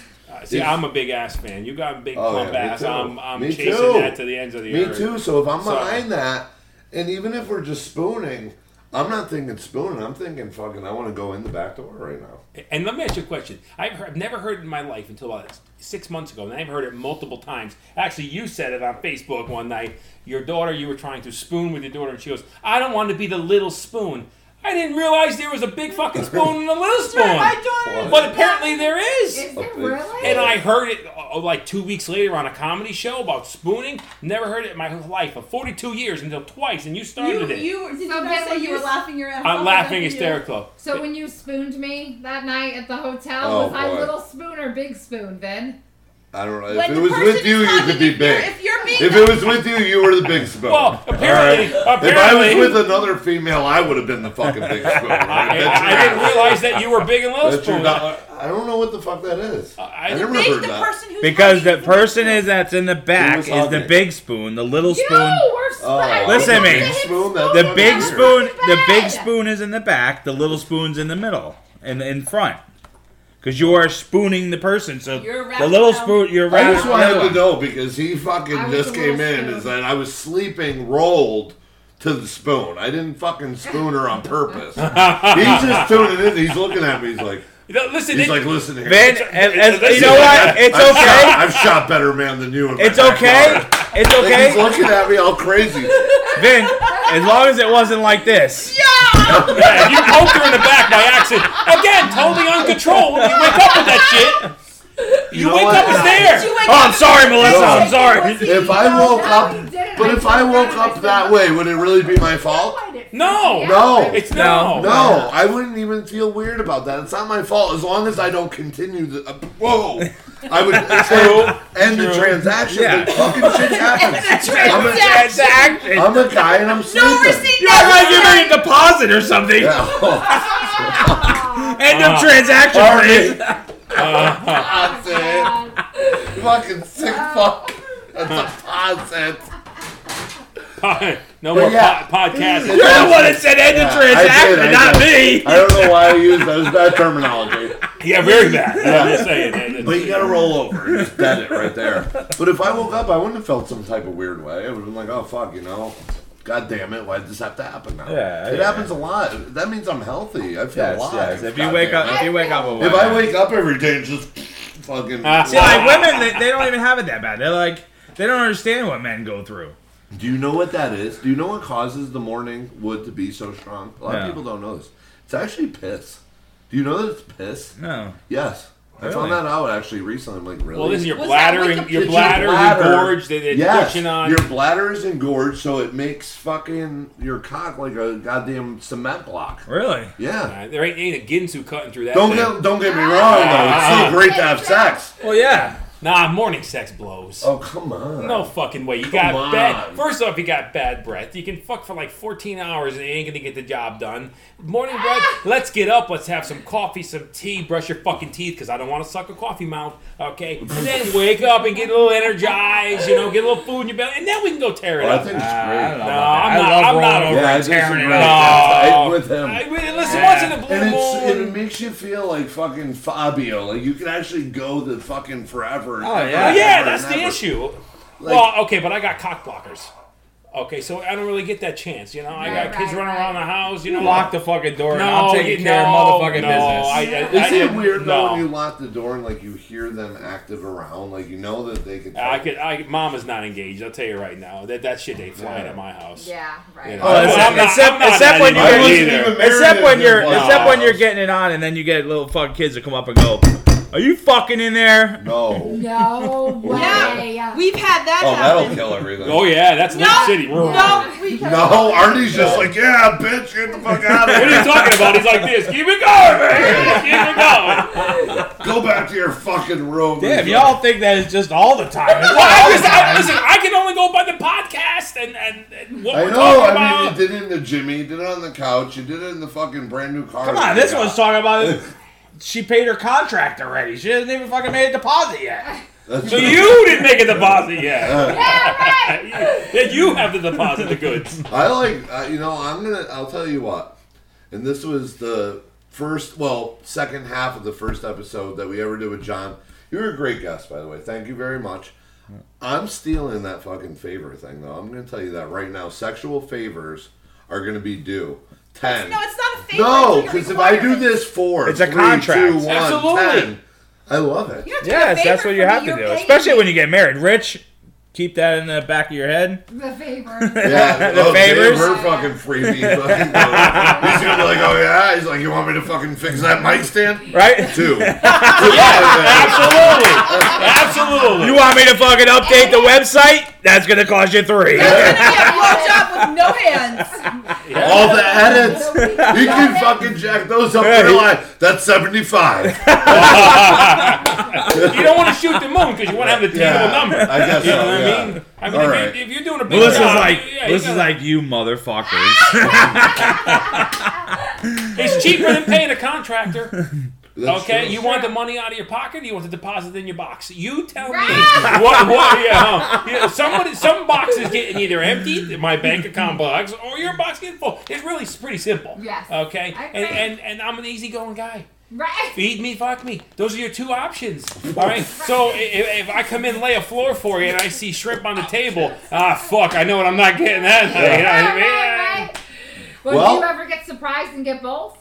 Speaker 6: See,
Speaker 2: If-
Speaker 6: I'm a big ass fan. You got a big
Speaker 2: Oh, yeah,
Speaker 6: pump
Speaker 2: me
Speaker 6: ass.
Speaker 2: too.
Speaker 6: I'm, I'm
Speaker 2: Me
Speaker 6: chasing
Speaker 2: too.
Speaker 6: that to the ends of the
Speaker 2: Me
Speaker 6: earth.
Speaker 2: too. So if I'm
Speaker 6: So-
Speaker 2: behind that, and even if we're just spooning, I'm not thinking spooning. I'm thinking fucking. I want to go in the back door right now.
Speaker 6: And let me ask you a question. I've, heard, I've never heard it in my life until about six months ago, and I've heard it multiple times. Actually, you said it on Facebook one night. Your daughter, you were trying to spoon with your daughter, and she goes, I don't want to be the little spoon. I didn't realize there was a big fucking spoon and a little spoon.
Speaker 5: My daughter is
Speaker 6: But apparently there is.
Speaker 1: Is it really?
Speaker 6: And I heard it uh, like two weeks later on a comedy show about spooning. Never heard it in my whole life of 42 years until twice, and you started
Speaker 5: You,
Speaker 6: it.
Speaker 5: you did you
Speaker 1: So
Speaker 5: not say
Speaker 1: basically
Speaker 5: you were
Speaker 1: you-
Speaker 5: laughing your ass off?
Speaker 6: I'm
Speaker 5: at
Speaker 6: laughing
Speaker 5: that video?
Speaker 6: hysterical.
Speaker 1: So when you spooned me that night at the hotel,
Speaker 2: Oh,
Speaker 1: was I
Speaker 2: boy.
Speaker 1: little spoon or big spoon, Vin?
Speaker 2: I don't know.
Speaker 5: When
Speaker 2: if
Speaker 5: the
Speaker 2: it was
Speaker 5: person
Speaker 2: with you,
Speaker 5: is
Speaker 2: you
Speaker 5: talking,
Speaker 2: could be
Speaker 5: if you're-
Speaker 2: big.
Speaker 5: If you're being
Speaker 2: If it was with you, you were the big spoon.
Speaker 6: Well, apparently-
Speaker 2: All If I
Speaker 6: apparently-
Speaker 2: was with another female, I would have been the fucking big spoon.
Speaker 6: I,
Speaker 2: I, bet
Speaker 6: I-
Speaker 2: you
Speaker 6: I didn't
Speaker 2: not.
Speaker 6: realize that you were big and little
Speaker 2: Bet you
Speaker 6: spoon.
Speaker 2: not. I don't know what the fuck that is.
Speaker 6: I-
Speaker 2: I never
Speaker 5: big,
Speaker 2: heard
Speaker 5: the
Speaker 2: that.
Speaker 5: person who's
Speaker 4: Because
Speaker 5: hugging
Speaker 4: the
Speaker 5: is
Speaker 4: person is that's in the back
Speaker 2: was
Speaker 4: is the
Speaker 2: hugging?
Speaker 4: big spoon. The little spoon.
Speaker 1: No, we're sp-
Speaker 2: Oh,
Speaker 1: I
Speaker 4: Listen to
Speaker 1: thought
Speaker 4: me.
Speaker 1: they had
Speaker 2: Spoon, that's
Speaker 4: The
Speaker 2: fucking
Speaker 4: big
Speaker 2: weird.
Speaker 4: spoon. The
Speaker 1: bad.
Speaker 4: big spoon is in the back. The little spoon's in the middle and in front. Because you are spooning the person, so
Speaker 5: You're
Speaker 4: the little
Speaker 5: wrapped
Speaker 4: spoon. You're
Speaker 2: I
Speaker 4: wrapped.
Speaker 2: just
Speaker 4: the
Speaker 2: wanted
Speaker 4: other
Speaker 2: to know because he
Speaker 1: I
Speaker 2: fucking
Speaker 1: was
Speaker 2: just
Speaker 1: a little
Speaker 2: came in
Speaker 1: spoon.
Speaker 2: is that I was sleeping rolled to the spoon. I didn't fucking spoon her on purpose. he's just tuning in. He's looking at me. He's like,
Speaker 6: No, listen,
Speaker 2: he's
Speaker 6: it-
Speaker 2: like, listen here.
Speaker 4: Vin,
Speaker 2: I've-
Speaker 4: as- as-
Speaker 6: it's-
Speaker 4: you know what? It's
Speaker 2: I've Shot,
Speaker 4: okay.
Speaker 2: I've shot better man than you. In my
Speaker 4: It's okay.
Speaker 2: backyard.
Speaker 4: It's
Speaker 2: Like, He's
Speaker 4: okay.
Speaker 2: looking at me all crazy.
Speaker 4: Vin, as long as it wasn't like this.
Speaker 6: yeah, you poked her in the back by accident. Again, totally uncontrolled. You wake up with that shit. You,
Speaker 2: know
Speaker 6: wake
Speaker 2: what?
Speaker 6: up, it's
Speaker 5: Did you
Speaker 6: there.
Speaker 5: wake
Speaker 4: Oh,
Speaker 5: up
Speaker 4: I'm sorry,
Speaker 5: and-
Speaker 4: Melissa.
Speaker 2: No.
Speaker 4: I'm sorry.
Speaker 2: If I woke
Speaker 1: he
Speaker 2: up,
Speaker 1: didn't.
Speaker 2: but
Speaker 1: I
Speaker 2: if I
Speaker 1: felt
Speaker 2: woke
Speaker 1: bad. I
Speaker 2: up
Speaker 1: said,
Speaker 2: that way, would it really be my fault?
Speaker 1: "Why did-"
Speaker 6: No.
Speaker 2: No.
Speaker 6: It's
Speaker 4: Oh,
Speaker 6: no.
Speaker 2: No, I wouldn't even feel weird about that. It's not my fault as long as I don't continue the. Uh, whoa! I would end, end the transaction.
Speaker 4: Yeah.
Speaker 2: Yeah. fucking shit happens. I'm a,
Speaker 4: That's action.
Speaker 2: I'm a guy and I'm sleeping.
Speaker 5: No receipt.
Speaker 4: You act like you made a deposit or something.
Speaker 2: Yeah. Oh,
Speaker 4: End of
Speaker 6: Uh,
Speaker 4: transaction.
Speaker 2: sorry.
Speaker 4: please.
Speaker 2: That's it. Fucking sick fuck. That's a positive.
Speaker 6: no more
Speaker 2: yeah.
Speaker 6: po- podcasting.
Speaker 4: You're the one that said end of
Speaker 2: Yeah, I did,
Speaker 4: transaction,
Speaker 2: I
Speaker 4: not
Speaker 2: did.
Speaker 4: me.
Speaker 2: I don't know why I used that. It was bad terminology.
Speaker 6: Yeah, very bad. I'm just saying. it- it's-
Speaker 2: But you gotta roll over and just dead it right there. But if I woke up, I wouldn't have felt some type of weird way. I would have been like, oh fuck, you know. God damn it! Why did this have to happen now?
Speaker 4: Yeah,
Speaker 2: it
Speaker 4: yeah.
Speaker 2: happens a lot. That means I'm healthy. I feel
Speaker 4: Yes,
Speaker 2: alive.
Speaker 4: yes. If
Speaker 2: God
Speaker 4: you wake
Speaker 2: damn
Speaker 4: up,
Speaker 2: it.
Speaker 4: if you wake up, a
Speaker 2: if I wake up every day and just fucking,
Speaker 6: Ah.
Speaker 4: See, like women, they, they don't even have it that bad. They're like, they don't understand what men go through.
Speaker 2: do you know what that is? Do you know what causes the morning wood to be so strong? A lot
Speaker 4: No.
Speaker 2: of people don't know this. It's actually piss. Do you know that it's piss?
Speaker 4: No.
Speaker 2: Yes, I
Speaker 4: Really?
Speaker 2: found that out actually recently. I'm like, really?
Speaker 6: Well, listen, your
Speaker 1: Was that
Speaker 6: bladder, and,
Speaker 1: Wikipedia?
Speaker 6: your
Speaker 2: It's
Speaker 6: bladder, your gorge, they, they're
Speaker 2: Yes,
Speaker 6: pushing on.
Speaker 2: Your bladder is engorged, so it makes fucking your cock like a goddamn cement block.
Speaker 4: Really?
Speaker 2: Yeah.
Speaker 6: Uh, there ain't, ain't a Ginsu cutting through that.
Speaker 2: Don't
Speaker 6: thing.
Speaker 2: get don't get me wrong though. It's
Speaker 6: Ah.
Speaker 2: still great to have sex.
Speaker 4: Well, yeah.
Speaker 6: Nah, morning sex blows.
Speaker 2: Oh come on.
Speaker 6: No fucking way. You got
Speaker 2: on.
Speaker 6: bad. First off, you got bad breath. You can fuck for like 14 hours and you ain't gonna get the job done. Morning
Speaker 2: Ah.
Speaker 6: breath. Let's get up. Let's have some coffee, some tea. Brush your fucking teeth because I don't want to suck a coffee mouth. Okay. And then wake up and get a little energized. You know, get a little food in your belly, and then we can go tear it
Speaker 2: Well, I
Speaker 6: up.
Speaker 2: think it's great.
Speaker 4: No,
Speaker 6: No, I'm not- I'm not over
Speaker 2: yeah,
Speaker 4: yeah,
Speaker 2: I think it's
Speaker 4: tearing
Speaker 2: great.
Speaker 4: it
Speaker 2: to
Speaker 4: up.
Speaker 2: have
Speaker 6: No.
Speaker 2: sex with him.
Speaker 6: I mean, listen,
Speaker 4: Yeah.
Speaker 6: once in a blue
Speaker 2: and it's,
Speaker 6: moon.
Speaker 2: and it makes you feel like fucking Fabio. Like you can actually go the fucking forever.
Speaker 4: Oh, yeah.
Speaker 6: Well, yeah,
Speaker 2: Forever
Speaker 6: that's
Speaker 2: and
Speaker 6: the
Speaker 2: ever.
Speaker 6: issue. well, okay, but I got cock blockers. Okay, so I don't really get that chance. You know, I got
Speaker 1: Right,
Speaker 6: kids
Speaker 1: right,
Speaker 6: running
Speaker 1: right.
Speaker 6: around the house. You know,
Speaker 4: Lock the fucking door.
Speaker 6: No,
Speaker 4: and I'm taking
Speaker 6: you-
Speaker 4: care
Speaker 6: no,
Speaker 4: of motherfucking
Speaker 6: no,
Speaker 4: business.
Speaker 6: I, I, I
Speaker 2: Isn't it
Speaker 6: didn't-
Speaker 2: weird though
Speaker 6: no.
Speaker 2: when you lock the door and like you hear them active around? Like you know that they could.
Speaker 6: I could. I Mama's not engaged. I'll tell you right now. That that shit ain't flying at my house.
Speaker 1: Yeah,
Speaker 6: You
Speaker 1: right.
Speaker 6: know?
Speaker 4: Oh,
Speaker 6: I'm
Speaker 4: except-
Speaker 6: not-
Speaker 4: except-
Speaker 6: I'm not
Speaker 4: except
Speaker 6: that
Speaker 4: when you
Speaker 6: either.
Speaker 4: get-
Speaker 2: wasn't even married
Speaker 4: Except when
Speaker 2: at
Speaker 4: you're,
Speaker 2: this
Speaker 4: except when you're
Speaker 2: point.
Speaker 4: getting it on, and then you get little fucking kids that come up and go, "Are you fucking in there?"
Speaker 2: No.
Speaker 1: No way.
Speaker 5: Yeah. We've had that
Speaker 2: Oh, that'll
Speaker 5: happen.
Speaker 2: kill everything.
Speaker 6: Oh yeah, that's Lake
Speaker 5: No,
Speaker 6: City.
Speaker 5: no, we
Speaker 2: No, Artie's just like, yeah, bitch, get the fuck out of
Speaker 6: What are you
Speaker 2: here.
Speaker 6: talking about? He's like this. Keep it going, man. Keep it going.
Speaker 2: Go back to your fucking room.
Speaker 4: Damn, y'all think that is just all the time. It's
Speaker 6: Well,
Speaker 4: all
Speaker 6: I
Speaker 4: the
Speaker 6: just, I,
Speaker 4: time.
Speaker 6: listen, I can only go by the podcast and, and, and what
Speaker 2: I
Speaker 6: we're
Speaker 2: know.
Speaker 6: talking
Speaker 2: I
Speaker 6: about.
Speaker 2: mean, you did it in the Jimmy, you did it on the couch, you did it in the fucking brand new car.
Speaker 4: Come on, this one's talking about. She paid her contract already. She hasn't even fucking made a deposit yet.
Speaker 2: That's
Speaker 6: So
Speaker 2: true.
Speaker 6: you didn't make a deposit yet.
Speaker 1: Yeah, right.
Speaker 6: yeah, you have the deposit the goods.
Speaker 2: I like, uh, you know, I'm gonna. I'll tell you what. And this was the first, well, second half of the first episode that we ever did with John. You were a great guest, by the way. Thank you very much. I'm stealing that fucking favor thing, though. I'm gonna tell you that right now. Sexual favors are gonna be due. Ten.
Speaker 5: No, it's not a favor.
Speaker 2: No,
Speaker 5: it's like a
Speaker 2: because if I do
Speaker 5: requirement.
Speaker 2: this four,
Speaker 4: It's a
Speaker 2: three,
Speaker 4: contract.
Speaker 2: two, one,
Speaker 6: Absolutely.
Speaker 2: 10, I love it.
Speaker 5: You don't have to do a
Speaker 4: Yes,
Speaker 5: favor
Speaker 4: that's what you
Speaker 5: for me,
Speaker 4: have to
Speaker 5: you're
Speaker 4: do,
Speaker 5: paying
Speaker 4: especially
Speaker 5: me.
Speaker 4: when you get married. Rich, keep that in the back of your head.
Speaker 1: The favor.
Speaker 2: Yeah,
Speaker 4: The
Speaker 2: oh, damn,
Speaker 4: favors.
Speaker 2: We're fucking freebie. fucking go. He's gonna be like, oh yeah. He's like, you want me to fucking fix that mic stand?
Speaker 4: Right?
Speaker 2: Two.
Speaker 6: Absolutely. Absolutely.
Speaker 4: You want me to fucking update the website? That's gonna cost you three.
Speaker 5: It's gonna be a blowjob with no hands.
Speaker 2: All the edits. You can
Speaker 1: Yeah.
Speaker 2: fucking jack those up for life. That's seventy-five.
Speaker 6: you don't want to shoot the moon because you want to have the table
Speaker 2: Yeah,
Speaker 6: number.
Speaker 2: I guess
Speaker 6: You know
Speaker 2: so,
Speaker 6: what
Speaker 2: yeah.
Speaker 6: I mean? I mean,
Speaker 2: All
Speaker 6: if,
Speaker 2: right.
Speaker 6: you, if you're doing a big
Speaker 4: Melissa's
Speaker 6: job,
Speaker 4: like,
Speaker 6: yeah, you
Speaker 4: this is
Speaker 6: gotta-
Speaker 4: like you
Speaker 5: Ah!
Speaker 4: motherfuckers.
Speaker 6: it's cheaper than paying a contractor.
Speaker 2: That's
Speaker 6: Okay,
Speaker 2: true.
Speaker 6: you want the money out of your pocket? Or you want the deposit in your box? You tell
Speaker 1: Right.
Speaker 6: me what? What? Yeah, huh? yeah somebody, some box is getting either emptied, my bank account box, or your box getting full. It's really s- pretty simple.
Speaker 1: Yes.
Speaker 6: Okay,
Speaker 1: I
Speaker 6: and
Speaker 1: agree.
Speaker 6: and and I'm an easygoing guy.
Speaker 1: Right.
Speaker 6: Feed me, fuck me. Those are your two options. All right. So if, if I come in, lay a floor for you, and I see shrimp on the table, ah, fuck, I know what I'm not getting that night. You know what I
Speaker 1: Right,
Speaker 6: mean?
Speaker 1: right, right. Well,
Speaker 2: Well-
Speaker 1: do you ever get surprised and get both?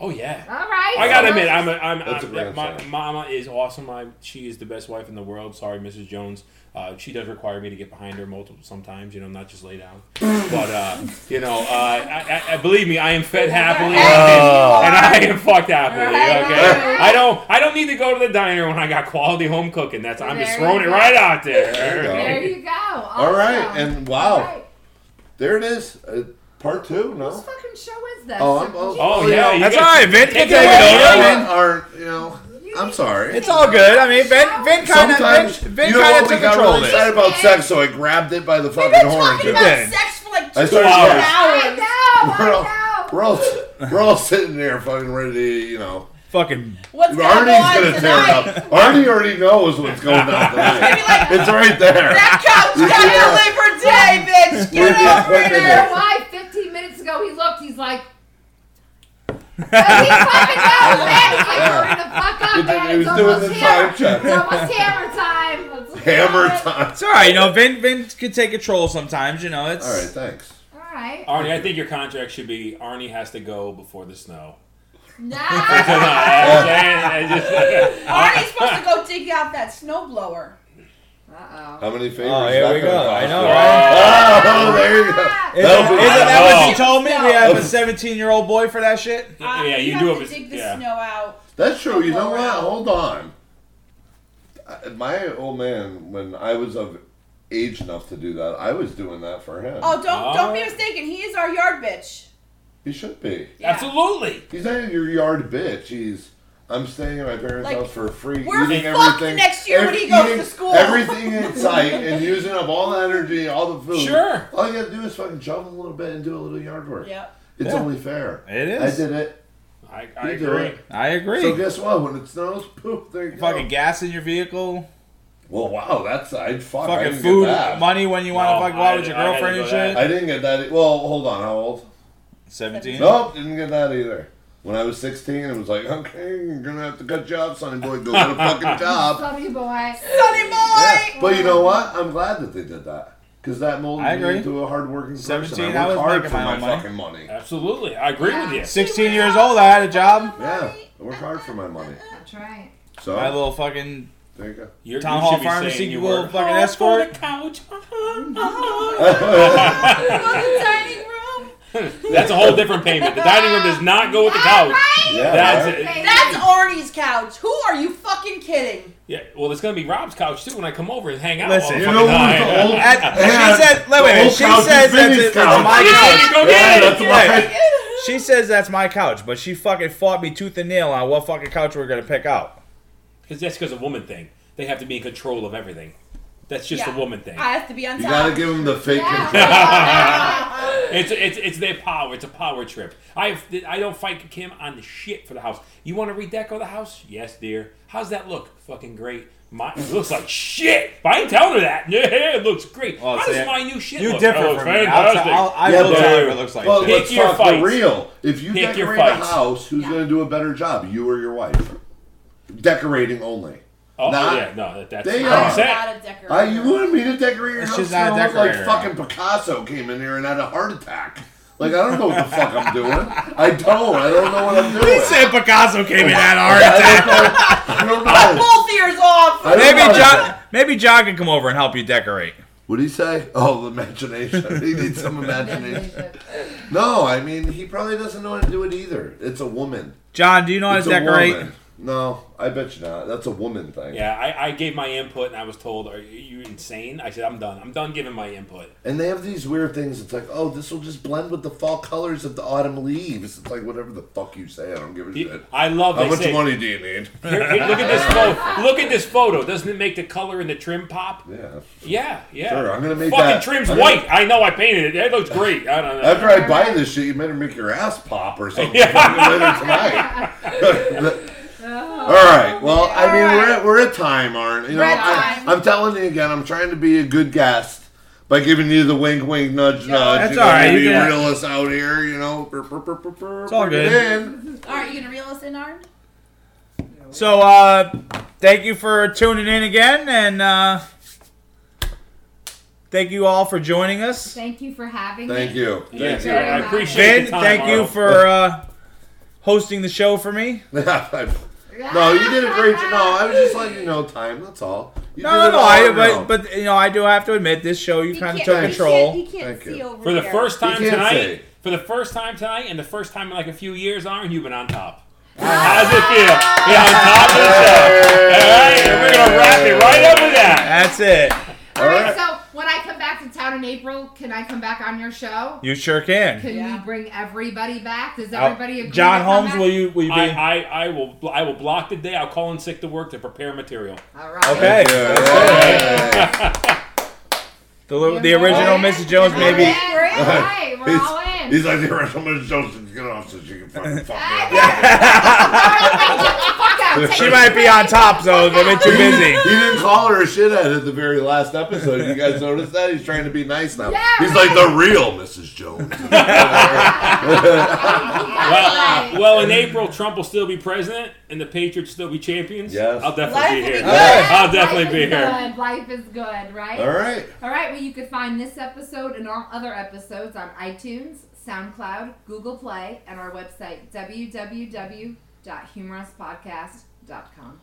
Speaker 6: Oh yeah.
Speaker 1: All right.
Speaker 6: I gotta admit, I'm, a, I'm,
Speaker 2: That's a
Speaker 6: I'm
Speaker 2: grand
Speaker 6: my
Speaker 2: sign.
Speaker 6: mama is awesome. I, she is the best wife in the world. Sorry, Mrs. Jones. Uh, she does require me to get behind her multiple sometimes. You know, not just lay down. but uh, you know, uh, I, I, I, believe me, I am fed happily. uh, and I am fucked happily.
Speaker 1: Right,
Speaker 6: Okay,
Speaker 1: right.
Speaker 6: I don't I don't need to go to the diner when I got quality home cooking. That's I'm just
Speaker 1: There
Speaker 6: throwing it
Speaker 1: you go.
Speaker 6: right out there.
Speaker 2: you go.
Speaker 1: There you go.
Speaker 2: All right,
Speaker 1: Awesome.
Speaker 2: and
Speaker 1: All
Speaker 2: wow,
Speaker 1: right.
Speaker 2: there it is. Uh, part two. No.
Speaker 1: Whose fucking show is this?
Speaker 2: Oh, I'm- oh,
Speaker 6: Oh yeah, you
Speaker 4: That's
Speaker 6: gotta-
Speaker 4: all right, Vince can
Speaker 6: Take
Speaker 4: take it
Speaker 6: it away.
Speaker 4: over.
Speaker 2: Women are, you know. I'm sorry.
Speaker 4: It's all good. I mean, Vin, Vin kind of
Speaker 2: Sometimes
Speaker 4: Vin, Vin
Speaker 2: you know
Speaker 4: kind
Speaker 2: what
Speaker 4: of
Speaker 2: we
Speaker 4: took
Speaker 2: got
Speaker 4: control
Speaker 2: really
Speaker 4: of
Speaker 2: excited
Speaker 4: it.
Speaker 2: about sex, so I grabbed it by the
Speaker 5: We've
Speaker 2: fucking
Speaker 5: been
Speaker 2: horn.
Speaker 5: talking
Speaker 2: dude.
Speaker 5: about
Speaker 4: did.
Speaker 5: sex for like two
Speaker 2: I started-
Speaker 5: hours.
Speaker 1: I know.
Speaker 2: We're all,
Speaker 1: I know.
Speaker 2: we're all we're all sitting there fucking ready to, you know.
Speaker 4: Fucking
Speaker 5: What's going on
Speaker 2: Arnie's gonna tear it
Speaker 5: tonight?
Speaker 2: up. Arnie already knows what's going on tonight. It's right there.
Speaker 5: That couch got delivered today, bitch.
Speaker 2: We're
Speaker 5: Get
Speaker 2: the
Speaker 5: over
Speaker 2: equipment
Speaker 5: it.
Speaker 2: here.
Speaker 1: Why? 15 minutes ago, he looked. He's like. and he's fucking down, man. He's like, hurry the fuck up,
Speaker 2: He did-
Speaker 1: man.
Speaker 2: he was
Speaker 1: it's
Speaker 2: doing
Speaker 1: almost
Speaker 2: the
Speaker 1: hammer.
Speaker 2: time check.
Speaker 1: It's almost hammer time. Let's look at
Speaker 2: Hammer
Speaker 1: it.
Speaker 2: time.
Speaker 4: it's all right. You know, Vin Vin could take control sometimes. You know, it's
Speaker 2: All right, thanks.
Speaker 6: Arnie, I think your contract should be Arnie has to go before the snow.
Speaker 5: Nah.
Speaker 6: I, I just,
Speaker 5: Arnie's supposed to go dig out that snowblower.
Speaker 1: Uh
Speaker 2: How many favors?
Speaker 4: Oh,
Speaker 2: is
Speaker 4: here
Speaker 2: that
Speaker 4: we
Speaker 2: gonna
Speaker 4: go.
Speaker 2: cost
Speaker 4: I know,
Speaker 2: you? Oh,
Speaker 4: right?
Speaker 2: there you go.
Speaker 5: Ah!
Speaker 4: Isn't,
Speaker 2: That'll be-
Speaker 4: isn't that what
Speaker 6: Oh.
Speaker 4: she told me? We have a 17 year old boy for that shit?
Speaker 5: Uh,
Speaker 6: yeah, you,
Speaker 5: have
Speaker 6: do
Speaker 5: to
Speaker 6: have a-
Speaker 5: dig the
Speaker 6: yeah.
Speaker 5: snow out.
Speaker 2: That's true. You know
Speaker 5: Lower
Speaker 2: what?
Speaker 5: out.
Speaker 2: Hold on. I- My old man, when I was of age enough to do that, I was doing that for him.
Speaker 5: Oh, don't don't be
Speaker 6: Oh.
Speaker 5: mistaken. He is our yard bitch.
Speaker 2: He should be.
Speaker 5: Yeah.
Speaker 6: Absolutely.
Speaker 2: He's not your yard bitch. He's. I'm staying at my parents'
Speaker 5: Like,
Speaker 2: house for free,
Speaker 5: we're
Speaker 2: eating
Speaker 5: fucked
Speaker 2: everything.
Speaker 5: next year when he goes to
Speaker 2: eating
Speaker 5: school.
Speaker 2: Everything in sight and using up all the energy, all the food.
Speaker 6: Sure.
Speaker 2: All you gotta do is fucking jump a little bit and do a little yard work.
Speaker 5: Yep.
Speaker 2: It's
Speaker 4: Yeah.
Speaker 2: only fair.
Speaker 4: It is.
Speaker 2: I did it.
Speaker 6: I, I
Speaker 2: You do
Speaker 6: agree.
Speaker 2: it.
Speaker 4: I agree.
Speaker 2: So guess what? When it snows, poof, there you go.
Speaker 4: fucking gas in your vehicle,
Speaker 2: Well, wow, that's I'd fuck. I
Speaker 4: fucking
Speaker 2: didn't get
Speaker 4: food,
Speaker 2: that.
Speaker 4: money when you want to
Speaker 6: No,
Speaker 4: fuck go out
Speaker 6: I-
Speaker 4: with your
Speaker 6: I had to
Speaker 4: girlfriend
Speaker 6: go
Speaker 4: and
Speaker 6: that.
Speaker 4: shit.
Speaker 2: I didn't get that. e, Well, hold on. How old?
Speaker 4: 17.
Speaker 2: Nope, didn't get that either. When I was 16, it was like, okay, you're gonna have to cut you off, sonny boy. Go get a fucking
Speaker 1: oh.
Speaker 2: job.
Speaker 1: Love you, boy.
Speaker 5: Sonny boy!
Speaker 2: Yeah. But you know what? I'm glad that they did that because that molded
Speaker 4: I
Speaker 2: me
Speaker 4: agree.
Speaker 2: into a hardworking person.
Speaker 4: 17,
Speaker 2: I
Speaker 4: I
Speaker 2: work
Speaker 4: was
Speaker 2: hard
Speaker 4: making
Speaker 2: for
Speaker 4: my
Speaker 2: my
Speaker 4: own money.
Speaker 2: fucking money.
Speaker 6: Absolutely. I agree with you.
Speaker 4: 16 years old, I had a job.
Speaker 2: Yeah, I work hard for my money.
Speaker 1: That's right.
Speaker 2: So
Speaker 4: My little fucking
Speaker 2: there you go.
Speaker 6: You're,
Speaker 4: town
Speaker 6: you
Speaker 4: hall
Speaker 6: should be
Speaker 4: pharmacy,
Speaker 6: saying
Speaker 4: you
Speaker 6: your
Speaker 4: little
Speaker 6: word.
Speaker 4: fucking escort.
Speaker 5: couch.
Speaker 1: dining
Speaker 5: room.
Speaker 6: That's a whole different payment. The dining room does not go with the couch.
Speaker 2: Yeah,
Speaker 6: That's
Speaker 2: right?
Speaker 6: it.
Speaker 5: That's Arnie's couch. Who are you fucking kidding?
Speaker 6: Yeah, well, it's gonna be Rob's couch too when I come over and hang out.
Speaker 4: Listen,
Speaker 6: all
Speaker 4: you
Speaker 2: You
Speaker 6: fucking
Speaker 2: know what?
Speaker 6: time.
Speaker 2: The old,
Speaker 4: At-
Speaker 2: Yeah,
Speaker 4: she said,
Speaker 2: the
Speaker 4: wait, wait,
Speaker 2: old
Speaker 4: she
Speaker 2: couch is
Speaker 4: says that's,
Speaker 2: Vinny's
Speaker 4: it, that's
Speaker 2: couch.
Speaker 4: my
Speaker 6: Yeah,
Speaker 4: couch.
Speaker 6: go
Speaker 2: Yeah,
Speaker 6: get it.
Speaker 2: that's my.
Speaker 4: She says that's my couch, but she fucking fought me tooth and nail on what fucking couch we're gonna pick out.
Speaker 6: Because that's because a woman thing. They have to be in control of everything. That's just
Speaker 5: Yeah.
Speaker 6: a woman thing.
Speaker 5: I have to be on
Speaker 2: You
Speaker 5: top.
Speaker 2: gotta give him the fake control.
Speaker 6: It's, it's it's their power. It's a power trip. I have, I don't fight Kim on the shit for the house. You want to redeco the house? Yes, dear. How's that look? Fucking great. My it looks like shit. But I ain't telling her that. Yeah, it looks great.
Speaker 4: Well,
Speaker 6: How
Speaker 4: see,
Speaker 6: does my new shit
Speaker 4: Oh, You
Speaker 6: look? It
Speaker 4: differ
Speaker 6: looks
Speaker 4: from me. I'll
Speaker 6: fantastic.
Speaker 4: tell- I'll- I
Speaker 2: Yeah,
Speaker 4: will
Speaker 2: but-
Speaker 4: tell you what it looks like.
Speaker 2: Well,
Speaker 6: Pick
Speaker 2: let's
Speaker 6: your
Speaker 2: talk the
Speaker 6: fights.
Speaker 2: real. If you
Speaker 6: Pick your
Speaker 2: decorate a
Speaker 6: fights.
Speaker 2: house, who's
Speaker 1: Yeah.
Speaker 2: going to do a better job, you or your wife? Decorating only.
Speaker 6: oh
Speaker 2: not-
Speaker 6: yeah, no, that, that's
Speaker 2: They
Speaker 6: what
Speaker 2: are.
Speaker 6: I'm saying.
Speaker 5: a decorator.
Speaker 2: I, you wanted me to decorate your
Speaker 4: It's
Speaker 2: house?
Speaker 4: just not
Speaker 2: so
Speaker 4: a
Speaker 2: I look
Speaker 4: decorator.
Speaker 2: Like fucking Picasso came in here and had a heart attack. Like I don't know what the fuck I'm doing. I don't. I don't know what I'm doing.
Speaker 4: He said Picasso came in that hard.
Speaker 2: I don't know. I don't know.
Speaker 5: Both ears off.
Speaker 2: I don't
Speaker 4: Maybe
Speaker 2: know.
Speaker 4: John, maybe John can come over and help you decorate.
Speaker 2: What'd he say? Oh, imagination. he needs some imagination. No, I mean he probably doesn't know how to do it either. It's a woman.
Speaker 4: John, do you know how to
Speaker 2: It's a
Speaker 4: decorate?
Speaker 2: woman. No, I bet you not. That's a woman thing.
Speaker 6: Yeah, I, I gave my input and I was told, "Are you insane?" I said, "I'm done. I'm done giving my input."
Speaker 2: And they have these weird things. It's like, oh, this will just blend with the fall colors of the autumn leaves. It's like whatever the fuck you say, I don't give a shit.
Speaker 6: I love.
Speaker 2: How
Speaker 6: they
Speaker 2: much
Speaker 6: say,
Speaker 2: money do you need?
Speaker 6: Here, here, look at this photo. Look at this photo. Doesn't it make the color and the trim pop?
Speaker 2: Yeah.
Speaker 6: Yeah, yeah.
Speaker 2: Sure, I'm gonna make
Speaker 6: Fucking
Speaker 2: that-
Speaker 6: trim's
Speaker 2: I'm gonna-
Speaker 6: white. I know I painted it. It looks great. I don't know.
Speaker 2: After I
Speaker 5: Uh-huh.
Speaker 2: buy this shit, you better make your ass pop or something fucking later tonight. All right. Well, I mean, we're at, we're at time, Arn. You know,
Speaker 5: Oh, We're at
Speaker 2: I,
Speaker 5: time.
Speaker 2: I'm telling you again, I'm trying to be a good guest by giving you the wink, wink, nudge, nudge.
Speaker 4: That's
Speaker 2: you know,
Speaker 4: all right,
Speaker 2: maybe
Speaker 4: you can-
Speaker 2: reel us out here. You know, it's
Speaker 4: all good.
Speaker 5: All right, you gonna reel us in, Arn?
Speaker 4: So, uh, thank you for tuning in again, and uh, thank you all for joining us.
Speaker 1: Thank you for having
Speaker 2: Thank
Speaker 1: me.
Speaker 2: you. Thank
Speaker 6: Yeah,
Speaker 2: you.
Speaker 1: very
Speaker 6: I
Speaker 1: much.
Speaker 6: appreciate
Speaker 4: Vin,
Speaker 6: the time,
Speaker 4: thank you
Speaker 6: Arnold.
Speaker 4: for uh, hosting the show for me.
Speaker 2: no, you did a great job. No, I was just letting you know time. That's all. You
Speaker 4: No,
Speaker 2: did
Speaker 4: no,
Speaker 2: it
Speaker 4: no.
Speaker 2: all
Speaker 4: I,
Speaker 2: on your own.
Speaker 4: but, but you know, I do have to admit this show you
Speaker 5: He
Speaker 4: kind of
Speaker 5: can't-
Speaker 4: took
Speaker 5: he
Speaker 4: control.
Speaker 5: can't- He can't
Speaker 2: Thank you.
Speaker 5: see over
Speaker 6: for the
Speaker 5: here.
Speaker 6: first time
Speaker 2: You can't
Speaker 6: tonight.
Speaker 2: say.
Speaker 6: For the first time tonight, and the first time in like a few years, Arn, you've been on top. How does it feel? Yeah, on top of the show. All right, and we're gonna wrap it right up with that.
Speaker 4: That's it.
Speaker 1: All right.
Speaker 2: Alright.
Speaker 1: So when I come back to town in April, can I come back on your show?
Speaker 4: You sure can.
Speaker 1: Can
Speaker 5: Yeah.
Speaker 1: we bring everybody back? Does
Speaker 4: I'll-
Speaker 1: everybody agree?
Speaker 4: John
Speaker 1: to come
Speaker 4: Holmes,
Speaker 1: back?
Speaker 4: will you will you be?
Speaker 6: I, I, I will I will block the day. I'll call in sick to work to prepare material.
Speaker 1: All right.
Speaker 4: okay.
Speaker 2: Yeah.
Speaker 4: The, the original Mrs. Jones,
Speaker 1: We're
Speaker 4: maybe.
Speaker 1: in, We're in. All right. We're all in. again.
Speaker 2: He's like, there are so many jokes to get off so she can fucking fuck
Speaker 1: I
Speaker 2: me up.
Speaker 1: Fuck out.
Speaker 4: She might be on top though. They've been too busy.
Speaker 2: He didn't call her a shithead at the very last episode. You guys noticed that? He's trying to be nice now.
Speaker 1: Yeah,
Speaker 2: He's
Speaker 1: right.
Speaker 2: like the real Mrs. Jones.
Speaker 6: Well, well, in April, Trump will still be president, and the Patriots still be champions.
Speaker 2: Yes.
Speaker 6: I'll definitely
Speaker 5: Life
Speaker 6: be
Speaker 5: will be
Speaker 6: here.
Speaker 5: good.
Speaker 6: I'll definitely be
Speaker 1: Life is
Speaker 6: here.
Speaker 1: Good. Life is good, right?
Speaker 2: All right.
Speaker 1: All right, well, you can find this episode and all other episodes on iTunes, SoundCloud, Google Play, and our website, www.humourouspodcast.com.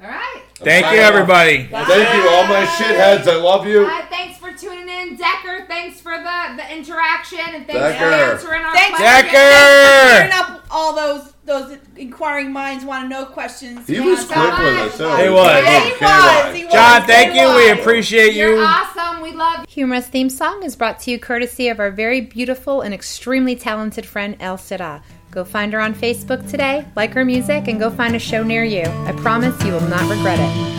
Speaker 1: All right.
Speaker 4: Thank you, everybody.
Speaker 2: Thank you, all my shitheads. I love you.
Speaker 1: Uh, thanks for tuning in, Decker. Thanks for the, the interaction, and thanks
Speaker 2: Decker.
Speaker 1: for answering our
Speaker 5: Thanks,
Speaker 4: Decker.
Speaker 1: questions.
Speaker 5: Thanks for clearing up all those those inquiring minds want to know questions.
Speaker 2: He was
Speaker 1: so
Speaker 2: quick with
Speaker 1: much.
Speaker 2: us.
Speaker 4: He was.
Speaker 5: Yeah, he was, he was.
Speaker 4: John, thank you. We
Speaker 5: He was.
Speaker 4: appreciate
Speaker 1: You're
Speaker 4: you.
Speaker 1: awesome. We love you.
Speaker 7: Humorous theme song is brought to you courtesy of our very beautiful and extremely talented friend El Sida. Go find her on Facebook today, like her music, and go find a show near you. I promise you will not regret it.